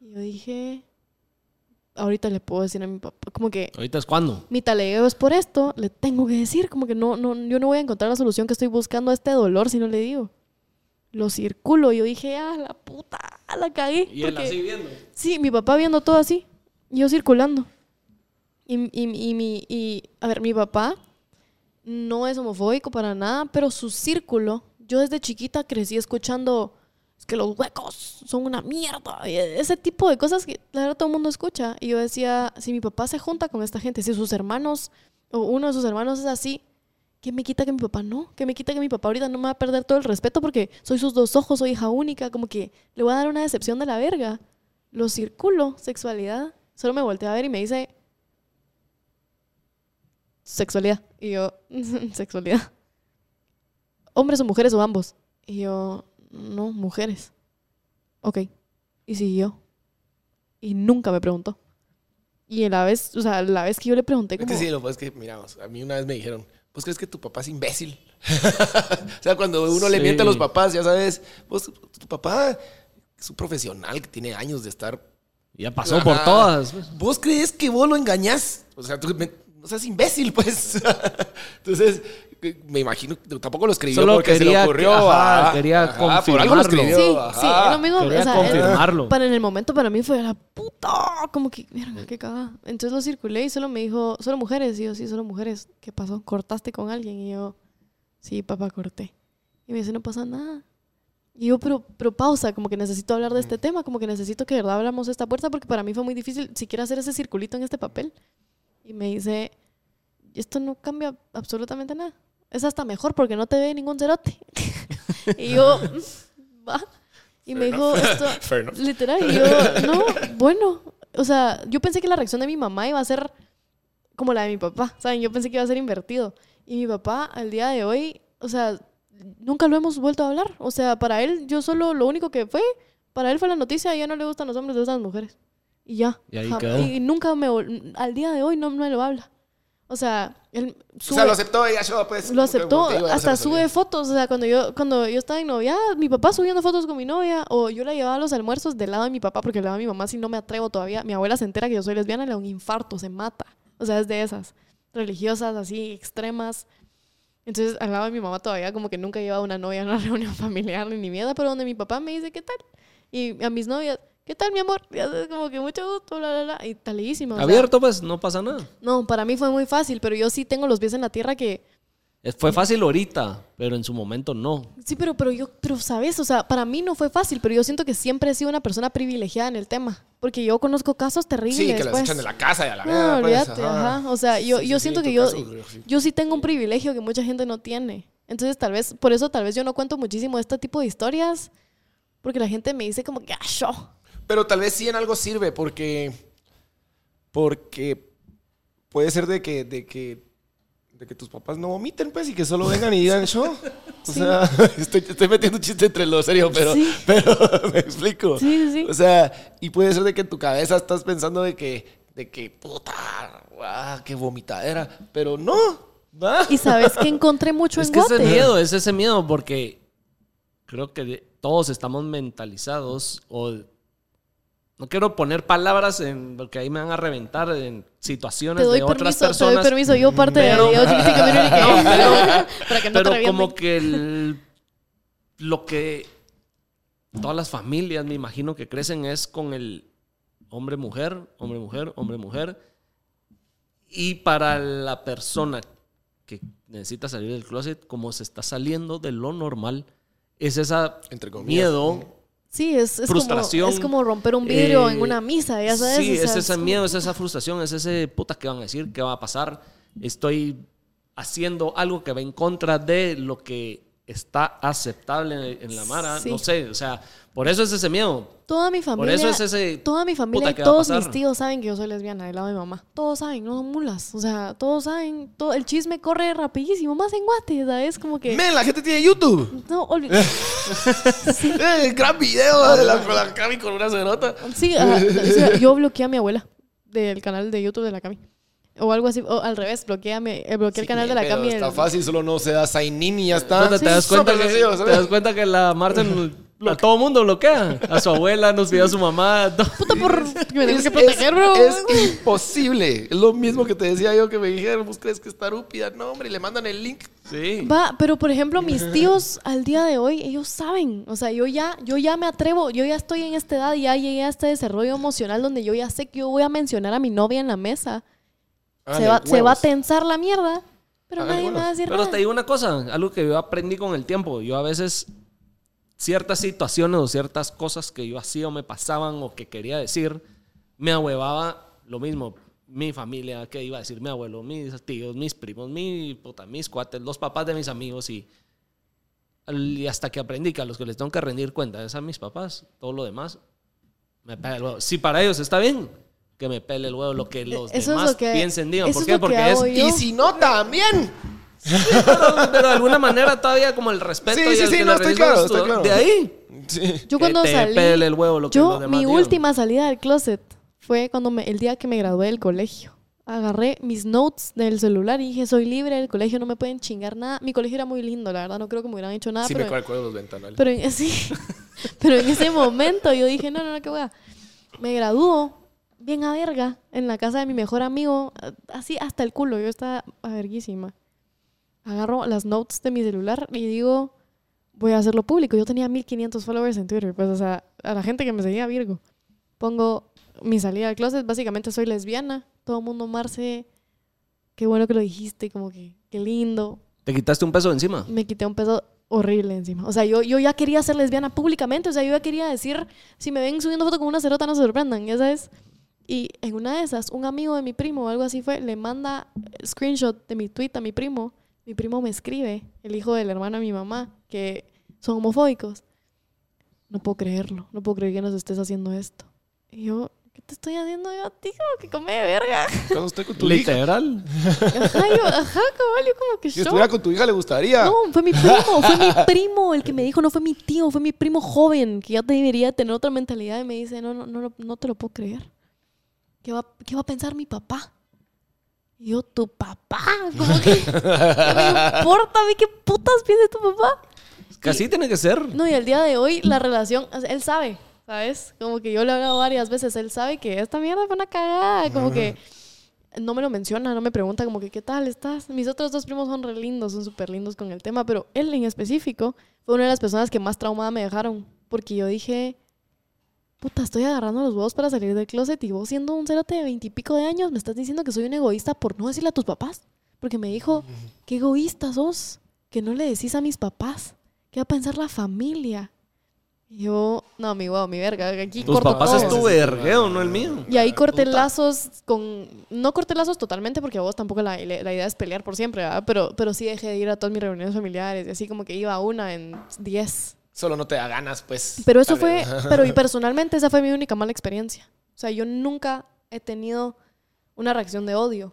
S3: Y yo dije, ahorita le puedo decir a mi papá. Como que
S1: Ahorita es cuando.
S3: mi talegueo es por esto, le tengo que decir, como que no, no, yo no voy a encontrar la solución que estoy buscando a este dolor si no le digo. Lo circulo, yo dije, ah, la puta, la cagué.
S1: Y él
S3: porque-
S1: así viendo.
S3: Sí, mi papá viendo todo así, y yo circulando. Y, y, y, mi- y, a ver, mi papá no es homofóbico para nada, pero su círculo, yo desde chiquita crecí escuchando, es que los huecos son una mierda, y ese tipo de cosas que la verdad todo el mundo escucha. Y yo decía, si mi papá se junta con esta gente, si sus hermanos o uno de sus hermanos es así, ¿qué me quita que mi papá no? ¿Qué me quita que mi papá ahorita no me va a perder todo el respeto porque soy sus dos ojos, soy hija única, como que le voy a dar una decepción de la verga? Lo circulo, sexualidad. Solo me voltea a ver y me dice, sexualidad. Y yo, sexualidad. Hombres o mujeres o ambos. Y yo, no, mujeres. Ok. Y siguió. Y nunca me preguntó. Y a la vez, o sea, la vez que yo le pregunté
S2: Es
S3: como...
S2: que sí, lo que pasa es que, miramos, a mí una vez me dijeron, pues crees que tu papá es imbécil. o sea, cuando uno le
S1: Sí.
S2: miente a los papás, ya sabes, pues tu- tu papá es un profesional que tiene años de estar.
S1: Ya pasó
S2: Ajá.
S1: por todas. pues.
S2: ¿Vos crees que vos lo engañás? O sea, tú me- no seas imbécil, pues. Entonces, que- me imagino, que tampoco lo escribió
S1: Solo
S2: porque se
S1: quería
S2: le
S1: que-
S2: ocurrió.
S1: ajá,
S2: ajá,
S1: quería
S2: Por algo lo
S1: confirmarlo.
S2: escribió.
S3: Sí,
S2: ajá.
S3: sí, es lo mismo.
S1: Quería
S3: o sea,
S1: confirmarlo.
S3: era- para en el momento para mí fue la puta, como que, mierda, qué cagada. Entonces lo circulé y solo me dijo, solo mujeres. Y yo, sí, solo mujeres. ¿Qué pasó? ¿Cortaste con alguien? Y yo, sí, papá, corté. Y me dice, no pasa nada. Y yo, pero, pero pausa, como que necesito hablar de este tema, como que necesito que de verdad hablamos de esta puerta, porque para mí fue muy difícil siquiera hacer ese circulito en este papel. Y me dice, esto no cambia absolutamente nada. Es hasta mejor porque no te ve ningún cerote. y yo, mm, va. Y me dijo, esto,
S2: Fair enough.
S3: literal, y yo, no, bueno. O sea, yo pensé que la reacción de mi mamá iba a ser como la de mi papá, ¿saben? Yo pensé que iba a ser invertido. Y mi papá, al día de hoy, o sea, nunca lo hemos vuelto a hablar. O sea, para él, yo solo, lo único que fue, para él fue la noticia, ya no le gustan los hombres, le gustan las mujeres. Y ya.
S1: Y ahí
S3: Jam-
S1: quedó.
S3: y nunca me, vol- al día de hoy no me lo habla. O sea, él
S2: O
S3: sube,
S2: sea, lo aceptó ella, yo pues.
S3: lo aceptó,
S2: Como te digo, ya no se
S3: hasta
S2: lo
S3: sube
S2: sabía.
S3: fotos. O sea, cuando yo, cuando yo estaba en novia, mi papá subiendo fotos con mi novia, o yo la llevaba a los almuerzos del lado de mi papá, porque le lado de mi mamá, si no me atrevo todavía, mi abuela se entera que yo soy lesbiana y le da un infarto, se mata. O sea, es de esas religiosas así, extremas. Entonces, al lado de mi mamá todavía, como que nunca llevaba una novia a una reunión familiar ni ni mierda, pero donde mi papá me dice, ¿qué tal? Y a mis novias, ¿qué tal, mi amor? Y hace como que mucho gusto, bla, bla, bla. Y talísima. o sea,
S1: Abierto, pues, no pasa nada.
S3: no, para mí fue muy fácil, pero yo sí tengo los pies en la tierra que.
S1: Es- Fue fácil ahorita, pero en su momento no.
S3: Sí, pero, pero yo, pero sabes, o sea, para mí no fue fácil, pero yo siento que siempre he sido una persona privilegiada en el tema, porque yo conozco casos terribles.
S2: Sí, que las
S3: pues.
S2: echan de la casa y a la
S3: No,
S2: verga, pues,
S3: olvídate, ajá. O sea, yo,
S2: Sí,
S3: yo
S2: sí,
S3: siento
S2: sí,
S3: que
S2: tu
S3: yo,
S2: caso, creo que sí.
S3: yo sí tengo un privilegio que mucha gente no tiene. Entonces, tal vez, por eso tal vez yo no cuento muchísimo este tipo de historias, porque la gente me dice como que, ah, yo.
S2: Pero tal vez sí en algo sirve, porque. Porque puede ser de que. De que, de que tus papás no vomiten, pues, y que solo vengan y digan yo. O
S3: Sí.
S2: sea, estoy, estoy metiendo un chiste entre los serios, pero,
S3: Sí.
S2: pero me explico.
S3: Sí, sí, sí.
S2: O sea, y puede ser de que en tu cabeza estás pensando de que, de que, puta, ah, qué vomitadera, pero no. ¿va?
S3: Y sabes que encontré mucho
S1: Es
S3: en
S1: que ese
S3: Guate.
S1: miedo, es ese miedo, porque creo que de- todos estamos mentalizados o... No quiero poner palabras en, porque ahí me van a reventar en
S3: Te
S1: situaciones
S3: doy
S1: de otras
S3: permiso, te doy
S1: personas.
S3: permiso, yo parte
S1: pero-
S3: de LGBT community que- para que no te
S1: pero
S3: revienten.
S1: como que el- lo que todas las familias me imagino que crecen es con el hombre mujer hombre mujer hombre mujer y para la persona que necesita salir del closet como se está saliendo de lo normal es esa
S2: Entre comillas.
S1: miedo
S3: Sí, es, es
S1: frustración,
S3: Como, es como romper un vidrio
S1: eh,
S3: en una misa, ya sabes.
S1: Sí,
S3: o sea,
S1: es ese
S3: como-
S1: miedo, es esa frustración, es ese puta que van a decir, qué va a pasar. Estoy haciendo algo que va en contra de lo que está aceptable en- en la mara.
S3: Sí.
S1: No sé, o sea, por eso es ese miedo.
S3: Toda mi familia.
S1: eso es ese,
S3: Toda mi familia
S1: puta,
S3: y
S1: ¿qué va a
S3: todos
S1: pasar?
S3: mis tíos saben que yo soy lesbiana del lado de mi mamá. Todos saben, no son mulas. O sea, todos saben. todo- el chisme corre rapidísimo, más en Guate, ¿sabes? Como que.
S2: Men, la gente tiene YouTube.
S3: No, olvi-
S2: Eh, El gran video de la, con la Cami con una cerota.
S3: Sí, ajá, sí, yo bloqueé a mi abuela del canal de YouTube de la Cami. O algo así, o al revés, bloqueé, a mi- eh, bloqueé el canal de la
S2: Pero
S3: Cami.
S2: Está
S3: el-
S2: fácil, solo no se da sign in y ya está.
S1: Puta, ¿te, das cuenta
S2: Ah, Súper
S1: que,
S2: sencillo,
S1: te
S2: ¿sabes?
S1: das cuenta que la Marten a todo mundo bloquea. A su abuela, nos vio a su mamá. a todo-
S3: Puta por. que me tengo
S2: Es-
S3: que proteger,
S2: es-
S3: bro.
S2: Es imposible. Es lo mismo que te decía yo que me dijeron, ¿vos crees que está rúpida? No, hombre, y le mandan el link.
S1: Sí.
S3: Va, pero por ejemplo, mis tíos al día de hoy, ellos saben. O sea, yo ya, yo ya me atrevo, yo ya estoy en esta edad, ya llegué a este desarrollo emocional donde yo ya sé que yo voy a mencionar a mi novia en la mesa. Se
S2: Háganle
S3: va, se va a
S2: huevos.
S3: tensar la mierda, pero
S2: Háganle
S3: nadie me va a
S2: huevos.
S3: decir
S1: Pero
S3: nada.
S1: te digo una cosa, algo que yo aprendí con el tiempo. Yo a veces ciertas situaciones o ciertas cosas que yo hacía o me pasaban o que quería decir, me ahuevaba lo mismo. Mi familia, que iba a decir mi abuelo, mis tíos, mis primos, mi puta, mis cuates, los papás de mis amigos y, al- y hasta que aprendí que a los que les tengo que rendir cuenta es a mis papás, todo lo demás, me pela el huevo. Si para ellos está bien, que me pele el huevo lo que los
S3: E, Eso es
S1: demás
S3: lo que-
S1: piensen, digan.
S3: eso
S1: ¿Por
S3: es
S1: qué?
S3: lo que
S1: Porque es
S3: hago yo.
S2: Y si no, también.
S1: pero, pero de alguna manera todavía como el respeto.
S2: Sí,
S1: y
S2: sí,
S1: el
S2: sí,
S1: que
S2: no,
S1: le
S2: estoy
S1: rendís
S2: claro,
S1: gusto.
S2: estoy claro.
S1: De ahí.
S2: Sí.
S3: Yo cuando
S1: que te
S3: salí,
S1: pele el huevo lo que
S3: yo
S1: los demás
S3: mi
S1: digan.
S3: última salida del closet fue cuando me- el día que me gradué del colegio. Agarré mis notes del celular y dije, soy libre del colegio, no me pueden chingar nada. Mi colegio era muy lindo, la verdad, no creo que me hubieran hecho nada.
S2: sí, me
S3: Ah, pero
S2: acuerdo de los ventanales.
S3: Pero en, sí, pero en ese momento yo dije, no, no, no, qué hueá. Me graduó bien a verga en la casa de mi mejor amigo, así hasta el culo, yo estaba a verguísima. Agarro las notes de mi celular y digo, voy a hacerlo público. Yo tenía 1500 followers en Twitter, pues, o sea, a la gente que me seguía Virgo. Pongo mi salida al closet, básicamente soy lesbiana, todo el mundo marce, qué bueno que lo dijiste, como que, qué lindo,
S1: Te quitaste un peso de encima.
S3: me quité un peso horrible encima. O sea, yo, yo ya quería ser lesbiana públicamente. O sea, yo ya quería decir, si me ven subiendo foto con una cerota, no se sorprendan, ya sabes. Y en una de esas, un amigo de mi primo o algo así fue, le manda screenshot de mi tweet a mi primo. Mi primo me escribe, el hijo del hermano de mi mamá, que son homofóbicos. No puedo creerlo, no puedo creer que nos estés haciendo esto. Y yo, ¿qué te estoy haciendo yo a ti? Como que come de verga.
S2: Cuando estoy con tu hija.
S1: Literal.
S3: Ajá, yo, ajá, cabal, yo como que
S2: Si
S3: shock.
S2: estuviera con tu hija, le gustaría.
S3: No, fue mi primo, fue mi primo el que me dijo, no fue mi tío, fue mi primo joven, que ya debería tener otra mentalidad y me dice, no, no, no, lo- no te lo puedo creer. ¿Qué va, qué va a pensar mi papá? Y yo, tu papá, como que, ¿qué me importa a mí qué putas piensa tu papá?
S1: Que así tiene que ser.
S3: No, y al día de hoy la relación, o sea, él sabe, ¿sabes? Como que yo le he hablado varias veces, él sabe que esta mierda fue una cagada, como que no me lo menciona, no me pregunta como que qué tal estás. Mis otros dos primos son re lindos, son súper lindos con el tema, pero él en específico fue una de las personas que más traumada me dejaron, porque yo dije, puta, estoy agarrando los huevos para salir del closet y vos siendo un cerote de veintipico de años me estás diciendo que soy un egoísta por no decirle a tus papás, porque me dijo, qué egoísta sos, que no le decís a mis papás. ¿Qué va a pensar la familia? Y yo, no, mi guau, mi verga, aquí
S1: Tus
S3: corto
S1: papás
S3: todo.
S1: es tu vergueo, no el mío.
S3: Y ahí corté lazos con... No corté lazos totalmente porque a vos tampoco la, la- la idea es pelear por siempre, ¿verdad? Pero, pero sí dejé de ir a todas mis reuniones familiares y así como que iba a una en diez.
S2: Solo no te da ganas, pues.
S3: Pero eso
S2: tal
S3: fue...
S2: vez.
S3: Pero y personalmente esa fue mi única mala experiencia. O sea, yo nunca he tenido una reacción de odio.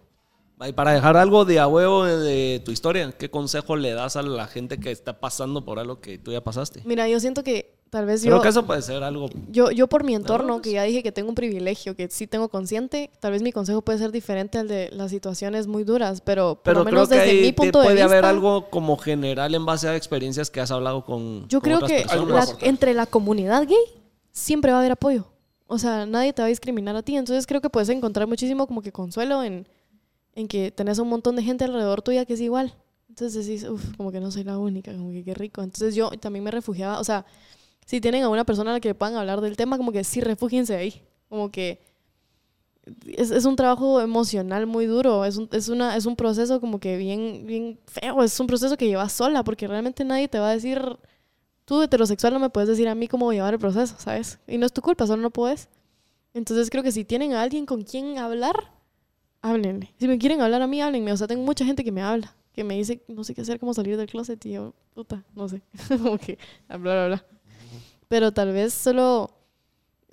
S1: Y para dejar algo de a huevo de, de tu historia, ¿qué consejo le das a la gente que está pasando por algo que tú ya pasaste?
S3: Mira, yo siento que tal vez yo...
S1: Creo que eso puede ser algo.
S3: Yo, yo por mi entorno,
S1: pues.
S3: que ya dije que tengo un privilegio, que sí tengo consciente, tal vez mi consejo puede ser diferente al de las situaciones muy duras, pero por
S1: Pero
S3: lo
S1: creo
S3: menos
S1: que
S3: desde
S1: ahí
S3: mi
S1: te
S3: punto de
S1: puede
S3: vista...
S1: haber algo como general en base a experiencias que has hablado con.
S3: Yo
S1: con
S3: creo
S1: otras
S3: que
S1: personas.
S2: Algo
S3: la-
S2: aportar.
S3: entre la comunidad gay siempre va a haber apoyo. O sea, nadie te va a discriminar a ti. Entonces creo que puedes encontrar muchísimo como que consuelo en, en que tenés un montón de gente alrededor tuya que es igual. Entonces decís, uff, como que no soy la única, como que qué rico. Entonces yo también me refugiaba, o sea, si tienen a una persona a la que le puedan hablar del tema, como que sí, refúgiense ahí. Como que es, es un trabajo emocional muy duro, es un, es una, es un proceso como que bien, bien feo, es un proceso que llevas sola, porque realmente nadie te va a decir, tú heterosexual no me puedes decir a mí cómo llevar el proceso, ¿sabes? Y no es tu culpa, solo no puedes. Entonces creo que si tienen a alguien con quien hablar, háblenle. Si me quieren hablar a mí, háblenme. O sea, tengo mucha gente que me habla, que me dice, no sé qué hacer, cómo salir del closet, y yo, puta, no sé. como que, "Ah, bla, bla, bla. Pero tal vez solo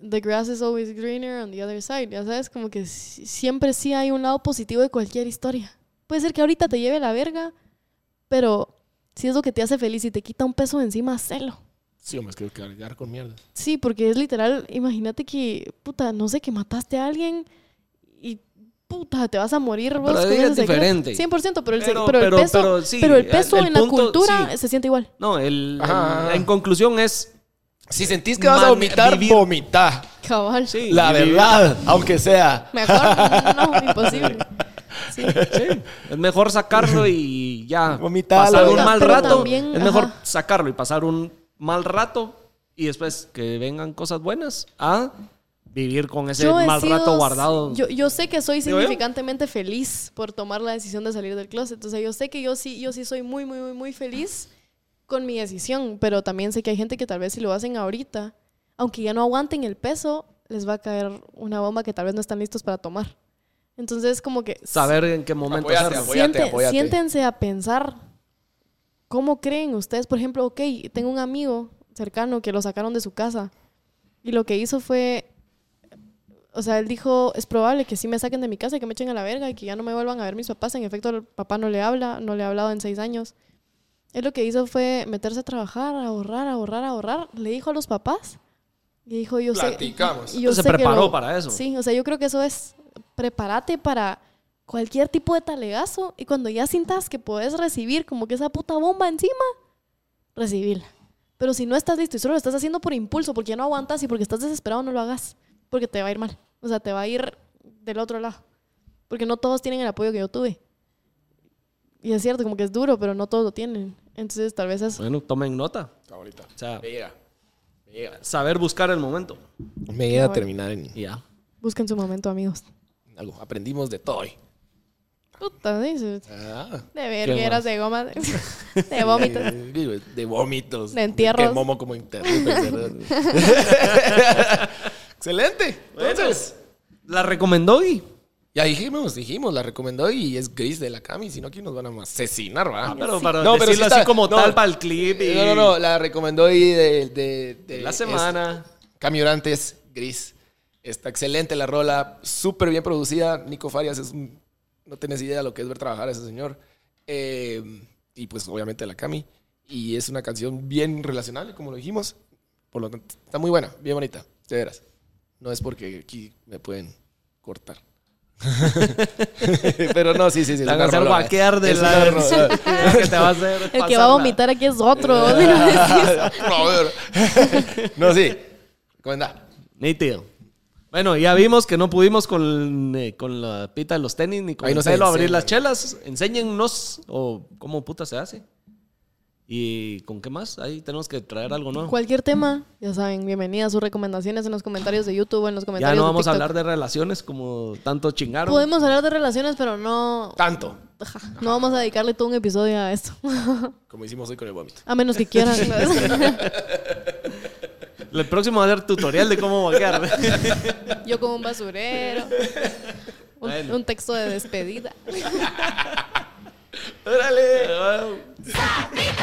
S3: the grass is always greener on the other side, ya sabes, como que si- siempre sí hay un lado positivo de cualquier historia. Puede ser que ahorita te lleve la verga, pero si es lo que te hace feliz y te quita un peso de encima, hacelo.
S2: Sí, yo me quiero cargar con mierda.
S3: Sí, porque es literal, imagínate que, puta, no sé, que mataste a alguien y, puta, te vas a morir vos
S1: Pero ahí es
S3: secreto.
S1: diferente.
S3: 100%, pero el, se-
S1: Pero-
S3: pero el
S1: pero-
S3: peso,
S1: pero sí,
S3: pero el
S1: el-
S3: peso
S1: el
S3: en la
S1: punto,
S3: cultura
S1: sí.
S3: se siente igual.
S1: No, el,
S2: Ajá.
S1: el- en conclusión es.
S2: Si sentís que vas a
S1: Man-
S2: vomitar,
S1: vivir-
S2: vomita.
S3: Cabal.
S1: Sí,
S2: La
S1: y vivir-
S2: verdad, aunque sea.
S3: Mejor, no, imposible. Sí.
S1: Es mejor sacarlo y ya.
S2: Vomitarlo.
S1: Pasar un
S2: Pero-
S1: mal
S3: pero
S1: rato.
S3: también,
S1: es mejor
S3: ajá.
S1: sacarlo y pasar un mal rato y después que vengan cosas buenas a vivir con ese
S3: he
S1: mal
S3: sido-
S1: rato guardado.
S3: Yo, yo sé que soy
S1: Digo yo.
S3: significantemente feliz por tomar la decisión de salir del closet. O sea, yo sé que yo sí, yo sí soy muy, muy, muy, muy feliz con mi decisión, pero también sé que hay gente que tal vez si lo hacen ahorita, aunque ya no aguanten el peso, les va a caer una bomba que tal vez no están listos para tomar. Entonces, como que
S1: saber en qué momento
S2: Apóyate,
S1: hacerlo.
S2: apóyate.
S3: Siente-
S2: apóyate.
S3: Siéntense a pensar cómo creen ustedes. Por ejemplo, ok, tengo un amigo cercano que lo sacaron de su casa y lo que hizo fue, o sea, él dijo, es probable que sí me saquen de mi casa y que me echen a la verga y que ya no me vuelvan a ver mis papás. En efecto, el papá no le habla, no le ha hablado en seis años. Él lo que hizo fue meterse a trabajar, a ahorrar, a ahorrar, a ahorrar. Le dijo a los papás y dijo, yo
S2: Platicamos.
S3: sé... y yo
S1: Se
S3: sé que
S1: preparó
S3: lo-
S1: para eso.
S3: Sí, o sea, yo creo que eso es, prepárate para cualquier tipo de talegazo y cuando ya sientas que puedes recibir como que esa puta bomba encima, recibirla. Pero si no estás listo y solo lo estás haciendo por impulso, porque ya no aguantas y porque estás desesperado, no lo hagas, porque te va a ir mal. O sea, te va a ir del otro lado. Porque no todos tienen el apoyo que yo tuve. Y es cierto, como que es duro, pero no todos lo tienen. Entonces, tal vez eso.
S1: Bueno, tomen nota.
S2: Está bonita.
S1: O sea,
S2: Me llega. Me llega.
S1: saber buscar el momento.
S2: Me llega a
S3: bueno.
S2: terminar en
S1: Y ya.
S3: Busquen su momento, amigos.
S2: algo. Aprendimos de todo hoy.
S3: Puta, dices.
S2: Ah.
S3: De vergueras,
S1: más?
S3: de goma, de- de vómitos.
S2: Eh, digo, de vómitos.
S3: De entierros.
S2: Que momo como interrumpe. ¿verdad? Excelente. Entonces,
S1: pues. La recomendó y.
S2: ya dijimos, dijimos, la recomendó y es gris de la cami, si no aquí nos van a asesinar, ¿verdad?
S1: Ah, Pero para
S2: No, pero
S1: decirlo
S2: sí
S1: así
S2: está-
S1: como
S2: no.
S1: tal para el clip. Y
S2: No, no, no, la recomendó y de, de- de-
S1: La
S2: es-
S1: semana.
S2: Cami Orantes, gris. Está excelente la rola, súper bien producida. Nico Farias es un- No tienes idea de lo que es ver trabajar a ese señor. Eh, y pues obviamente la Cami. Y es una canción bien relacionable, como lo dijimos. Por lo tanto, está muy buena, bien bonita, de veras. No es porque aquí me pueden cortar. Pero no, sí, sí, sí.
S1: Te van a
S2: es una
S1: hacer
S2: rola,
S1: vaquear de
S2: es una
S1: la-
S2: rola.
S1: que te va a hacer
S3: El que va a
S1: pasarla.
S3: vomitar aquí es otro.
S1: Eh.
S2: No, pero- no, sí. Comenta.
S1: Nítido. Bueno, ya vimos que no pudimos con, eh, con la pita de los tenis ni con
S2: Ahí
S1: el
S2: no se
S1: pelo abrir
S2: enseña.
S1: las chelas. Enséñennos o cómo puta se hace. ¿Y con qué más? Ahí tenemos que traer algo nuevo.
S3: Cualquier tema, ya saben, bienvenidas sus recomendaciones en los comentarios de YouTube, en los comentarios
S1: Ya no
S3: de
S1: vamos a
S3: TikTok.
S1: hablar de relaciones como tanto chingaron.
S3: Podemos hablar de relaciones, pero no,
S2: Tanto.
S3: ajá,
S1: Ah.
S3: no vamos a dedicarle todo un episodio a esto.
S2: Como hicimos hoy con el vómito.
S3: a menos que quieran.
S1: El próximo va a ser tutorial de cómo vaquear.
S3: Yo como un basurero. Un,
S1: Bueno.
S3: un texto de despedida.
S1: ¡Órale!